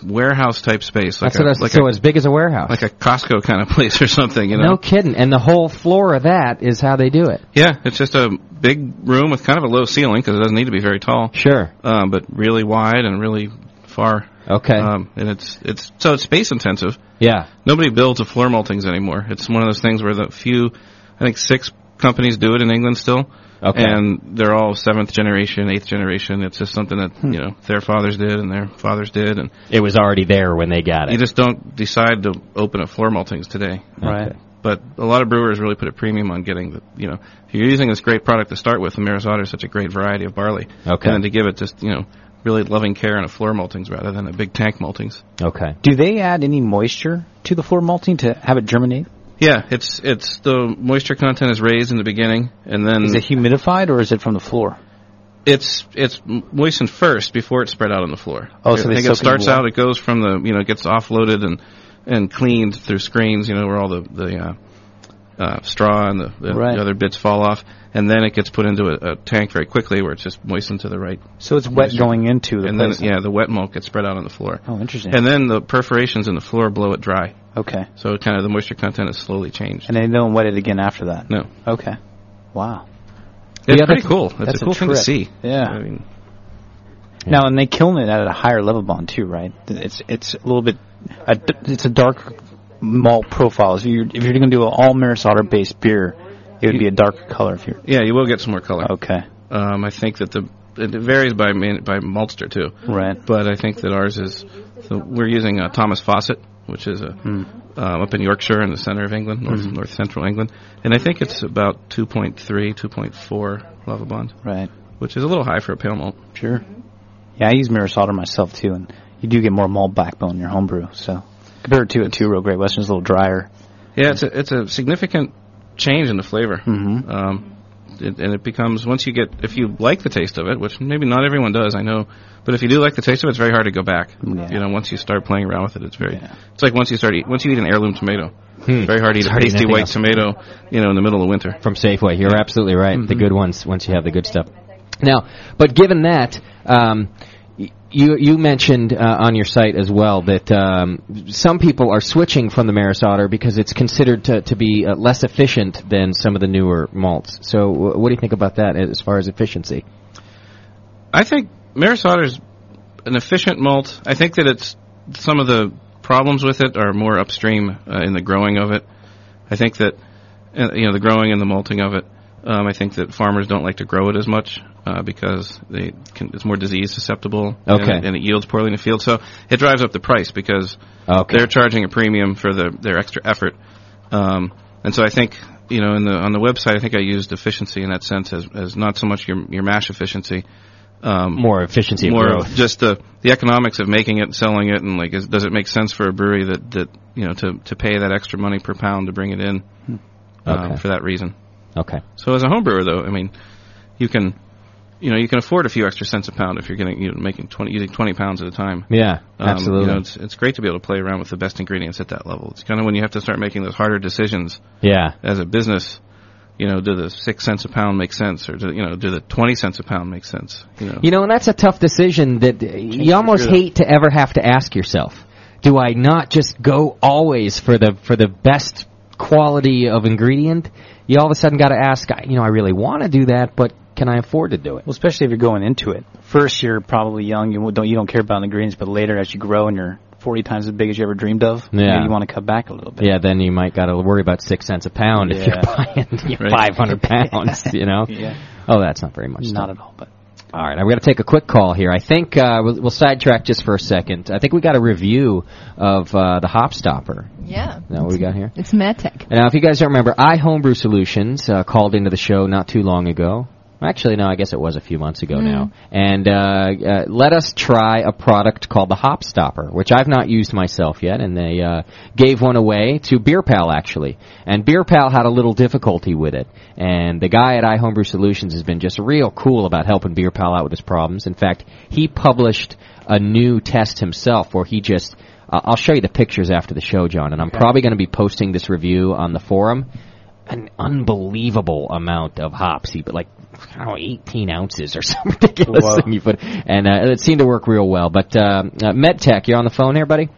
of warehouse type space, like
That's what
a,
I was-
like
so
a,
as big as a warehouse.
like a Costco kind of <laughs> place or something. You know,
No kidding. And the whole floor of that is how they do it.
Yeah, it's just a big room with kind of a low ceiling because it doesn't need to be very tall.
Sure.
Um, but really wide and really far.
Okay.
Um, and it's it's so it's space intensive.
Yeah.
Nobody builds a floor maltings anymore. It's one of those things where the few, I think six companies do it in England still.
Okay.
And they're all seventh generation, eighth generation. It's just something that you know their fathers did and their fathers did, and
Hmm. It was already there when they got it.
you just don't decide to open a floor maltings today.
Right.
But a lot of brewers really put a premium on getting the, you know, if you're using this great product to start with, the Maris Otter is such a great variety of barley.
Okay.
And then to give it just, you know, really loving care in a floor maltings rather than a big tank maltings.
Okay.
Do they add any moisture to the floor malting to have it germinate?
Yeah, it's, it's, the moisture content is raised in the beginning and then
Is it humidified or is it from the floor?
it's it's moistened first before it's spread out on the floor.
Oh, so
I
they
think
soak it in
it starts
water.
out. It goes from the you know it gets offloaded and and cleaned through screens. You know where all the the uh, uh, straw and the, the,
Right.
the other bits fall off, and then it gets put into a, a tank very quickly where it's just moistened to the right.
So it's wet going into the
and
place.
then yeah, the wet malt gets spread out on the floor.
Oh, interesting.
And then the perforations in the floor blow it dry.
Okay.
So kind of the moisture content is slowly changed.
And they don't wet it again after that.
No.
Okay. Wow.
It's
Yeah,
pretty
that's-
cool. It's
that's
a cool thing to
trip.
see.
Yeah.
I mean,
Now, and they kiln it at a higher level bond too, right? It's it's a little bit, a d it's a dark malt profile. If you're, if you're going to do an all Maris Otter based beer, it would be a darker color. If you're
Yeah, you will get some more color.
Okay.
Um, I think that the it varies by man, by maltster too.
Right.
But I think that ours is so we're using uh, Thomas Fawcett, which is a
Hmm.
um, up in Yorkshire in the center of England, north,
Mhm.
north central England, and I think it's about 2.3, 2.4 lava bond.
Right.
Which is a little high for a pale malt.
Sure. Yeah, I use Mirasalter myself too, and you do get more malt backbone in your homebrew. So compared to a two row Great Western, it's a little drier.
Yeah, it's a, it's a significant change in the flavor. Mm-hmm. Um, it, and it becomes once you get if you like the taste of it, which maybe not everyone does, I know, but if you do like the taste of it, it's very hard to go back. You know, once you start playing around with it, it's very it's like once you start eat, once you eat an heirloom tomato,
Hmm.
very hard to eat
It's
a
hard to eat
tasty
anything
white
else.
tomato, you know, in the middle of winter.
From Safeway, you're absolutely right. The good ones once you have the good stuff. Now, but given that, um, y- you you mentioned uh, on your site as well that um, some people are switching from the Maris Otter because it's considered to to be uh, less efficient than some of the newer malts. So, wh- what do you think about that as far as efficiency?
I think Maris Otter's an efficient malt. I think that it's some of the problems with it are more upstream uh, in the growing of it. I think that uh, you know the growing and the malting of it. Um, I think that farmers don't like to grow it as much uh, because they can, it's more disease susceptible.
Okay.
And, and it yields poorly in the field, so it drives up the price because
Okay.
they're charging a premium for the, their extra effort. Um, and so I think you know in the on the website, I think I used efficiency in that sense as, as not so much your your mash efficiency. Um,
More efficiency of
more
growth.
just the the economics of making it and selling it and like is, does it make sense for a brewery that that you know to to pay that extra money per pound to bring it in um,
Hmm. Okay.
for that reason
Okay.
so as a home brewer though i mean you can you know you can afford a few extra cents a pound if you're getting you know, making 20 using 20 pounds at a time
Yeah,
Um,
absolutely.
you know, it's, it's great to be able to play around with the best ingredients at that level it's kind of when you have to start making those harder decisions
Yeah.
as a business you know, do the six cents a pound make sense, or do, you know, do the twenty cents a pound make sense? You know,
You know, and that's a tough decision that uh, you almost
career.
hate to ever have to ask yourself. Do I not just go always for the for the best quality of ingredient? You all of a sudden got to ask, I- you know, I really want to do that, but can I afford to do it?
Well, especially if you're going into it. First, you're probably young. You don't you don't care about the greens, but later, as you grow and you're 40 times as big as you ever dreamed of,
Yeah.
maybe you want to cut back a little.
Yeah, then you might got to worry about six cents a pound if you're
Yeah.
buying
Right.
<laughs> 500 pounds, you know?
Yeah.
Oh, that's not very much.
Not
stuff.
at all, but-
All right, I'm going to take a quick call here. I think uh, we'll, we'll sidetrack just for a second. I think we got a review of uh, the Hop Stopper.
Yeah.
Is that what we got here?
It's Matec.
Now, if you guys don't remember, I Homebrew Solutions uh, called into the show not too long ago. Actually, no, I guess it was a few months ago
Mm.
now. And uh, uh, let us try a product called the Hop Stopper, which I've not used myself yet. And they uh, gave one away to Beer Pal, actually. And Beer Pal had a little difficulty with it. And the guy at iHomebrew Solutions has been just real cool about helping Beer Pal out with his problems. In fact, he published a new test himself where he just uh, I'll show you the pictures after the show, John, and I'm probably going to be posting this review on the forum. An unbelievable amount of hops, he put like I don't know, 18 ounces or <laughs> some ridiculous
Wow.
thing you put, and uh, it seemed to work real well. But uh, uh, MedTech, you're on the phone here, buddy.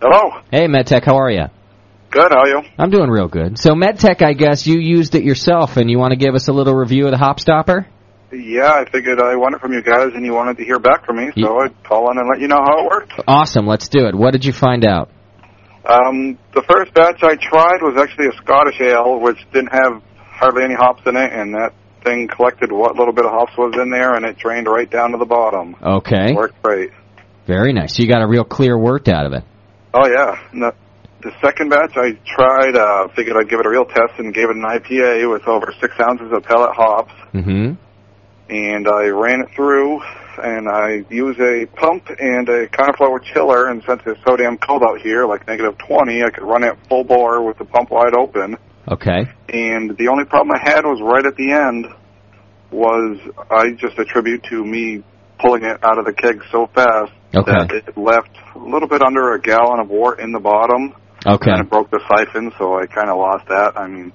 Hello.
Hey, MedTech, how are you?
Good. How are you?
I'm doing real good. So MedTech, I guess you used it yourself, and you want to give us a little review of the Hop Stopper?
Yeah, I figured I wanted from you guys, and you wanted to hear back from me, so I'd call in and let you know how it worked.
Awesome, let's do it. What did you find out?
Um, the first batch I tried was actually a Scottish ale, which didn't have hardly any hops in it, and that thing collected what little bit of hops was in there, and it drained right down to the bottom.
Okay,
Worked great.
very nice. You got a real clear wort out of it.
Oh yeah. And The, the second batch I tried, uh, figured I'd give it a real test, and gave it an IPA with over six ounces of pellet hops.
Mm-hmm.
and I ran it through, and I use a pump and a cauliflower chiller, and since it's so damn cold out here, like negative 20, I could run it full bore with the pump wide open.
Okay.
And the only problem I had was right at the end was I just attribute to me pulling it out of the keg so fast
Okay.
that it left a little bit under a gallon of wort in the bottom.
Okay.
Kind of broke the siphon, so I kind of lost that. I mean,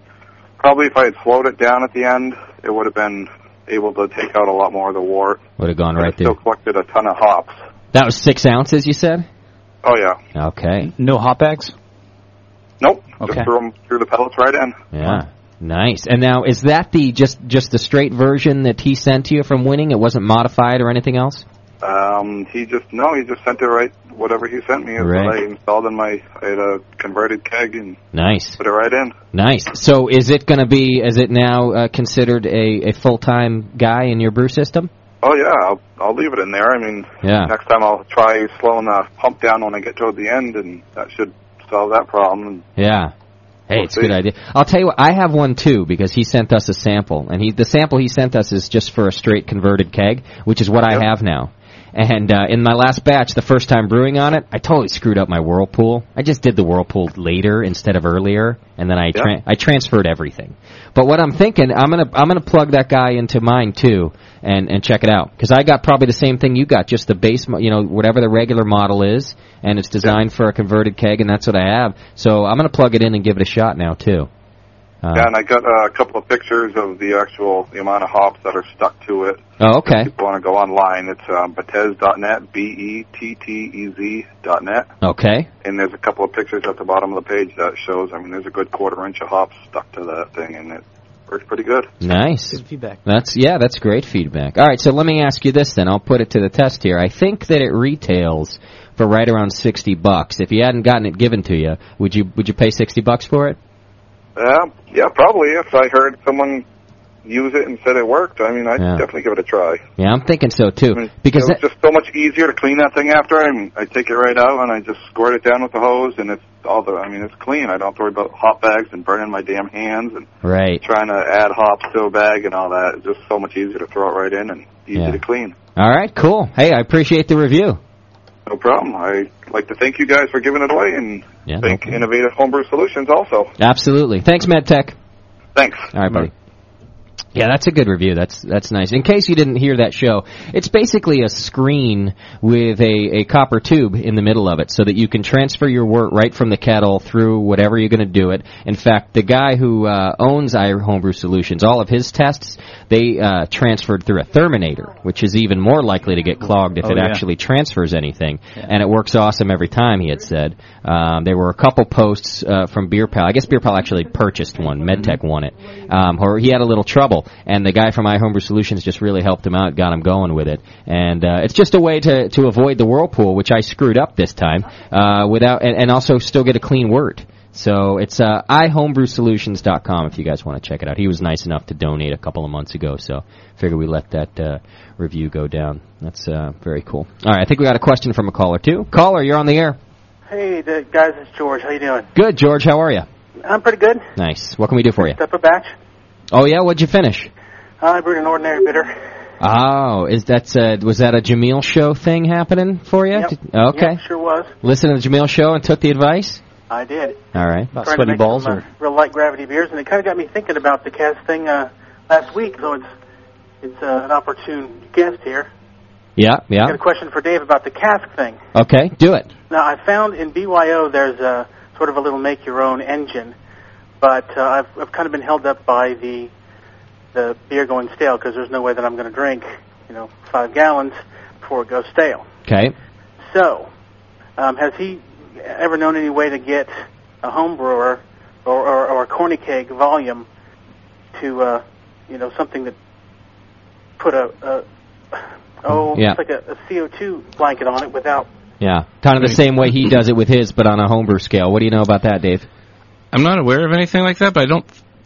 probably if I had slowed it down at the end, it would have been able to take out a lot more of the wort.
Would have gone right there.
Still collected a ton of hops.
That was six ounces, you said?
Oh yeah.
Okay.
No hop bags?
Nope.
Okay.
Just threw 'em through the pellets right in.
Yeah. Nice. And now is that the just just the straight version that he sent to you from winning? It wasn't modified or anything else?
Um, he just no, he just sent it right. Whatever he sent me is what
Right.
I installed in my. I had a converted keg and
Nice.
put it right in.
Nice. So is it going to be is it now uh, considered a, a full-time guy in your brew system?
Oh yeah, I'll, I'll leave it in there. I mean,
Yeah.
next time I'll try slowing the pump down when I get toward the end, and that should solve that problem.
Yeah. Hey, it's a good idea. I'll tell you what, I have one too because he sent us a sample and he the sample he sent us is just for a straight converted keg, which is what I have now. And uh, in my last batch, the first time brewing on it, I totally screwed up my whirlpool. I just did the whirlpool later instead of earlier, and then I tran I transferred everything. But what I'm thinking, I'm gonna I'm gonna plug that guy into mine too, and and check it out because I got probably the same thing you got, just the base, mo- you know, whatever the regular model is, and it's designed for a converted keg, and that's what I have. So I'm gonna plug it in and give it a shot now too. Uh,
Yeah, and I got uh, a couple of pictures of the actual the amount of hops that are stuck to it.
Oh, okay.
If you want to go online, it's um, betez.net, B-E-T-T-E-Z E dot net.
Okay.
And there's a couple of pictures at the bottom of the page that shows, I mean, there's a good quarter inch of hops stuck to that thing, and it works pretty good.
Nice.
Good feedback.
That's yeah, that's great feedback. All right, so let me ask you this then. I'll put it to the test here. I think that it retails for right around 60 bucks. If you hadn't gotten it given to you, would you would you pay 60 bucks for it?
Yeah, yeah, probably. If I heard someone use it and said it worked, I mean, I'd
Yeah.
definitely give it a try.
Yeah, I'm thinking so too. Because
it was
that,
just so much easier to clean that thing after. I mean, I take it right out and I just squirt it down with the hose, and it's all the. I mean, it's clean. I don't have to worry about hop bags and burning my damn hands and
right.
trying to add hops to a bag and all that. It's just so much easier to throw it right in and easy
Yeah.
to clean.
All right, cool. Hey, I appreciate the review.
No problem. I like to thank you guys for giving it away and
Yeah.
thank Innovative Homebrew Solutions also.
Absolutely. Thanks, MedTech.
Thanks.
All right, buddy. Yeah, that's a good review. That's that's nice. In case you didn't hear that show, it's basically a screen with a, a copper tube in the middle of it so that you can transfer your wort right from the kettle through whatever you're going to do it. In fact, the guy who uh, owns Iron Homebrew Solutions, all of his tests, they uh, transferred through a Terminator, which is even more likely to get clogged if
Oh,
it
yeah.
actually transfers anything. And it works awesome every time, he had said. Um, there were a couple posts uh, from Beer Pal. I guess Beer Pal actually purchased one. MedTech won it. Um, or he had a little trouble, and the guy from iHomebrew Solutions just really helped him out, got him going with it. And uh, it's just a way to, to avoid the whirlpool, which I screwed up this time, uh, without and, and also still get a clean word. So it's uh, iHomebrewSolutions.com if you guys want to check it out. He was nice enough to donate a couple of months ago, so figure we let that uh, review go down. That's uh, very cool. All right, I think we got a question from a caller too. Caller, you're on the air.
<laughs> Hey, the guys, it's George. How you doing?
Good, George. How are you?
I'm pretty good.
Nice. What can we do for you?
Step a batch.
Oh yeah, what'd you finish?
Uh, I brewed an ordinary bitter.
Oh, is that uh was that a Jameel show thing happening for you?
Yep.
Did- oh, Okay.
Yep, sure was.
Listen to the Jameel show and took the advice.
I did.
All right.
Tried to make some, uh, real light gravity beers, and it kind of got me thinking about the cast thing uh, last week. So it's it's uh, an opportune guest here.
Yeah, yeah.
I got a question for Dave about the cask thing.
Okay, do it.
Now, I found in BYO there's a sort of a little make-your-own engine, but uh, I've, I've kind of been held up by the the beer going stale because there's no way that I'm going to drink, you know, five gallons before it goes stale.
Okay.
So, um, has he ever known any way to get a home brewer or, or, or a corny keg volume to, uh, you know, something that put a, a oh,
Yeah.
it's like a, a CO2 blanket on it without
Yeah. Kind of the same way he does it with his but on a homebrew scale. What do you know about that, Dave?
I'm not aware of anything like that, but I don't,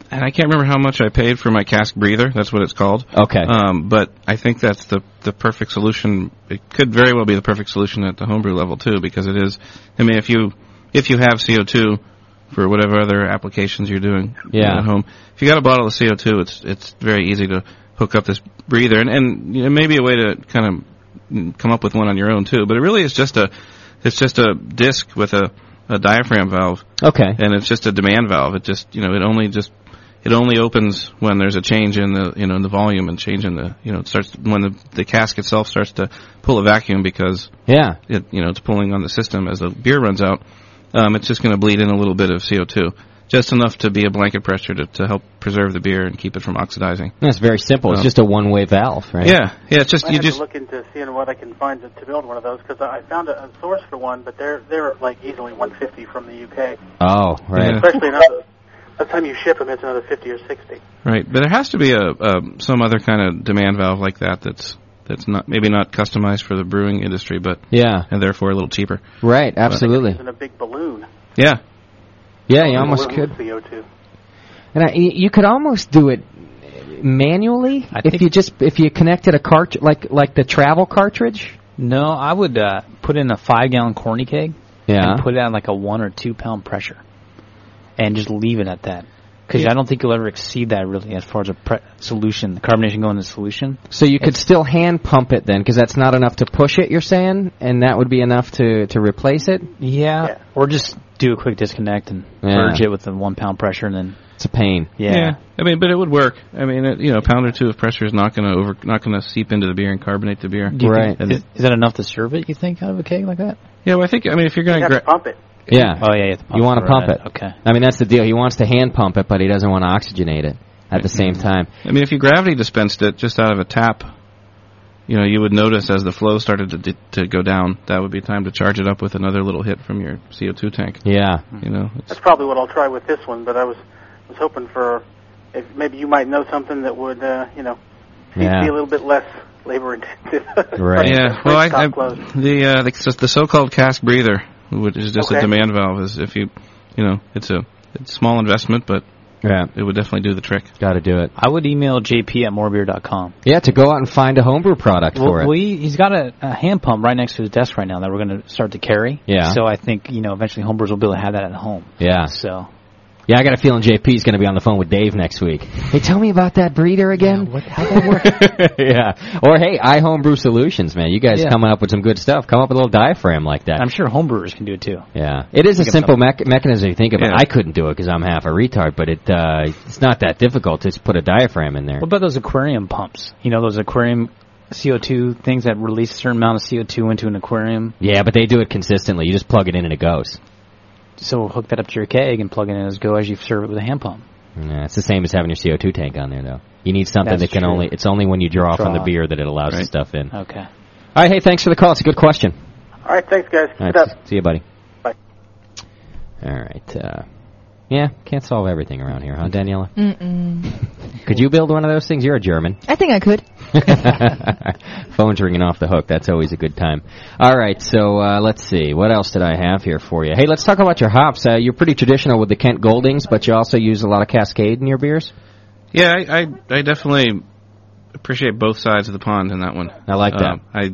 and I can't remember how much I paid for my cask breather. That's what it's called.
Okay.
Um, but I think that's the the perfect solution. It could very well be the perfect solution at the homebrew level too, because it is. I mean, if you if you have CO2 for whatever other applications you're doing
Yeah.
at home, if you got a bottle of CO2, it's it's very easy to hook up this breather, and and you know, maybe a way to kind of come up with one on your own too. But it really is just a it's just a disc with a a diaphragm valve.
Okay.
And it's just a demand valve. It just you know it only just it only opens when there's a change in the you know in the volume and change in the you know it starts when the the cask itself starts to pull a vacuum because
Yeah.
it you know it's pulling on the system as the beer runs out. Um, it's just going to bleed in a little bit of CO2, just enough to be a blanket pressure to, to help preserve the beer and keep it from oxidizing.
That's very simple. It's
Um,
just a one way valve, right?
Yeah, yeah. It's just
I
you
have
just
to look into seeing what I can find to, to build one of those because I I found a, a source for one, but they're they're like easily 150 from the UK.
Oh, right.
Especially another, by the time you ship them, it's another 50 or 60.
Right, but there has to be a, a some other kind of demand valve like that that's that's not maybe not customized for the brewing industry, but
Yeah.
and therefore a little cheaper.
Right,
But-
absolutely.
And a big balloon.
yeah,
Yeah, you almost could.
CO2.
And I y you could almost do it manually if
think-
you just if you connected a cart like like the travel cartridge.
No, I would uh, put in a five gallon corny keg
Yeah.
and put it on like a one or two pound pressure and just leave it at that. Because I don't think you'll ever exceed that really as far as a pre- solution, the carbonation going in the solution.
So you could still hand pump it then, because that's not enough to push it. You're saying, and that would be enough to to replace it.
Yeah. Or just do a quick disconnect and
Yeah.
merge it with the one pound pressure and then.
It's a pain.
Yeah.
I mean, but it would work. I mean, it, you know, a pound or two of pressure is not going to over, not going to seep into the beer and carbonate the beer.
Do you think-
And
Is, is that enough to serve it? You think out of a keg like that?
Yeah, well, I think. I mean, if you're going
You have to pump it.
Yeah.
Oh yeah. You,
You want
it,
to pump
right.
it.
Okay.
I mean, that's the deal. He wants to hand pump it, but he doesn't want to oxygenate it at the same time.
I mean, if you gravity dispensed it just out of a tap, you know, you would notice as the flow started to d- to go down, that would be time to charge it up with another little hit from your CO2 tank.
Yeah.
You know,
That's probably what I'll try with this one, but I was was hoping for if maybe you might know something that would uh, you know be-
Yeah.
be a little bit less labor intensive. <laughs>
Yeah. Well, I, I
Stop close.
the uh, the, so the so-called cask breather, which is just a
Okay.
demand valve, is if you, you know, it's a it's small investment, but
yeah,
it would definitely do the trick.
Got to do it.
I would email JP at morebeer.com.
Yeah, to go out and find a homebrew product for
Well,
it.
we he's got a, a hand pump right next to his desk right now that we're going to start to carry.
Yeah.
So I think you know eventually homebrewers will be able to have that at home.
yeah.
So
Yeah, I got a feeling JP's going to be on the phone with Dave next week. <laughs> Hey, tell me about that breeder again. Yeah, Or hey, I homebrew solutions, man. You guys
Yeah.
coming up with some good stuff. Come up with a little diaphragm like that.
I'm sure homebrewers can do it too.
Yeah, it is a
Think of
simple
something.
mech mechanism. You think about.
Yeah.
I couldn't do it because I'm half a retard, but it uh, it's not that difficult to just put a diaphragm in there.
What about those aquarium pumps? You know those aquarium CO2 things that release a certain amount of CO2 into an aquarium.
Yeah, but they do it consistently. You just plug it in and it goes.
So hook that up to your keg and plug it in as go as you serve it with a hand pump.
Yeah, it's the same as having your CO2 tank on there, though. You need something
That's
that can
true.
only. It's only when you draw, from the
Draw.
beer that it allows the
Right.
stuff in. All
Okay.
right, hey, thanks for the call. It's a good question.
All right, thanks guys.
All
Keep
right,
it up.
See you, buddy.
Bye.
All right. Uh, yeah, can't solve everything around here, huh, Daniela?
Mm-mm.
<laughs> Could you build one of those things? You're a German.
I think I could.
<laughs> Phone's ringing off the hook. That's always a good time. All right, so uh, let's see. What else did I have here for you? Hey, let's talk about your hops. Uh, you're pretty traditional with the Kent Goldings, but you also use a lot of Cascade in your beers.
Yeah, I, I I definitely appreciate both sides of the pond in that one.
I like that.
Um, I, you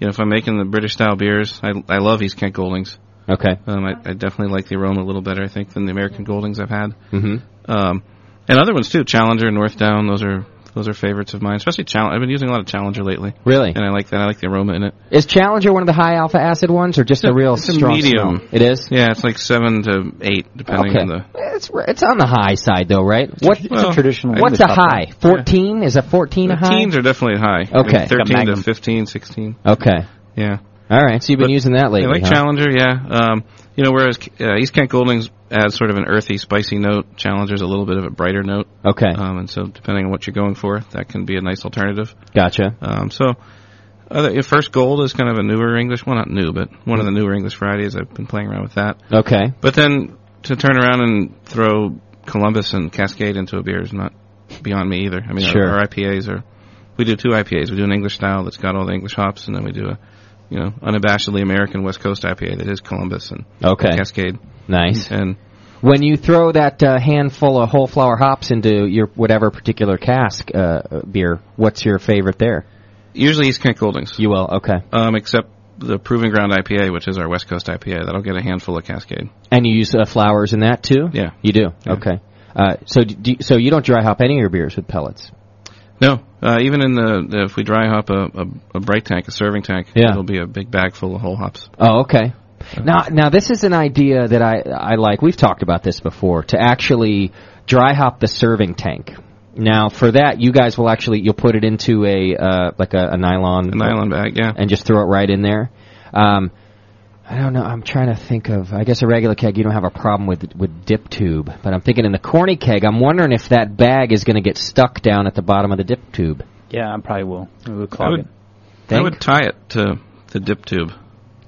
know, if I'm making the British style beers, I I love East Kent Goldings.
Okay.
Um, I, I definitely like the aroma a little better, I think, than the American Goldings I've had.
Mhm.
Um, and other ones too, Challenger, North Down. Those are those are favorites of mine, especially Challenger. I've been using a lot of Challenger lately.
Really?
And I like that. I like the aroma in it.
Is Challenger one of the high alpha acid ones, or just a real
It's a
strong
medium.
smell? It is.
Yeah, it's like seven to eight, depending
Okay.
on the.
It's it's on the high side though, right? What
It's a traditional
What's a
English hop,
high?
right?
Fourteen is a fourteen a
the
high?
Teens are definitely high.
Uh-huh. Okay. Like a
thirteen to
Magnum.
15, 16.
Okay.
Yeah.
All right. So you've been using that lately.
I like
huh?
Challenger, yeah. Um, you know, whereas uh, East Kent Goldings adds sort of an earthy, spicy note. Challenger's a little bit of a brighter note.
Okay.
Um, and so, depending on what you're going for, that can be a nice alternative.
Gotcha.
Um, so, other, your first gold is kind of a newer English. Well, not new, but one of the newer English varieties. I've been playing around with that.
Okay.
But then to turn around and throw Columbus and Cascade into a beer is not beyond me either. I mean, our-
Sure.
our, IPAs are. We do two IPAs. We do an English style that's got all the English hops, and then we do a, you know, unabashedly American West Coast IPA that is Columbus and
Okay.
Cascade.
Nice.
And
When you throw that uh, handful of whole flower hops into your whatever particular cask uh, beer, what's your favorite there?
usually East Kent Goldings.
You will. Okay.
Um, except the Proving Ground IPA, which is our West Coast IPA, that'll get a handful of Cascade.
And you use uh, flowers in that too?
Yeah.
You do. Okay. Uh, so d- do you, so you don't dry hop any of your beers with pellets.
No, uh, even in the, the if we dry hop a, a, a bright tank, a serving tank,
Yeah.
it'll be a big bag full of whole hops.
Oh, okay. Now, now this is an idea that I I like. We've talked about this before to actually dry hop the serving tank. Now, for that, you guys will actually you'll put it into a uh, like a, a nylon
nylon bag, yeah,
and just throw it right in there. Um, I don't know. I'm trying to think of. I guess a regular keg, you don't have a problem with with dip tube, but I'm thinking in the corny keg, I'm wondering if that bag is going to get stuck down at the bottom of the dip tube.
Yeah, I probably will. It would
I
clog
would,
it.
I
Think?
would tie it to the dip tube.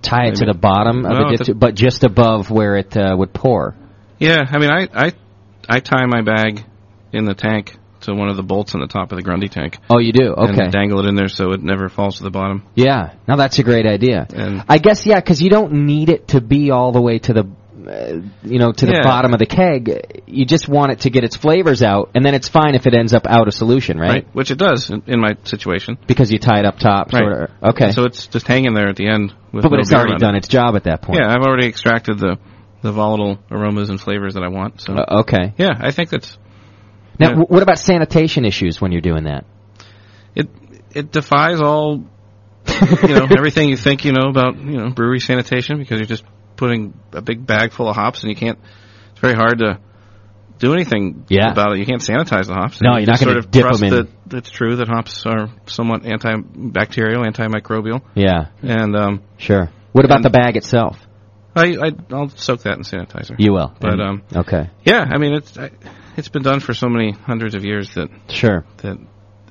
Tie it to
Maybe.
the bottom of
No,
the dip
the-
tube, but just above where it uh, would pour.
Yeah, I mean, I, I I tie my bag in the tank to one of the bolts on the top of the Grundy tank.
Oh, you do? Okay.
And dangle it in there so it never falls to the bottom.
Yeah. Now that's a great idea.
And
I guess yeah, because you don't need it to be all the way to the, uh, you know, to the
Yeah.
bottom of the keg. You just want it to get its flavors out, and then it's fine if it ends up out of solution, right?
which it does in, in my situation.
Because you tie it up top.
Right.
Sort of, okay.
So it's just hanging there at the end. With
but but
no
it's
beer
already
on
done
It.
its job at that point.
Yeah, I've already extracted the the volatile aromas and flavors that I want. So
Uh, okay.
Yeah, I think that's
Now, w- what about sanitation issues when you're doing that?
It it defies all you
<laughs>
know everything you think you know about you know brewery sanitation because you're just putting a big bag full of hops and you can't. It's very hard to do anything
Yeah.
about it. You can't sanitize the hops.
No,
You
you're not
just
gonna
sort of
dip 'em
trust
in.
That it's true that hops are somewhat antibacterial, antimicrobial.
Yeah.
And um,
Sure. What about
And-
the bag itself?
I, I I'll soak that in sanitizer.
You will.
But
And-
um,
okay.
Yeah, I mean it's I, it's been done for so many hundreds of years that
Sure.
that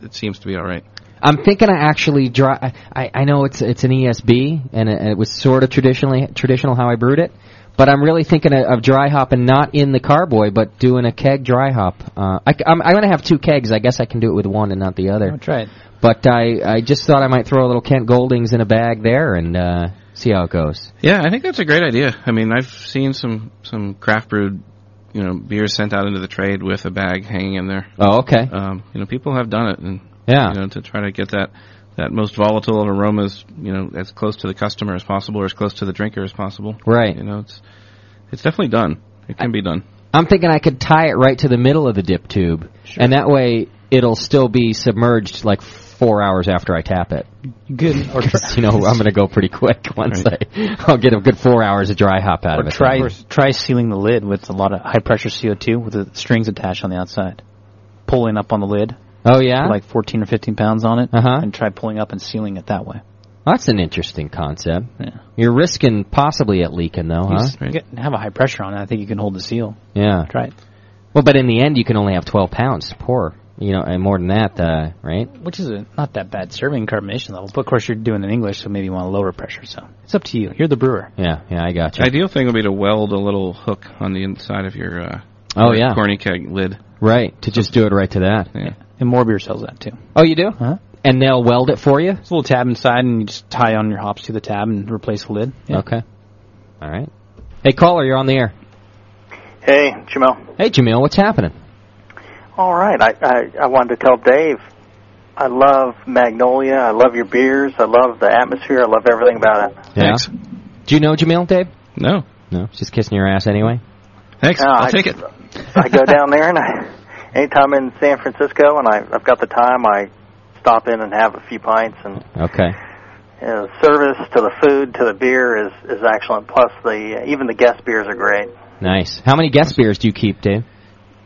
it seems to be all right.
I'm thinking I actually dry. I, I know it's it's an ESB, and it, and it was sort of traditionally traditional how I brewed it, but I'm really thinking of, of dry hopping not in the carboy, but doing a keg dry hop. Uh, I, am I'm going to have two kegs. I guess I can do it with one and not the other.
Oh, try it.
But I I just thought I might throw a little Kent Goldings in a bag there and uh, see how it goes.
Yeah, I think that's a great idea. I mean, I've seen some some craft brewed, you know, beers sent out into the trade with a bag hanging in there.
Oh, okay.
Um, you know, people have done it, and
Yeah.
you know, to try to get that that most volatile of aromas, you know, as close to the customer as possible, or as close to the drinker as possible.
Right.
You know, it's it's definitely done. It can be done.
I'm thinking I could tie it right to the middle of the dip tube, and that way it'll still be submerged like four hours after I tap it. <laughs>
Good. Or try,
you know, I'm going to go pretty quick <laughs> once I, I'll get a good four hours of dry hop out
or
of it.
try try sealing the lid with a lot of high pressure CO2 with the strings attached on the outside. Pulling up on the lid.
Oh yeah.
Put like 14 or 15 pounds on it.
Uh-huh.
And try pulling up and sealing it that way.
That's an interesting concept. You're risking possibly it leaking though,
You
huh?
s- get- have a high pressure on it. I think you can hold the seal.
Yeah.
Try it.
Well, but in the end, you can only have 12 pounds to pour. You know, and more than that, uh, right?
Which is a, not that bad serving carbonation level, but of course you're doing it in English, so maybe you want a lower pressure. So it's up to you. You're the brewer.
Yeah, yeah, I got you.
Ideal thing would be to weld a little hook on the inside of your uh,
Oh, yeah.
corny keg lid.
Right, to just do it right to that.
Yeah.
And more beer sells that too.
Oh, you do? Huh? And they'll weld it for you?
It's a little tab inside, and you just tie on your hops to the tab and replace the lid. Yeah.
Okay. All right. Hey, caller, you're on the air.
Hey, Jamel.
Hey, Jamil, what's happening?
All right. I, I, I wanted to tell Dave I love Magnolia. I love your beers. I love the atmosphere. I love everything about it.
Yeah. Do you know Jamil, Dave?
No.
No, she's kissing your ass anyway.
Thanks.
Uh, I- I go down there, and I, anytime in San Francisco and I, I've got the time, I stop in and have a few pints. And
Okay.
you know, the service to the food to the beer is, is excellent. Plus, the uh, even the guest beers are great.
Nice. How many guest beers do you keep, Dave?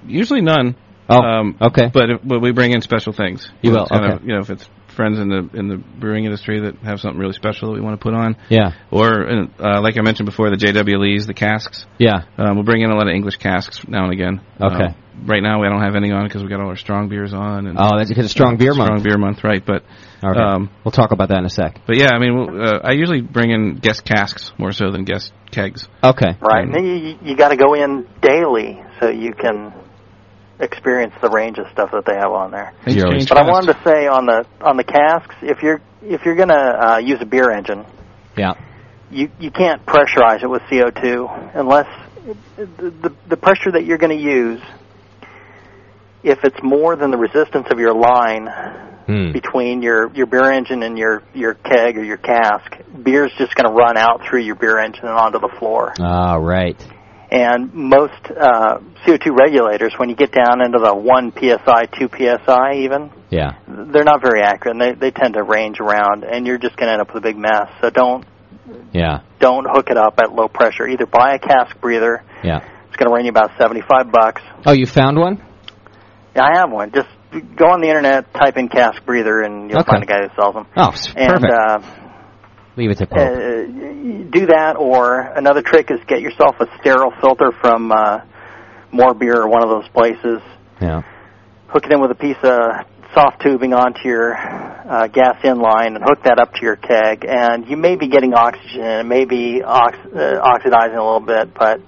Usually none.
Oh, okay.
Um, But if, but we bring in special things.
You will,
It's kind
okay.
Of, you know, if it's friends in the in the brewing industry that have something really special that we want to put on.
Yeah.
Or uh, like I mentioned before, the JW Lees, the casks.
Yeah.
Um, we'll bring in a lot of English casks now and again.
Okay.
Um, right now, we don't have any on because we got all our strong beers on. And
Oh, that's because it's strong beer month.
Strong beer month, right? But
All right.
um,
we'll talk about that in a sec.
but yeah, I mean, we'll- uh, I usually bring in guest casks more so than guest kegs. Um,
Okay.
Right. And you you, you got to go in daily so you can experience the range of stuff that they have on there.
Things Zero change
But I
fast.
wanted to say on the on the casks, if you're if you're gonna uh, use a beer engine,
Yeah.
you you can't pressurize it with CO2 unless the the, the pressure that you're going to use, if it's more than the resistance of your line
Hmm.
between your your beer engine and your your keg or your cask, beer's just going to run out through your beer engine and onto the floor.
Ah, right.
And most uh, CO2 regulators, when you get down into the one psi, two psi, even
Yeah.
they're not very accurate, and they they tend to range around, and you're just going to end up with a big mess. So don't
Yeah.
don't hook it up at low pressure. Either buy a cask breather.
Yeah.
It's going to run you about 75 bucks.
Oh, you found one?
Yeah, I have one. Just go on the internet, type in cask breather, and you'll
Okay.
find a guy who sells them.
Oh, s-
And
perfect.
uh,
Leave it to Pope.
uh, do that, or another trick is get yourself a sterile filter from uh, More Beer or one of those places.
Yeah.
Hook it in with a piece of soft tubing onto your uh, gas in line and hook that up to your keg. And you may be getting oxygen, and it may be ox- uh, oxidizing a little bit, but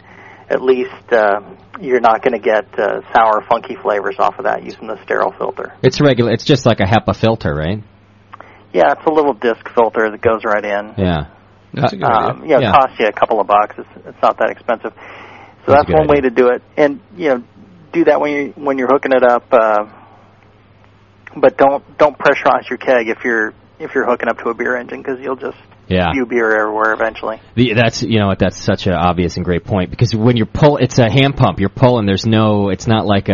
at least uh, you're not going to get uh, sour, funky flavors off of that using the sterile filter.
It's regular. It's just like a HEPA filter, right?
Yeah, it's a little disc filter that goes right in.
Yeah. Uh,
That's a good idea.
um, you know,
Yeah.
it costs you a couple of bucks. It's, it's not that expensive. So
That's a
that's,
good
one way to do it, and you know, do that when you when you're hooking it up. Uh, but don't don't pressurize your keg if you're if you're hooking up to a beer engine because you'll just
Yeah.
spew beer everywhere eventually.
The, that's you know what that's such an obvious and great point because when you're pull it's a hand pump you're pulling there's no it's not like a,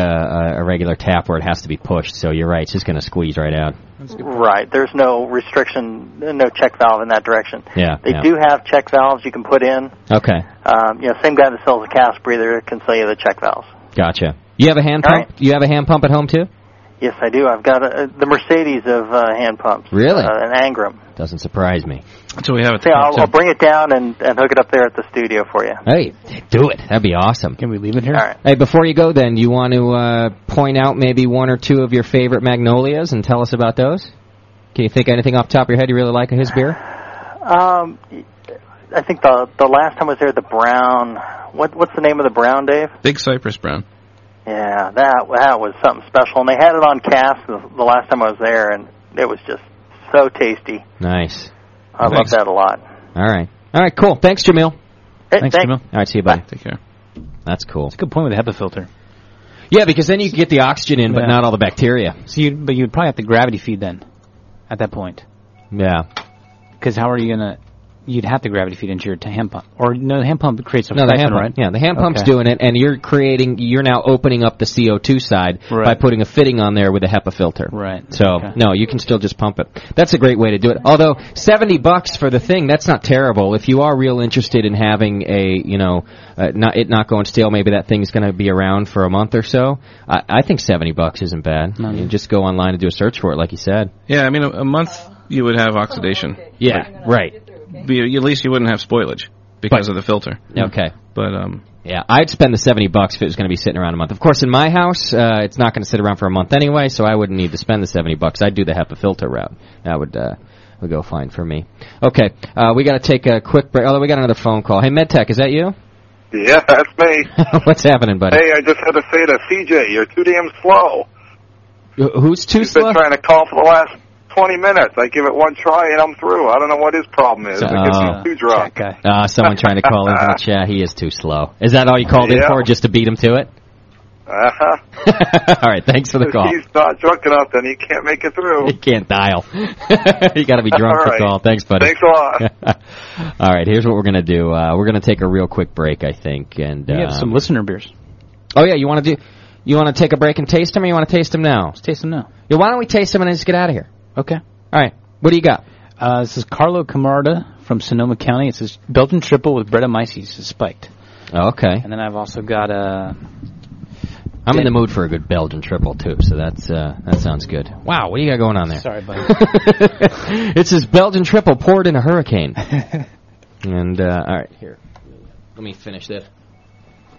a, a regular tap where it has to be pushed so you're right it's just going to squeeze right out
Right. There's no restriction, no check valve in that direction.
yeah
They
yeah.
do have check valves you can put in.
okay
Um, you know, same guy that sells the cast breather can sell you the check valves.
gotcha you have a hand pump you have a hand pump at home too
Yes, I do. I've got a, the Mercedes of uh, hand pumps.
Really?
Uh, an Angram.
doesn't surprise me
so we have
So I'll, I'll bring it down and, and hook it up there at the studio for you.
Hey, do it. That'd be awesome. Can
we leave it here?
All right.
Hey, before you go, then, you want to uh, point out maybe one or two of your favorite magnolias and tell us about those? Can you think of anything off the top of your head you really like of his
<sighs>
beer?
Um, I think the the last time I was there, the brown. What what's the name of the brown, Dave?
Big Cypress Brown.
Yeah, that that was something special, and they had it on cast the, the last time I was there, and it was just so tasty.
Nice.
I love
Thanks.
that a lot.
All right. All right, cool. Thanks, Jamil.
Hey, Thanks, thanks. Jamil.
All right, see you, buddy.
Take care.
That's cool. That's
a good point with the HEPA filter.
Yeah, because then you can get the oxygen in, but
Yeah.
not all the bacteria.
So you but you'd probably have to gravity feed then, at that point.
Yeah.
Because how are you gonna? You'd have to gravity feed into your t- hand pump, or no, the hand pump creates a
No, the
siphon,
hand pump.
right?
Yeah, the hand pump's
Okay.
doing it, and you're creating. You're now opening up the CO2 side
Right.
by putting a fitting on there with a HEPA filter.
Right.
So no, you can still just pump it. That's a great way to do it. Although seventy bucks for the thing, that's not terrible. If you are real interested in having a, you know, uh, not it not going stale, maybe that thing's going to be around for a month or so. I, I think seventy bucks isn't bad. You just go online and do a search for it, like you said.
Yeah, I mean, a, a month you would have oxidation.
Yeah, right.
Be, at least you wouldn't have spoilage because
But-
of the filter.
Okay.
But um,
Yeah, I'd spend the seventy bucks if it was going to be sitting around a month. Of course, in my house, uh, it's not going to sit around for a month anyway, so I wouldn't need to spend the seventy bucks. I'd do the HEPA filter route. That would uh, would go fine for me. Okay, uh, we got to take a quick break. Although we got another phone call. Hey, MedTech, is that you? <laughs>
Yeah, that's me.
What's happening, buddy?
Hey, I just had to say to CJ, you're too damn slow.
Wh- Who's too
He's
slow?
been trying to call for the last 20 minutes. I give it one try and I'm through. I don't know what his problem is. I guess
Oh.
he's too drunk.
Uh, someone trying to call in from the chat. He is too slow. Is that all you called in
Yeah.
for, just to beat him to it?
Uh-huh.
<laughs> all right,
<laughs>
thanks for the
If
call.
He's not drunk enough, then he can't make it through.
<laughs> You can't dial. you got to be drunk
All
to
right.
call. Thanks, buddy.
Thanks a lot.
<laughs> All right, here's what we're gonna do. Uh, we're gonna take a real quick break, I think. And
We have
um,
some listener beers.
Oh yeah, you want to do? You want to take a break and taste them, or you want to taste them now? Let's
taste them now.
Yeah, why don't we taste them and then just get out of here?
Okay.
All right. What do you got?
Uh, this is Carlo Camarda from Sonoma County. It says Belgian triple with Brettanomyces is spiked.
Oh, Okay.
And then I've also got uh, a.
I'm in the mood for a good Belgian triple too, so that's uh, that sounds good. Wow, what do you got going on there?
Sorry,
<laughs>
buddy.
it's this Belgian triple poured in
<laughs>
a hurricane. and uh, all right, here. Let me finish this.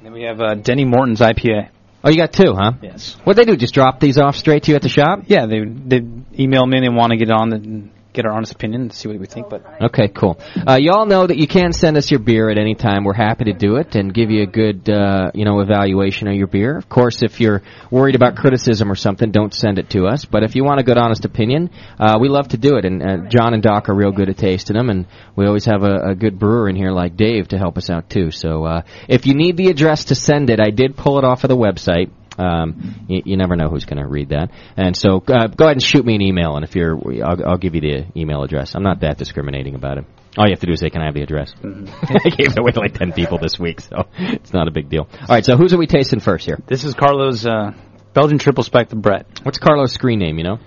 Then we have uh, Denny Morton's IPA.
Oh, you got two, huh?
Yes.
What they do? Just drop these off straight to you at the shop?
Yeah, they they email me and they want to get on and get our honest opinion and see what we think. But
Okay, cool. Uh, you all know that you can send us your beer at any time. We're happy to do it and give you a good, uh, you know, evaluation of your beer. Of course, if you're worried about criticism or something, don't send it to us. But if you want a good, honest opinion, uh, we love to do it. And uh, John and Doc are real good at tasting them, and we always have a, a good brewer in here like Dave to help us out too. So uh, if you need the address to send it, I did pull it off of the website. Um, you, you never know who's going to read that. And so uh, go ahead and shoot me an email, and if you're, we- I'll, I'll give you the email address. I'm not that discriminating about it. All you have to do is say, "Can I have the address?"
Mm-hmm.
<laughs> I gave it away to like ten people this week, so <laughs> it's not a big deal. All right, so who's are we tasting first here?
this is Carlo's uh, Belgian triple spiked with Brett.
What's Carlo's screen name? You know?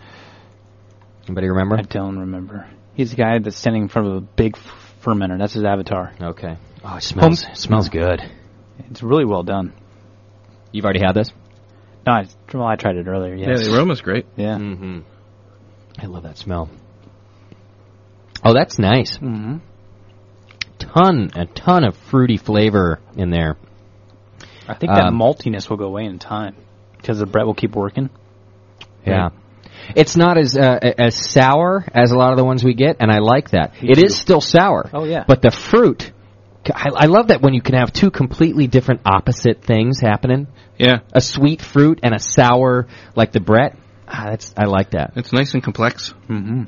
Anybody remember?
I don't remember. He's the guy that's standing in front of a big f- fermenter. That's his avatar.
Okay. Oh, it smells it smells good.
It's really well done.
You've already had this?
No, I, well, I tried it earlier. Yes.
yeah, the aroma's great.
Yeah.
Mm-hmm. I love that smell. Oh, that's nice.
Mm-hmm.
Ton a ton of fruity flavor in there.
I think that
Um,
maltiness will go away in time because the Brett will keep working.
Yeah. It's not as uh, as sour as a lot of the ones we get, and I like that. It is still sour.
Oh, yeah.
But the fruit, I, I love that when you can have two completely different opposite things happening.
Yeah.
A sweet fruit and a sour like the Brett. Ah, that's I like that.
It's nice and complex.
Mm-hmm.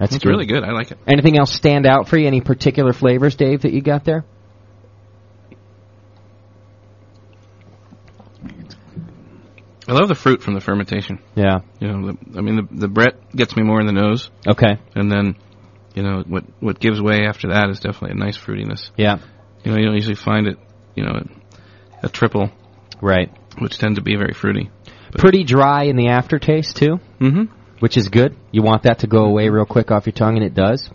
That's
It's really good. I like it.
Anything else stand out for you? Any particular flavors, Dave, that you got there?
I love the fruit from the fermentation.
Yeah.
You know, the, I mean, the, the Brett gets me more in the nose.
Okay.
And then you know, what what gives way after that is definitely a nice fruitiness.
Yeah.
You know, you don't usually find it, you know, a triple.
Right.
Which tend to be very fruity.
Pretty dry in the aftertaste too.
Mm-hmm.
Which is good. You want that to go away real quick off your tongue, and it does.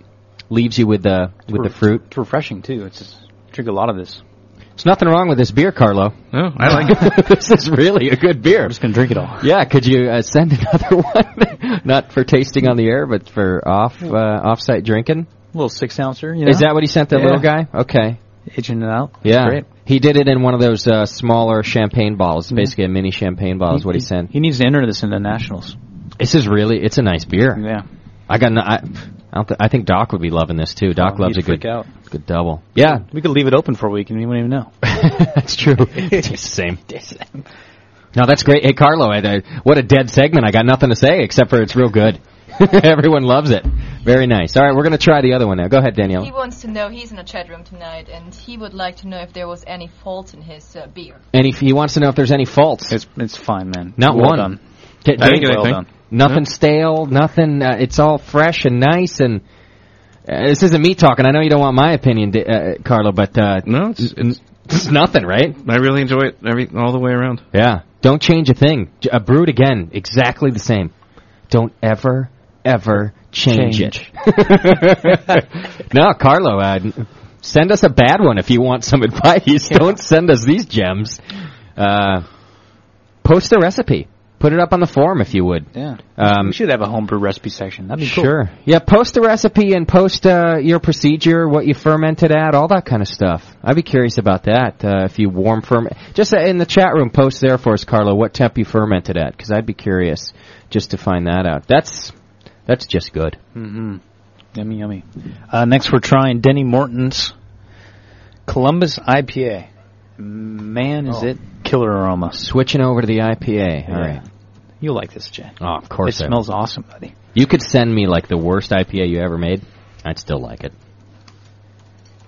Leaves you with the with the fruit.
It's refreshing too. It's just, drink a lot of this. Oh,
There's nothing wrong with this beer, Carlo.
No, I
<laughs>
like it.
this is really a good beer. I'm
just gonna drink it all.
Yeah, could you uh, send <laughs> another one? Not for tasting on the air, but for off uh, off-site drinking.
little six ouncer. You know?
Is that what he sent the
Yeah.
little guy? Okay.
Aging it out.
Yeah.
Great. Mm-hmm.
He did it in one of those uh, smaller champagne bottles, basically a mini champagne bottle is what he sent.
He needs to enter this into nationals.
This is really it's a nice beer.
Yeah.
I got. No, I, I, don't th- I think Doc would be loving this too. Doc
Oh,
loves
he'd
a good,
freak out.
good double. Yeah,
We could leave it open for a week and you wouldn't even know.
<laughs>
<laughs>
that's true. It's the same. No, that's great. Hey, Carlo, I, I, what a dead segment. I got nothing to say except for it's real good. <laughs> Everyone loves it. Very nice. All right, we're gonna try the other one now. Go ahead,
He
Danielle.
wants to know. He's in a chat room tonight, and he would like to know if there was any fault in his uh, beer.
And he, he wants to know if there's any faults.
It's it's fine, man.
Not
Well
one.
done.
T-
I didn't
Dave,
get Well anything. done.
Nothing stale. Nothing. Uh, it's all fresh and nice. And uh, this isn't me talking. I know you don't want my opinion, D- uh, Carlo, but uh,
no, it's, it's,
nothing, right?
I really enjoy it every all the way around.
Yeah. Don't change a thing. J- uh, brew it again. Exactly the same. Don't ever, ever change, it. <laughs> no, Carlo, uh, n- send us a bad one if you want some <laughs> advice. Don't send us these gems. Uh, post the recipe. Put it up on the forum if you would.
Yeah.
Um,
we should have a homebrew recipe section. That'd be cool.
Sure. Yeah, post the recipe and post uh, your procedure, what you fermented at, all that kind of stuff. I'd be curious about that. Uh, if you warm ferment, just uh, in the chat room, post there for us, Carlo, what temp you fermented at, because I'd be curious just to find that out. That's that's just good.
Mm-hmm. Yummy, yummy. Uh, next, we're trying Denny Morton's Columbus IPA. Man, is
Oh.
it killer aroma!
Switching over to the IPA. All
Yeah.
right.
You like this, Jay?
Oh, of course.
It
I-
smells awesome, buddy.
You could send me like the worst IPA you ever made. I'd still like it.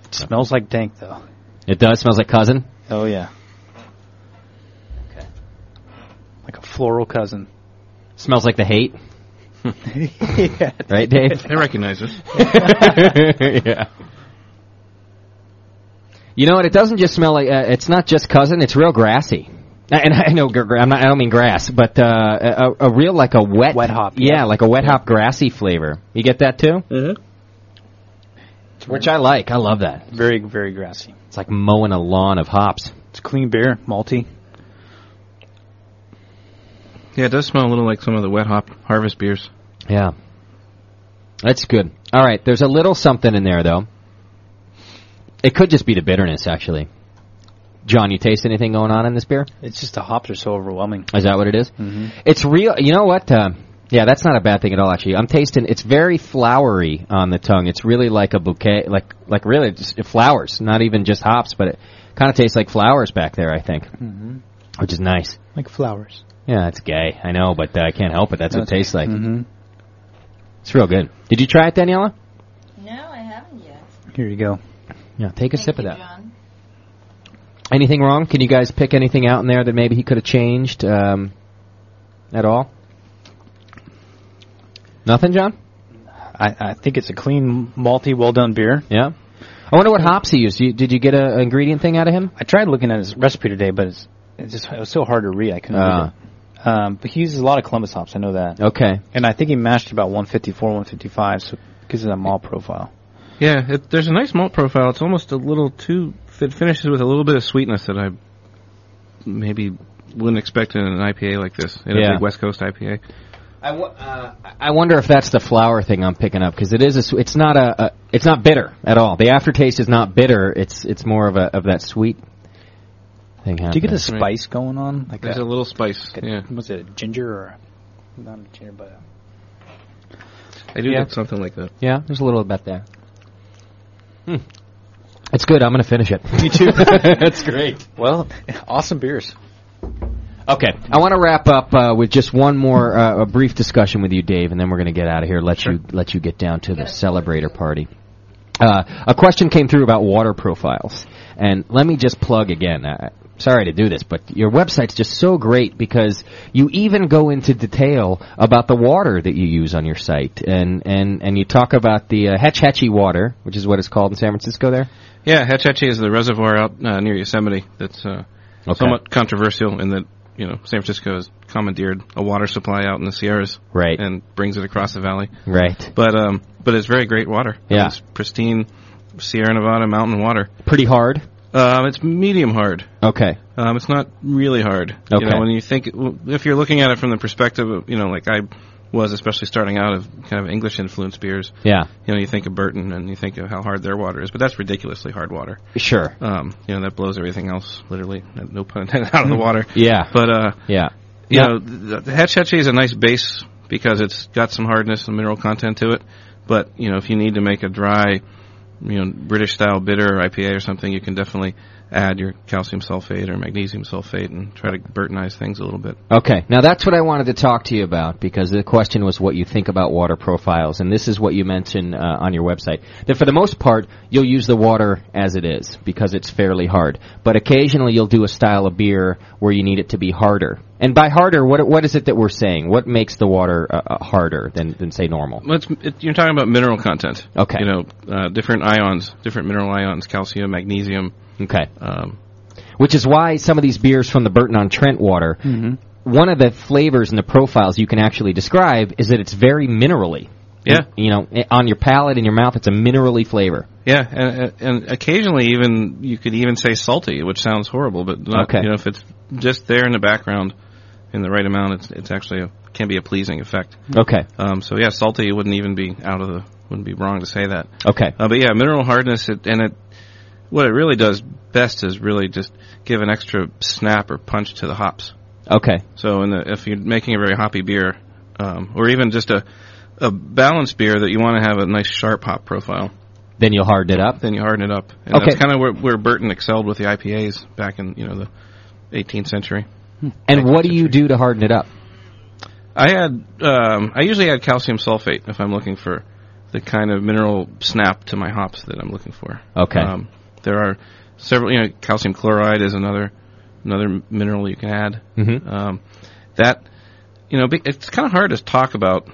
It smells like dank, though.
It does. Smells like cousin.
Oh yeah. Okay. Like a floral cousin.
Smells like
<laughs>
the hate.
yeah.
Right, Dave?
I recognize it.
yeah. You know what? It doesn't just smell like. Uh, it's not just cousin. It's real grassy. Uh, And I know, gr- gr- I'm not, I don't mean grass, but uh, a, a real like a wet,
Wet hop,
Yeah,
yeah.
like a wet hop, grassy flavor. You get that too,
Mm-hmm.
<laughs> which I like. I love that.
Very, very grassy.
It's like mowing a lawn of hops.
It's clean beer, malty.
Yeah, it does smell a little like some of the wet hop harvest beers.
Yeah, that's good. All right, there's a little something in there though. It could just be the bitterness, actually. John, you taste anything going on in this beer?
It's just the hops are so overwhelming. Mm-hmm.
Is that what it is? It's real. You know what? Uh, yeah, that's not a bad thing at all. Actually, I'm tasting. It's very flowery on the tongue. It's really like a bouquet, like like really just flowers, not even just hops, but it kind of tastes like flowers back there. I think,
Mm-hmm.
which is nice.
Like flowers.
Yeah, it's gay. I know, but uh, I can't help it. That's what it
That's-
tastes like.
Mm-hmm.
It's real good. Did you try it, Daniela?
No, I haven't yet.
Here you go.
Yeah, take a sip of that. Anything wrong? Can you guys pick anything out in there that maybe he could have changed um, at all? Nothing, John.
I, I think it's a clean, malty, well done beer.
Yeah. I wonder what hops he used. You, did you get an ingredient thing out of him?
I tried looking at his recipe today, but it's, it's just it was so hard to read. I couldn't
Ah.
read it. Um, but he uses a lot of Columbus hops. I know that.
Okay.
And I think he mashed about 154, 155, so it gives it a malt profile.
Yeah, it, there's a nice malt profile. It's almost a little too. It finishes with a little bit of sweetness that I maybe wouldn't expect in an IPA like this, in a
Yeah.
big West Coast IPA.
I, w- uh, I wonder if that's the flour thing I'm picking up because it is a. Sw- it's not a, a. It's not bitter at all. The aftertaste is not bitter. It's it's more of a of that sweet thing. Happening.
Do you get a spice going on? Like
There's a little spice.
like a-
Yeah,
Was it a ginger or a, not a ginger, but a,
I do
Yeah.
get something like that.
Yeah, there's a little of that there. Hmm. It's good. I'm gonna finish it.
You
<laughs>
too.
<laughs>
<laughs>
That's great.
well, <laughs> awesome beers.
Okay, I want to wrap up uh, with just one more uh, a brief discussion with you, Dave, and then we're going to get out of here. Let you let you get down to the celebrator party. Uh, a question came through about water profiles, and let me just plug again. Uh, sorry to do this, but your website's just so great because you even go into detail about the water that you use on your site, and and and you talk about the uh, Hetch Hetchy water, which is what it's called in San Francisco. There.
Yeah, Hetch Hetchy is the reservoir out uh, near Yosemite that's uh,
Okay.
somewhat controversial in that you know San Francisco has commandeered a water supply out in the Sierras,
Right.
and brings it across the valley,
Right.
But um, but it's very great water. I mean,
Yeah.
it's pristine Sierra Nevada mountain water.
Pretty hard.
Um, it's medium hard.
Okay.
Um, it's not really hard.
Okay.
You know, when you think, if you're looking at it from the perspective of, you know, like I was, especially starting out of kind of English influenced beers.
Yeah.
You know, you think of Burton and you think of how hard their water is, but that's ridiculously hard water.
Sure.
Um, you know, that blows everything else, literally, no pun intended, out of the water.
<laughs> Yeah.
But, uh,
Yeah.
you
Yeah.
know, the, the Hetch Hetchy is a nice base because it's got some hardness and mineral content to it. But you know, if you need to make a dry, you know, British style bitter or IPA or something, you can definitely add your calcium sulfate or magnesium sulfate and try to Burtonize things a little bit.
Okay, now that's what I wanted to talk to you about because the question was what you think about water profiles, and this is what you mentioned uh, on your website. That for the most part, you'll use the water as it is because it's fairly hard, but occasionally you'll do a style of beer where you need it to be harder. And by harder, what what is it that we're saying? What makes the water uh, uh, harder than than say normal?
Well, it's, it, you're talking about mineral content.
Okay.
You know, uh, different ions, different mineral ions, calcium, magnesium.
Okay.
Um,
Which is why some of these beers from the Burton on Trent water,
Mm-hmm.
one of the flavors and the profiles you can actually describe is that it's very minerally.
Yeah.
You know, eh, on your palate in your mouth, it's a minerally flavor.
yeah, and, and occasionally even you could even say salty, which sounds horrible, but not,
Okay.
you know if it's just there in the background in the right amount, it's it's actually a, can be a pleasing effect.
Okay.
Um, so yeah, salty wouldn't even be out of the wouldn't be wrong to say that.
Okay.
Uh, but yeah, mineral hardness it, and it what it really does best is really just give an extra snap or punch to the hops.
Okay.
So in the, if you're making a very hoppy beer, um, or even just a a balanced beer that you want to have a nice sharp hop profile,
Then you'll harden it up.
Then you harden it up. And
Okay.
that's kind of where, where Burton excelled with the IPAs back in you know the 18th century.
And what do you do to harden it up?
I had um, I usually add calcium sulfate if I'm looking for the kind of mineral snap to my hops that I'm looking for.
Okay.
Um, there are several. You know, calcium chloride is another another mineral you can add.
Mhm.
Um, that you know, be- it's kind of hard to talk about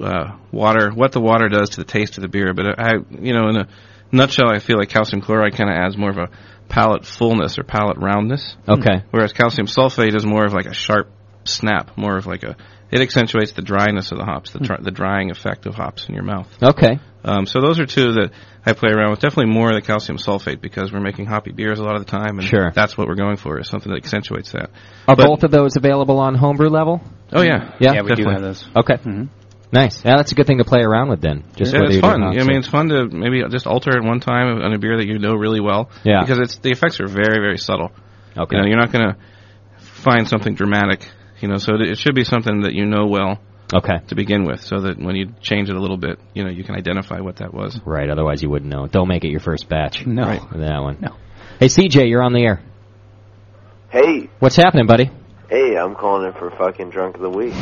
uh, water, what the water does to the taste of the beer. But I, you know, in a nutshell, I feel like calcium chloride kind of adds more of a palate fullness or palate roundness.
Okay.
Hmm. Whereas calcium sulfate is more of like a sharp snap, more of like a it accentuates the dryness of the hops, the dry, the drying effect of hops in your mouth.
Hmm. Okay.
Um, so those are two that I play around with. Definitely more of the calcium sulfate because we're making hoppy beers a lot of the time, and
Sure.
that's what we're going for is something that accentuates that.
Are
But-
both of those available on homebrew level?
Oh, yeah.
Yeah,
Yeah, we do Definitely. have those. Mm-hmm.
Okay. Nice. Yeah, that's a good thing to play around with then. Just
yeah,
whether
it's
you do
fun.
hops
I
or-
mean, it's fun to maybe just alter it one time on a beer that you know really well.
Yeah.
Because it's the effects are very very subtle.
Okay.
You know, you're not going to find something dramatic. You know, so it it should be something that you know well.
Okay.
To begin with, so that when you change it a little bit, you know, you can identify what that
<laughs>
was.
Right. Otherwise, you wouldn't know. Don't make it your first batch.
No. Right.
That one. No. Hey, CJ, you're on the air.
Hey,
What's happening, buddy?
hey, I'm calling in for fucking drunk of the
<laughs>
week.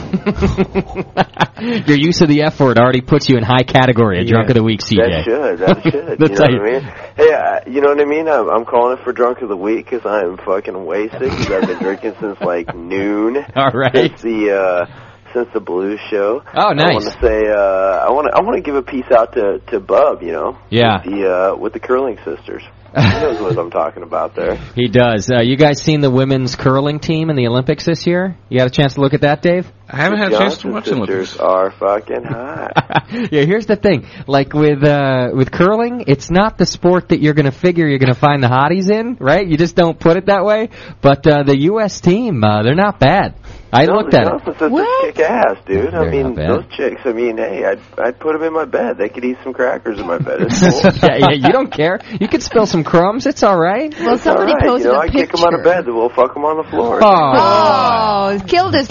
Your use of the F word already puts you in high category of drunk of the week, CJ.
That should,
<laughs>
that should. you
That's
know what
how
I mean? Hey, I, you know what I mean? I'm, I'm calling it for drunk of the week because I am fucking wasted because I've been drinking since like <laughs> noon.
All right.
<laughs>
Since the uh, since the blues show.
Oh,
I
nice.
want to say uh, I want to I want to give a piece out to to Bub. You know.
Yeah.
With the uh, with the curling
<laughs>
sisters. He knows what I'm talking about there.
He does. Uh, you guys seen the women's curling team in the Olympics this year? You got a chance to look at that, Dave?
I haven't
The
had a chance to
Johnson
watch them.
sisters are fucking hot.
<laughs> yeah, here's the thing. Like with uh, with curling, it's not the sport that you're going to figure you're going to find the hotties in, right? You just don't put it that way. But uh, the U.S. team, uh, they're not bad. I
No,
looked
the
at it.
Johnson sisters kick ass, dude. I
They're
mean,
not bad.
those chicks. I mean, hey, I'd I'd put them in my bed. They could eat some crackers in my bed.
<laughs>
It's cool.
<laughs> yeah, yeah, you don't care. You can spill some crumbs. It's all right.
Well,
It's all
somebody
right,
posted
you know,
a
I kick them out of
picture.
bed. We'll fuck them on the floor.
Oh, kill this
<laughs>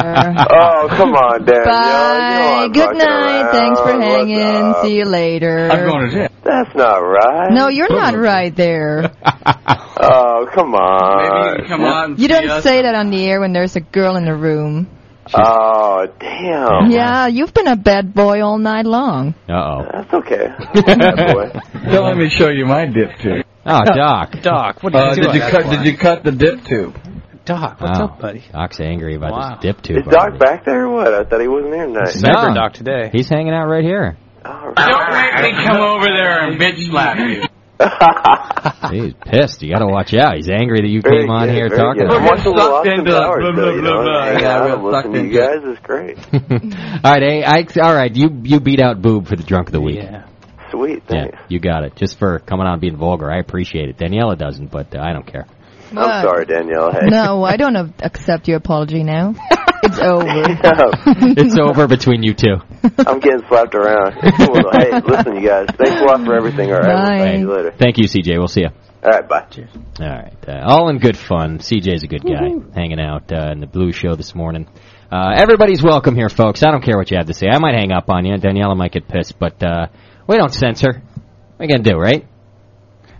<laughs> oh, come on, Dan.
Bye. Good night. Thanks for hanging. See you later.
That's not right.
No, you're not right
<laughs>
there.
Oh, come on. Maybe
come on.
You don't say that on the air when there's a girl in the room.
Oh, damn.
Yeah, you've been a bad boy all night long.
Uh oh. <laughs>
That's okay.
Don't let me show you my dip too.
Oh,
<laughs>
Doc.
Doc, what are
Uh,
you doing?
did you cut- did you
cut the dip tube? Doc, what's
Oh,
up, buddy?
Doc's angry about
Wow.
this dip tube.
Is Doc back there or what? I thought he wasn't there tonight.
No. He's hanging out
<laughs>
right here.
They come over there and bitch slap
<laughs>
you.
He's pissed. You got to watch out. He's angry that you came on here talking.
Well,
about
once in a while,
Sucked
some
into it,
flowers,
blah,
though, you
blah,
know,
blah,
and hang
blah. Yeah,
out
I
and
got
listen to
sucked
you guys is great.
it. <laughs> all right, eh, Ike. All right, you you beat out Boob for the drunk of the week. Yeah,
Sweet.
you got it. Just for coming on and being vulgar, I appreciate it. Daniela doesn't, but uh, I don't care.
But-
I'm sorry, Danielle. Hey.
No, I don't a- accept your
<laughs>
apology now. It's over.
<laughs> it's over between you two.
<laughs>
I'm getting slapped around. It's cool, though. hey, listen, you guys. Thanks a lot for everything. All right, we'll see you later.
Thank you, CJ. We'll see you.
All right, bye. Cheers.
All right. Uh, all in good fun. CJ's a good guy. Hanging out uh, in the Blue Show this morning. Uh, everybody's welcome here, folks. I don't care what you have to say. I might hang up on you. Daniela might get pissed, but uh, we don't censor. What are you going to do, right?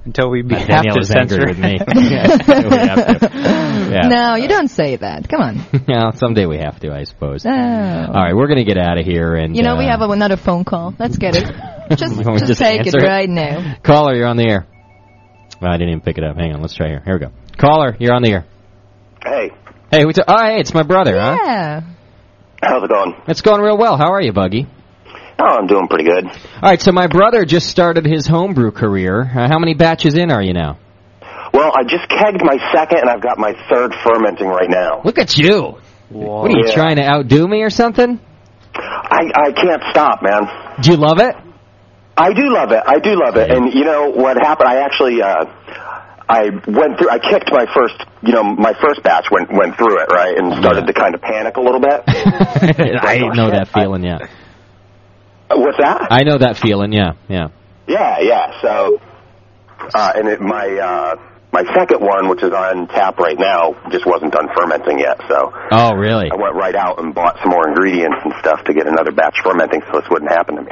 Until we
be
have to censor.
angry
<laughs>
with me. <laughs> Yeah, until we
<laughs>
have to. Yeah. <laughs>
No, you don't say that. Come on.
Yeah, someday we have to, I suppose.
No.
All right, we're going to get out of here. Uh, And
You know, we
uh,
have another phone call. Let's get
<laughs>
it. <laughs> Just,
You want
just,
me to just
take it
answer it?
right now.
Caller, you're on the air. Well, I didn't even pick it up. Hang on, let's try here. Here we go. Caller, you're on the air.
Hey,
Hey, we t- oh, hey, it's my brother, huh?
Yeah.
how's it going?
It's going real well. How are you, Buggy?
Oh, I'm doing pretty good.
All right, so my brother just started his homebrew career. Uh, how many batches in are you now?
Well, I just kegged my second, and I've got my third fermenting right now.
Look at you. What are you
Yeah.
trying to outdo me or something? <laughs>
I, I can't stop, man.
Do you love it?
I do love it. I do love it. And you know what happened? I actually uh, I went through. I kicked my first. You know, my first batch went went through it right, and started to kind of panic a little
<laughs>
bit.
I know that feeling, yeah.
What's that?
I know that feeling, yeah, yeah.
Yeah, yeah. So, uh, and it, my uh, my second one, which is on tap right now, just wasn't done fermenting yet. So
Oh, really?
I went right out and bought some more ingredients and stuff to get another batch fermenting, so this wouldn't happen to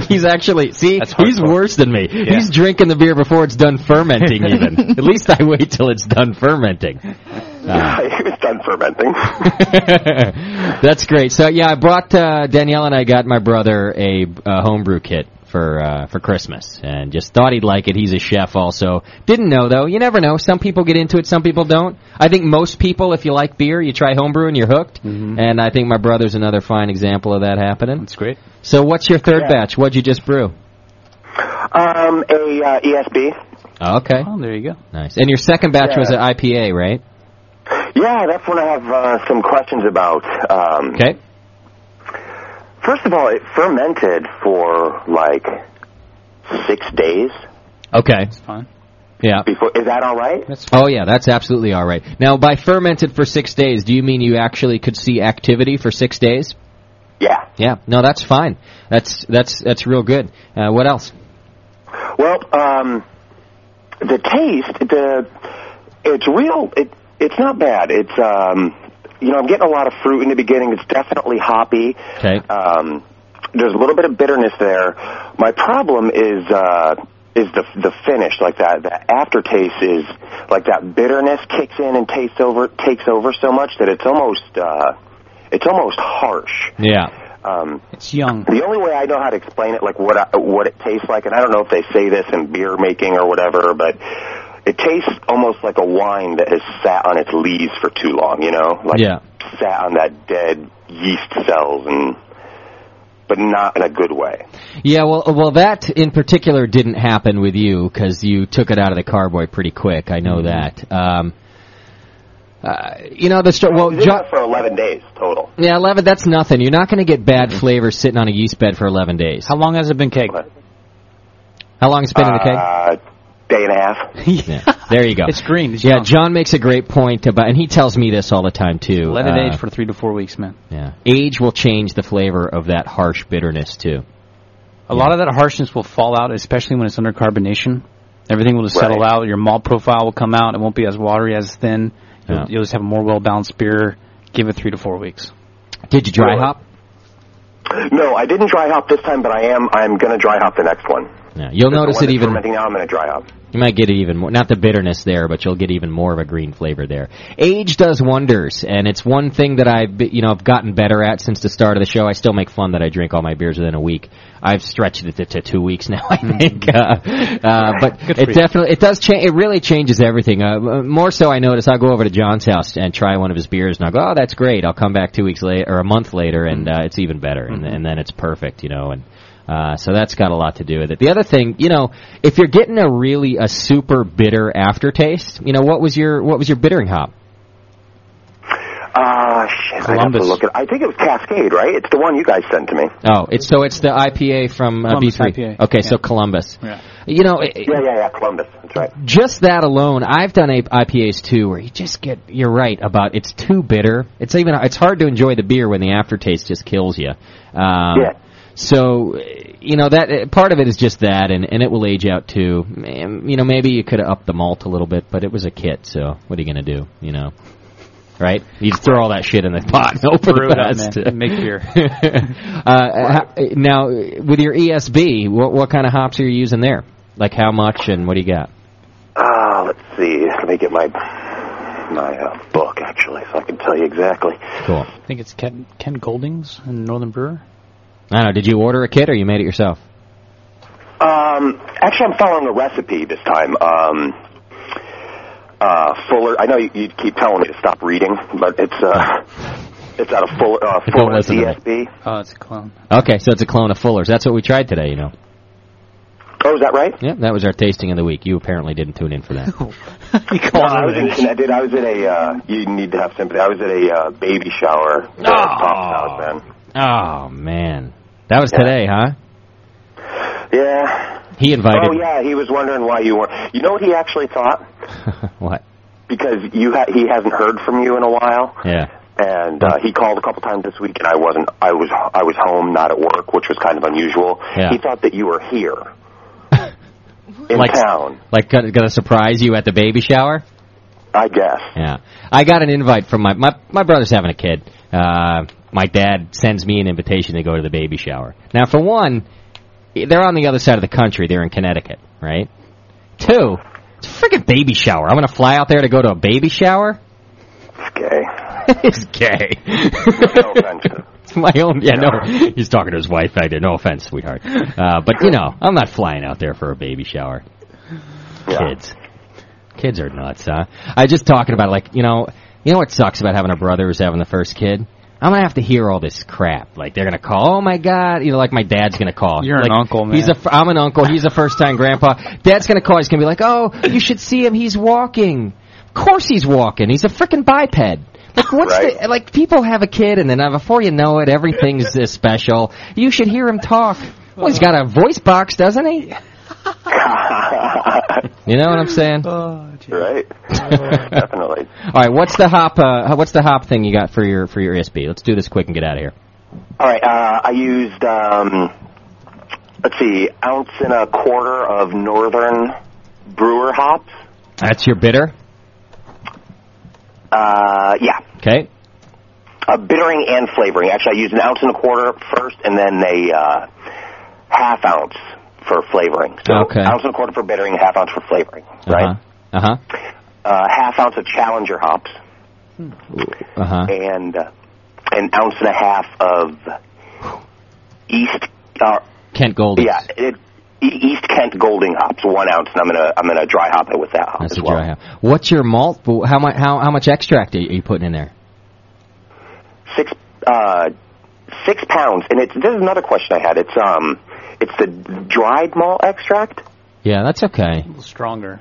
me. <laughs>
<laughs> he's actually see he's worse than me. He's drinking the beer before it's done fermenting. Even at least I wait till it's done fermenting. Uh,
it's done fermenting.
<laughs> that's great. So yeah, I brought uh, Danielle and I got my brother a, uh homebrew kit for uh, for Christmas, and just thought he'd like it. He's a chef, also. Didn't know though. You never know. Some people get into it, some people don't. I think most people, if you like beer, you try homebrew and you're hooked. And I think my brother's another fine example of that happening. That's
great.
So what's your third
Yeah.
batch? What'd you just brew?
Um, a uh, ESB.
Okay.
Oh, there you go.
Nice. And your second batch was an
Yeah.
IPA, right?
Yeah, that's what I have uh, some questions about. Um,
okay.
First of all, it fermented for like six days
Okay.
fine.
Yeah.
before. Is that all right?
Oh yeah, that's absolutely all right. Now, by fermented for six days, do you mean you actually could see activity for six days?
Yeah.
Yeah. No, that's fine. That's that's that's real good. Uh, what else?
Well, um, the taste, the it's real. It it's not bad. It's um, you know, I'm getting a lot of fruit in the beginning. It's definitely hoppy.
Okay.
Um, there's a little bit of bitterness there. My problem is uh, is the the finish, like that the aftertaste is like that bitterness kicks in and tastes over takes over so much that it's almost uh, it's almost harsh.
Yeah.
Um,
It's young.
the only way I know how to explain it, like what I, what it tastes like, and I don't know if they say this in beer making or whatever, but it tastes almost like a wine that has sat on its leaves for too long. You know, like
Yeah.
sat on that dead yeast cells, and but not in a good way.
Yeah. Well, uh, well, that in particular didn't happen with you because you took it out of the carboy pretty quick. I know
Mm-hmm.
that. Um, uh, you know the story. Well,
It
John,
lasted for eleven days total. Mm-hmm.
yeah, eleven. That's nothing. You're not going to get bad flavor sitting on a yeast bed for eleven days. How
long has it been cake?
How long has it been in the cake?
Uh, day and a
<laughs>
half.
yeah, there you go. It's
green.
yeah, John makes a great point about, and he tells me this all the time too.
Let
Uh,
it age for three to four weeks, man.
yeah. Age will change the flavor of that harsh bitterness too.
A lot of that harshness will fall out, especially when it's under carbonation. Everything will just settle out. Your malt profile will come out. It won't be as watery, as thin. You'll,
Yeah.
you'll just have a more well balanced beer. Give it three to four weeks.
Did you dry
Really?
hop?
No, I didn't dry hop this time, but I am. I'm gonna dry hop the next one.
Yeah, you'll
The
notice
one
it
that's
even.
fermenting now. I'm gonna dry hop.
You might get even more, not the bitterness there, but you'll get even more of a green flavor there. Age does wonders, and it's one thing that I've, be- you know, I've gotten better at since the start of the show. I still make fun that I drink all my beers within a week. I've stretched it to, to two weeks now, <laughs> I think. Uh, uh, but
Mm-hmm. Good
it
for you.
definitely, it does change, it really changes everything. Uh, more so I notice I'll go over to John's house and try one of his beers and I'll go, oh, that's great. I'll come back two weeks later, or a month later, and uh, it's even better. And,
Mm-hmm.
and then it's perfect, you know, and, uh, so that's got a lot to do with it. The other thing, you know, if you're getting a really a super bitter aftertaste, you know, what was your what was your bittering hop?
Ah, shit. I have to
Columbus.
look at. I think it was Cascade, right? It's the one you guys sent to me.
Oh, it's so it's the IPA from uh,
Columbus
B3.
IPA.
Okay, so
Yeah.
Columbus.
Yeah.
You know.
yeah, yeah, yeah. Columbus. That's right.
Just that alone, I've done a- IPAs too, where you just get. You're right about it's too bitter. It's even it's hard to enjoy the beer when the aftertaste just kills you. Um,
Yeah.
So eh, you know that eh, part of it is just that, and and it will age out too. Mm, You know, maybe you could have upped the malt a little bit, but it was a kit, so what are you gonna do? You know. Right, you just throw all that shit in the pot and <laughs> hope for
Brew
the
it up,
best.
man. Make beer.
<laughs> Uh, how- now, with your ESB, what what kind of hops are you using there? Like how much and what do you got?
Ah, let's see. Let me get my my uh, book actually, so I can tell you exactly.
Cool.
I think it's Ken, Ken Goldings in Northern Brewer.
I don't know. Did you order a kit or you made it yourself?
Um, actually, I'm following a recipe this time. Um, uh, Fuller. I know you, you keep telling me to stop reading, but it's uh, it's out of Fuller uh,
Don't
Fuller
listen to me.
DSB.
Oh, it's a clone.
Okay, so it's a clone of Fuller's. That's what we tried today, you know.
Oh, is that right?
<laughs> Yeah, that was our tasting of the week. You apparently didn't tune in for that.
<laughs> No, I was in, I did. I was at a. Uh, you need to have sympathy. I was at a uh, baby shower. at Pop's house, man.
oh man, that was today, huh?
Yeah.
He invited.
Oh yeah, he was wondering why you weren't. You know what he actually thought?
<laughs> What?
Because you ha- he hasn't heard from you in a while,
Yeah.
and uh, he called a couple times this week, and I wasn't. I was I was home, not at work, which was kind of unusual.
Yeah.
He thought that you were
<laughs>
here in
Like-
town.
Like gonna, gonna surprise you at the baby shower?
I guess.
Yeah. I got an invite from my my my brother's having a kid. Uh, my dad sends me an invitation to go to the baby shower. Now, for one, they're on the other side of the country. They're in Connecticut, right? Two, it's a freaking baby shower. I'm gonna fly out there to go to a baby shower.
Okay.
<laughs> it's gay.
no offense.
It's my own. Yeah, no. He's talking to his wife. I did. No offense, sweetheart. Uh, but you know, I'm not flying out there for a baby shower. Kids, kids are nuts, huh? I was just talking about like you know, you know what sucks about having a brother who's having the first kid. I'm gonna have to hear all this crap. Like they're gonna call, oh my god, you know, like my dad's gonna call.
You're an
Like,
uncle, man.
He's a, fr- I'm an uncle. He's a first time grandpa. Dad's gonna call. He's gonna be like, oh, you should see him. He's walking. Of course he's walking. He's a freaking biped. Like what's the like? People have a kid, and then uh, before you know it, everything's uh, special. You should hear him talk. Well, he's got a voice box, doesn't he? You know what I'm saying?
Uh,
Uh-huh.
right.
<laughs>
Definitely.
All right, what's the hop? Uh, what's the hop thing you got for your for your ESB? Let's do this quick and get out of here.
All right. Uh, I used um, let's see, ounce and a quarter of Northern Brewer hops.
That's your bitter.
Uh, yeah.
Okay.
Uh, bittering and flavoring. Actually, I used an ounce and a quarter first, and then a uh, half ounce for flavoring. So,
Okay.
ounce and a quarter for bittering, half ounce for flavoring.
Right. Uh huh.
Uh, half ounce of Challenger hops,
Uh huh.
and uh, an ounce and a half of East. Uh,
Kent Golding.
yeah, it, E- East Kent Golding hops, one ounce, and I'm gonna I'm gonna dry hop it with that hop
That's
as
a
well.
dry hop. What's your malt? How much? How, how much extract are you are you putting in there?
six uh six pounds and it's this is another question i had it's um it's the dried malt extract
Yeah, that's okay.
Stronger.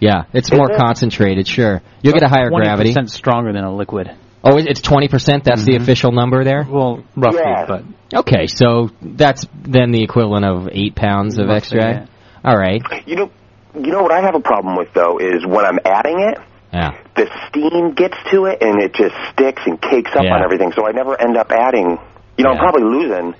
Yeah, it's
Is
more
it?
concentrated. Sure, you'll get a higher gravity.
20% stronger than a liquid.
Oh, it- it's twenty percent. That's the official number there.
Well, roughly, but
Okay, so that's then the equivalent of eight pounds of
Roughly,
extract. All right.
you know you know what i have a problem with though is when i'm adding it
Yeah.
the steam gets to it and it just sticks and cakes up
Yeah.
on everything so i never end up adding you know i'm probably losing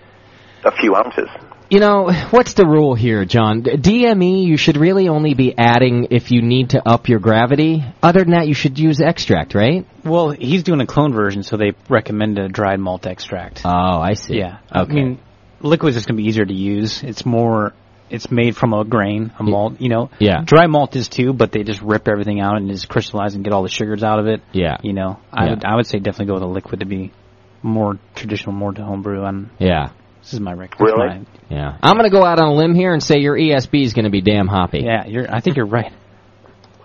a few ounces
You know, what's the rule here, John? DME, E, you should really only be adding if you need to up your gravity. Other than that, you should use extract, right?
well, he's doing a clone version, so they recommend a dried malt extract.
Oh, I see.
Yeah, I
Okay.
mean, liquid's just gonna be easier to use. It's more it's made from a grain, a malt. You know,
Yeah.
Dry malt is too, but they just rip everything out and just crystallize and get all the sugars out of it.
Yeah.
You know, I
Yeah.
would I would say definitely go with a liquid to be more traditional, more to homebrew. And
Yeah.
this is my rec. my-
Yeah. I'm going to go out on a limb here and say your ESB is going to be damn hoppy.
Yeah, you're. I think you're right.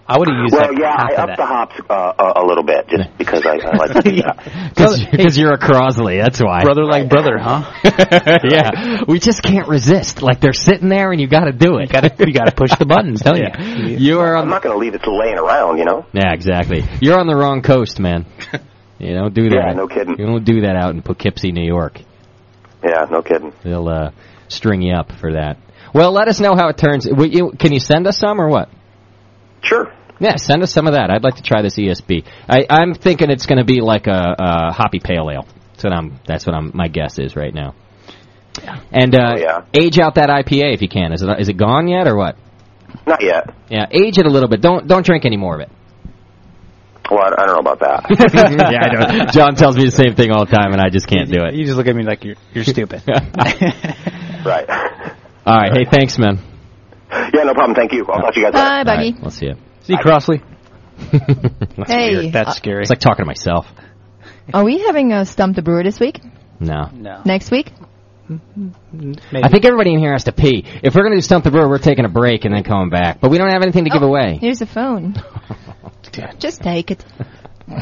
I would have used
Well,
that
yeah,
half
I
of
upped
that.
the hops uh, a, a little bit just because I, I
<laughs>
like to do that.
<laughs> Because you're a Crosley, that's why.
Brother like brother, huh?
yeah. <laughs> We just can't resist. Like they're sitting there and you got to do it. You got
to you got to push the buttons, tell
<laughs> you. You are on
I'm not going to leave it laying around, you know.
Yeah, exactly. You're on the wrong coast,
<laughs>
man. You don't do that.
Yeah, no kidding.
You don't do that out in Poughkeepsie, New York.
Yeah, no kidding.
They'll uh, string you up for that. Well, let us know how it turns. Will you, can you send us some or what?
Sure.
Yeah, send us some of that. I'd like to try this ESB. I, I'm thinking it's going to be like a, a hoppy pale ale. That's what I'm. That's what I'm. My guess is right now. And
Oh,
uh, age out that IPA if you can. Is it is it gone yet or what?
Not yet.
Yeah, age it a little bit. Don't don't drink
<laughs>
any more of it. <laughs>
Well, I, I don't know about that.
yeah, I know. John tells me the same thing all the time, and I just <laughs> can't do it.
You just look at me like you're you're
<laughs>
stupid.
right.
All right. Hey, thanks, man.
Yeah, no problem. Thank you. I'll talk to you guys
Bye,
later.
buddy.
We'll see you.
See Crossley.
That's
Hey,
weird.
That's uh,
scary.
It's like talking to myself.
Are we having a stump the brewer this week?
No.
Next week?
I think everybody in here has to pee. If we're going to do Stump the Brewer, we're taking a break and then coming back. But we don't have anything to give away.
Here's a phone.
<laughs>
Just take it.
They're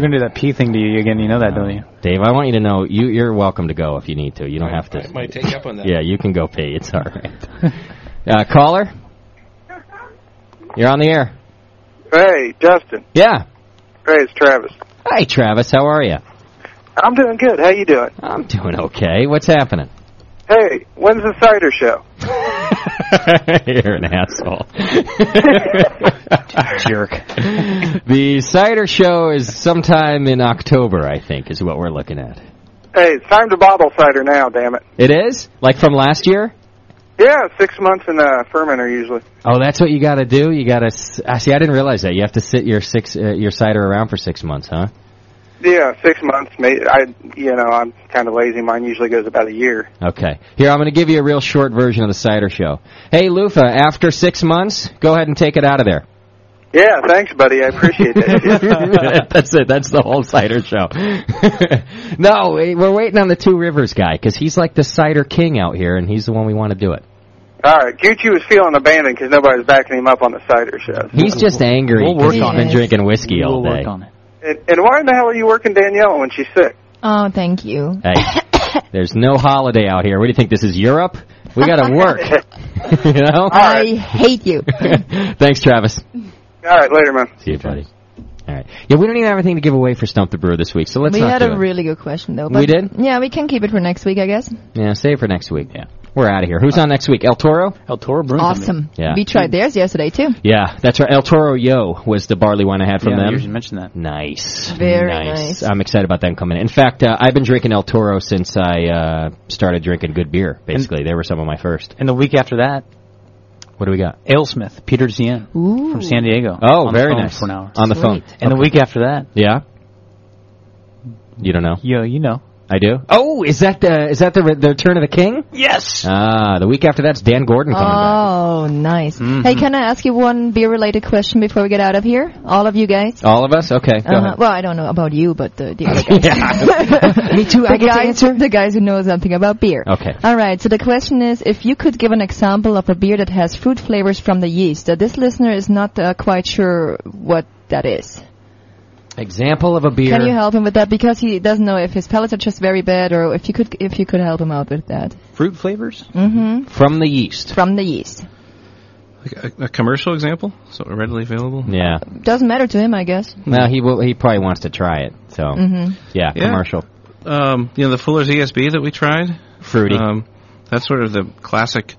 gonna do that pee thing to you again. You know that, don't you?
Dave, I want you to know you, you're welcome to go if you need to. You don't have to.
I might take you up on that.
Yeah, you can go pee. It's all right. <laughs> Uh, caller, you're on the air.
Hey, Justin.
Yeah.
Hey, it's Travis.
Hey, Travis, how are you?
I'm doing good. How you doing?
I'm Doing okay. What's happening?
Hey, when's the cider show?
<laughs> You're an asshole. Jerk. The cider show is sometime in October, I think, is what we're looking at.
Hey, it's time to bottle cider now. Damn it.
It is? Like from last year?
Yeah, six months in the fermenter usually.
Oh, that's what you got to do. You got to see. I didn't realize that. You have to sit your six uh, your cider around for six months, huh?
Yeah, six months. May I? You know, I'm kind of lazy. Mine usually goes about a year.
Okay. Here, I'm going to give you a real short version of the cider show. Hey, Lufa, after six months, go ahead and take it out of there.
Yeah, thanks, buddy. I appreciate <laughs> that.
<laughs> that's it. That's the whole cider show. <laughs> no, we- we're waiting on the Two Rivers guy because he's like the cider king out here, and he's the one we want to do it.
All right, Gucci was feeling abandoned because nobody was backing him up on the cider show.
He's just angry
we'll
'cause
work
he's
on
been
it.
drinking whiskey all
We'll work
day.
on
And, and why in the hell are you working Daniela when she's sick?
Oh, thank you.
<laughs>
Hey, there's no holiday out here. What do you think? This is Europe? We
<laughs>
got to work. <laughs> you know?
I hate you.
<laughs> Thanks, Travis.
All right, later, man.
See you, buddy. All right. Yeah, we don't even have anything to give away for Stump the Brewer this week, so let's
we
not
had
do
a
it.
really good question though.
We
But
did?
Yeah, we can keep it for next week, I guess.
yeah, save it for next week. Yeah. We're out of here. Who's on next week? El Toro?
El Toro Brewing
Awesome.
Yeah.
We tried theirs yesterday too.
Yeah, that's right. El Toro Yo was the barley wine I had from
Yeah,
them.
you mentioned that.
Nice.
Very nice.
I'm excited about them coming in. In fact, uh, I've been drinking El Toro since I uh, started drinking good beer, basically. they were some of my first.
And the week after that,
what do we got?
Alesmith, Peter Zien
Ooh.
from San Diego.
Oh,
on the
very
phone
nice.
For an hour.
On the phone.
And the week after that,
Yeah? You don't know?
yo, you know.
I do. Oh, is that the is that the the turn of the king?
Yes.
Ah, the week after that's Dan Gordon coming back.
Oh, nice.
Mhm.
Hey, can I ask you one beer-related question before we get out of here? All of you guys.
All of us? Okay, go
Uh-huh. Well, I don't know about you, but the,
<laughs>
the other guys. <laughs>
ahead. Me too.
the guys, The guys who know something about beer.
Okay.
All right. So the question is, if you could give an example of a beer that has fruit flavors from the yeast, uh, this listener is not uh, quite sure what that is.
Example of a beer.
Can you help him with that? Because he doesn't know if his palates are just very bad, or if you could if you could help him out with that.
Fruit flavors?
Mm-hmm.
From the yeast.
From the yeast.
Like a, a commercial example, so readily available.
Yeah.
Doesn't matter to him, I guess.
Well, he will. He probably wants to try it. So,
Mhm.
yeah,
Yeah.
commercial.
Um, you know the Fuller's ESB that we tried,
Fruity.
Um, that's sort of the classic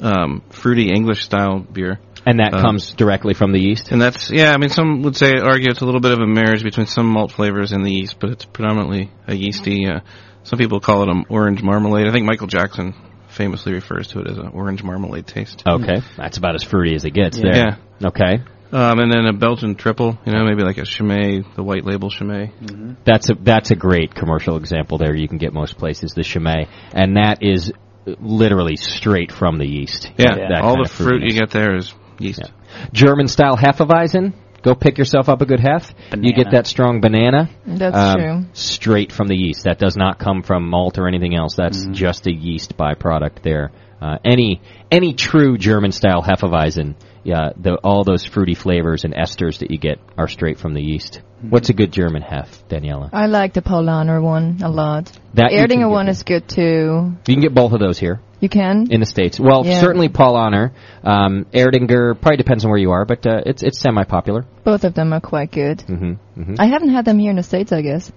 um, fruity English style beer,
And that
Um,
comes directly from the yeast.
And that's yeah. I mean, some would say argue it's a little bit of a marriage between some malt flavors and the yeast, but it's predominantly a yeasty. Uh, some people call it an orange marmalade. I think Michael Jackson famously refers to it as an orange marmalade taste.
Okay, that's about as fruity as it gets.
Yeah.
There. Okay,
Um, and then a Belgian triple, you know, maybe like a Chimay, the white label Chimay.
Mm-hmm. that's a that's a great commercial example there. You can get most places the Chimay, and that is literally straight from the yeast.
Yeah,
That
all
kind
the
of
fruit you
fruitiness.
get there is yeast.
German style Hefeweizen. Go pick yourself up a good hef. You get that strong banana. um,
That's true.
Straight from the yeast. That does not come from malt or anything else. That's just a yeast byproduct there. Uh, any any true German style Hefeweizen, yeah, the, all those fruity flavors and esters that you get are straight from the yeast. What's a good German hef, Daniela?
I like the Paulaner one a lot.
That
the
you can
Erdinger
get.
one is good too.
You can get both of those here.
You can.
in the states. Well,
Yeah.
certainly Paul Honor, um, Erdinger. Probably depends on where you are, but uh, it's it's semi-popular.
Both of them are quite good.
hmm hmm
I haven't had them here in the states, I guess.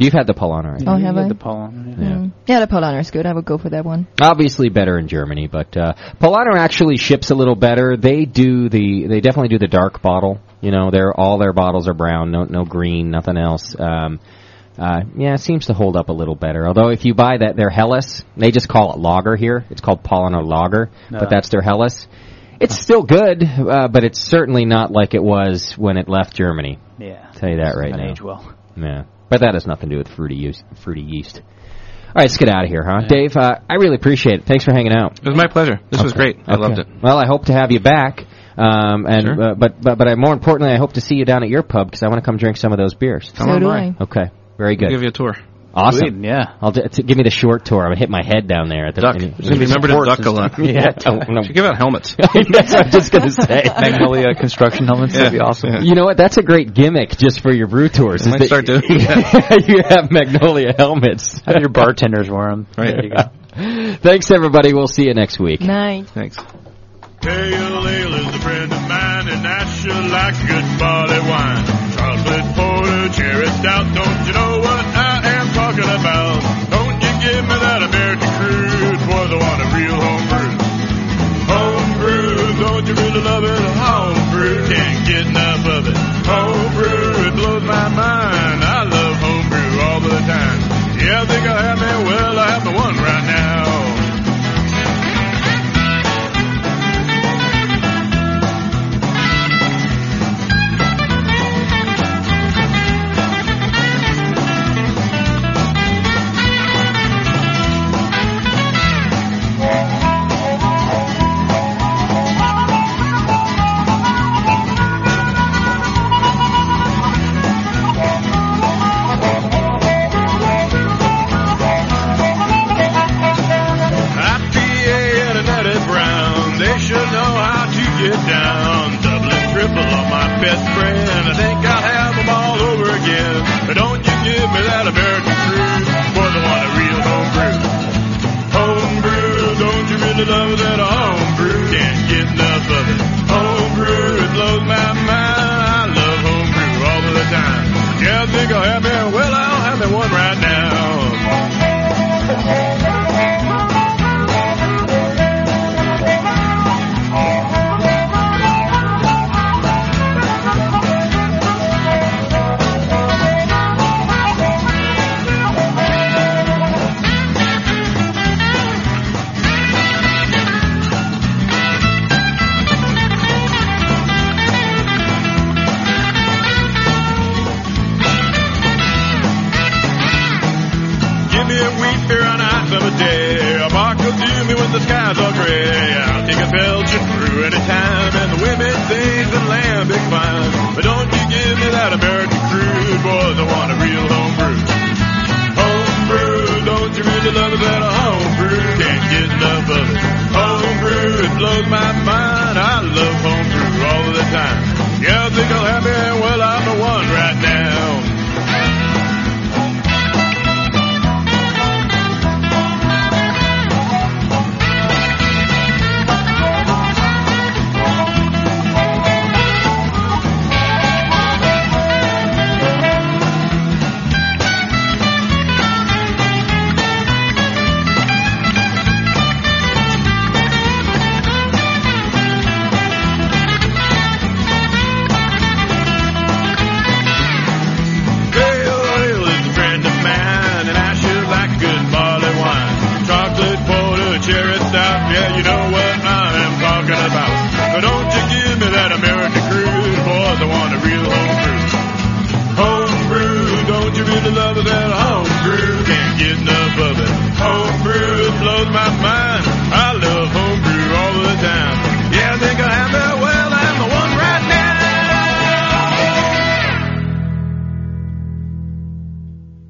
You've had the Paul Honor. right?
Oh, have I?
Yeah.
Mm. yeah, the Paulaner is good. I would go for that one.
Obviously better in Germany, but uh, Polano actually ships a little better. They do the they definitely do the dark bottle. You know, they're all their bottles are brown, no no green, nothing else. Um, uh, yeah, it seems to hold up a little better. Although if you buy that their Helles, they just call it lager here. It's called Polano lager,
Ah.
but that's their Helles. It's still good, uh, but it's certainly not like it was when it left Germany.
Yeah.
tell you that right
Doesn't
now.
age well.
Yeah, but that has nothing to do with fruity yeast. Fruity yeast. All right, let's get out of here, huh? Dave, uh, I really appreciate it. Thanks for hanging out.
It was my pleasure. This was great. I loved it.
Well, I hope to have you back. Um, and uh, but but but I, more importantly, I hope to see you down at your pub because I want to come drink some of those beers.
Come So on do by.
Okay, very good.
I'll give you a tour.
Awesome.
Sweet,
yeah.
I'll d- t- give me the short tour. I'm gonna hit my head down there at the
Duck.
and-
Just remember to duck a lot.
<laughs> yeah. don't- no.
Should give out
<laughs>
helmets.
That's what I'm
<laughs>
just gonna say.
Magnolia construction helmets would be
Yeah.
awesome.
You know what? That's a great gimmick just for your brew tours.
I
is
might
that
start
<laughs>
doing
you have <laughs> magnolia helmets.
Have your bartenders wear them.
Right.
There you go.
<laughs> Thanks, everybody. We'll see you next week.
Night.
Thanks.
Pale ale is a friend of mine, and I sure like good barley wine. Chocolate porter, cherry stout, don't you know what I am talking about? Don't you give me that American crude, boys, I want a real homebrew. Homebrew, don't you really love it? Homebrew, can't get enough of it. Homebrew, it blows my mind. I love homebrew all the time. Yeah, I think I have me, well, I have the one right now. IPA and an Eddie Brown. They should know how to get down. Double and triple on my best friend. I think I'll have them all over again. But don't you give me that American crew. Boy, I want a real homebrew. Homebrew, don't you really love that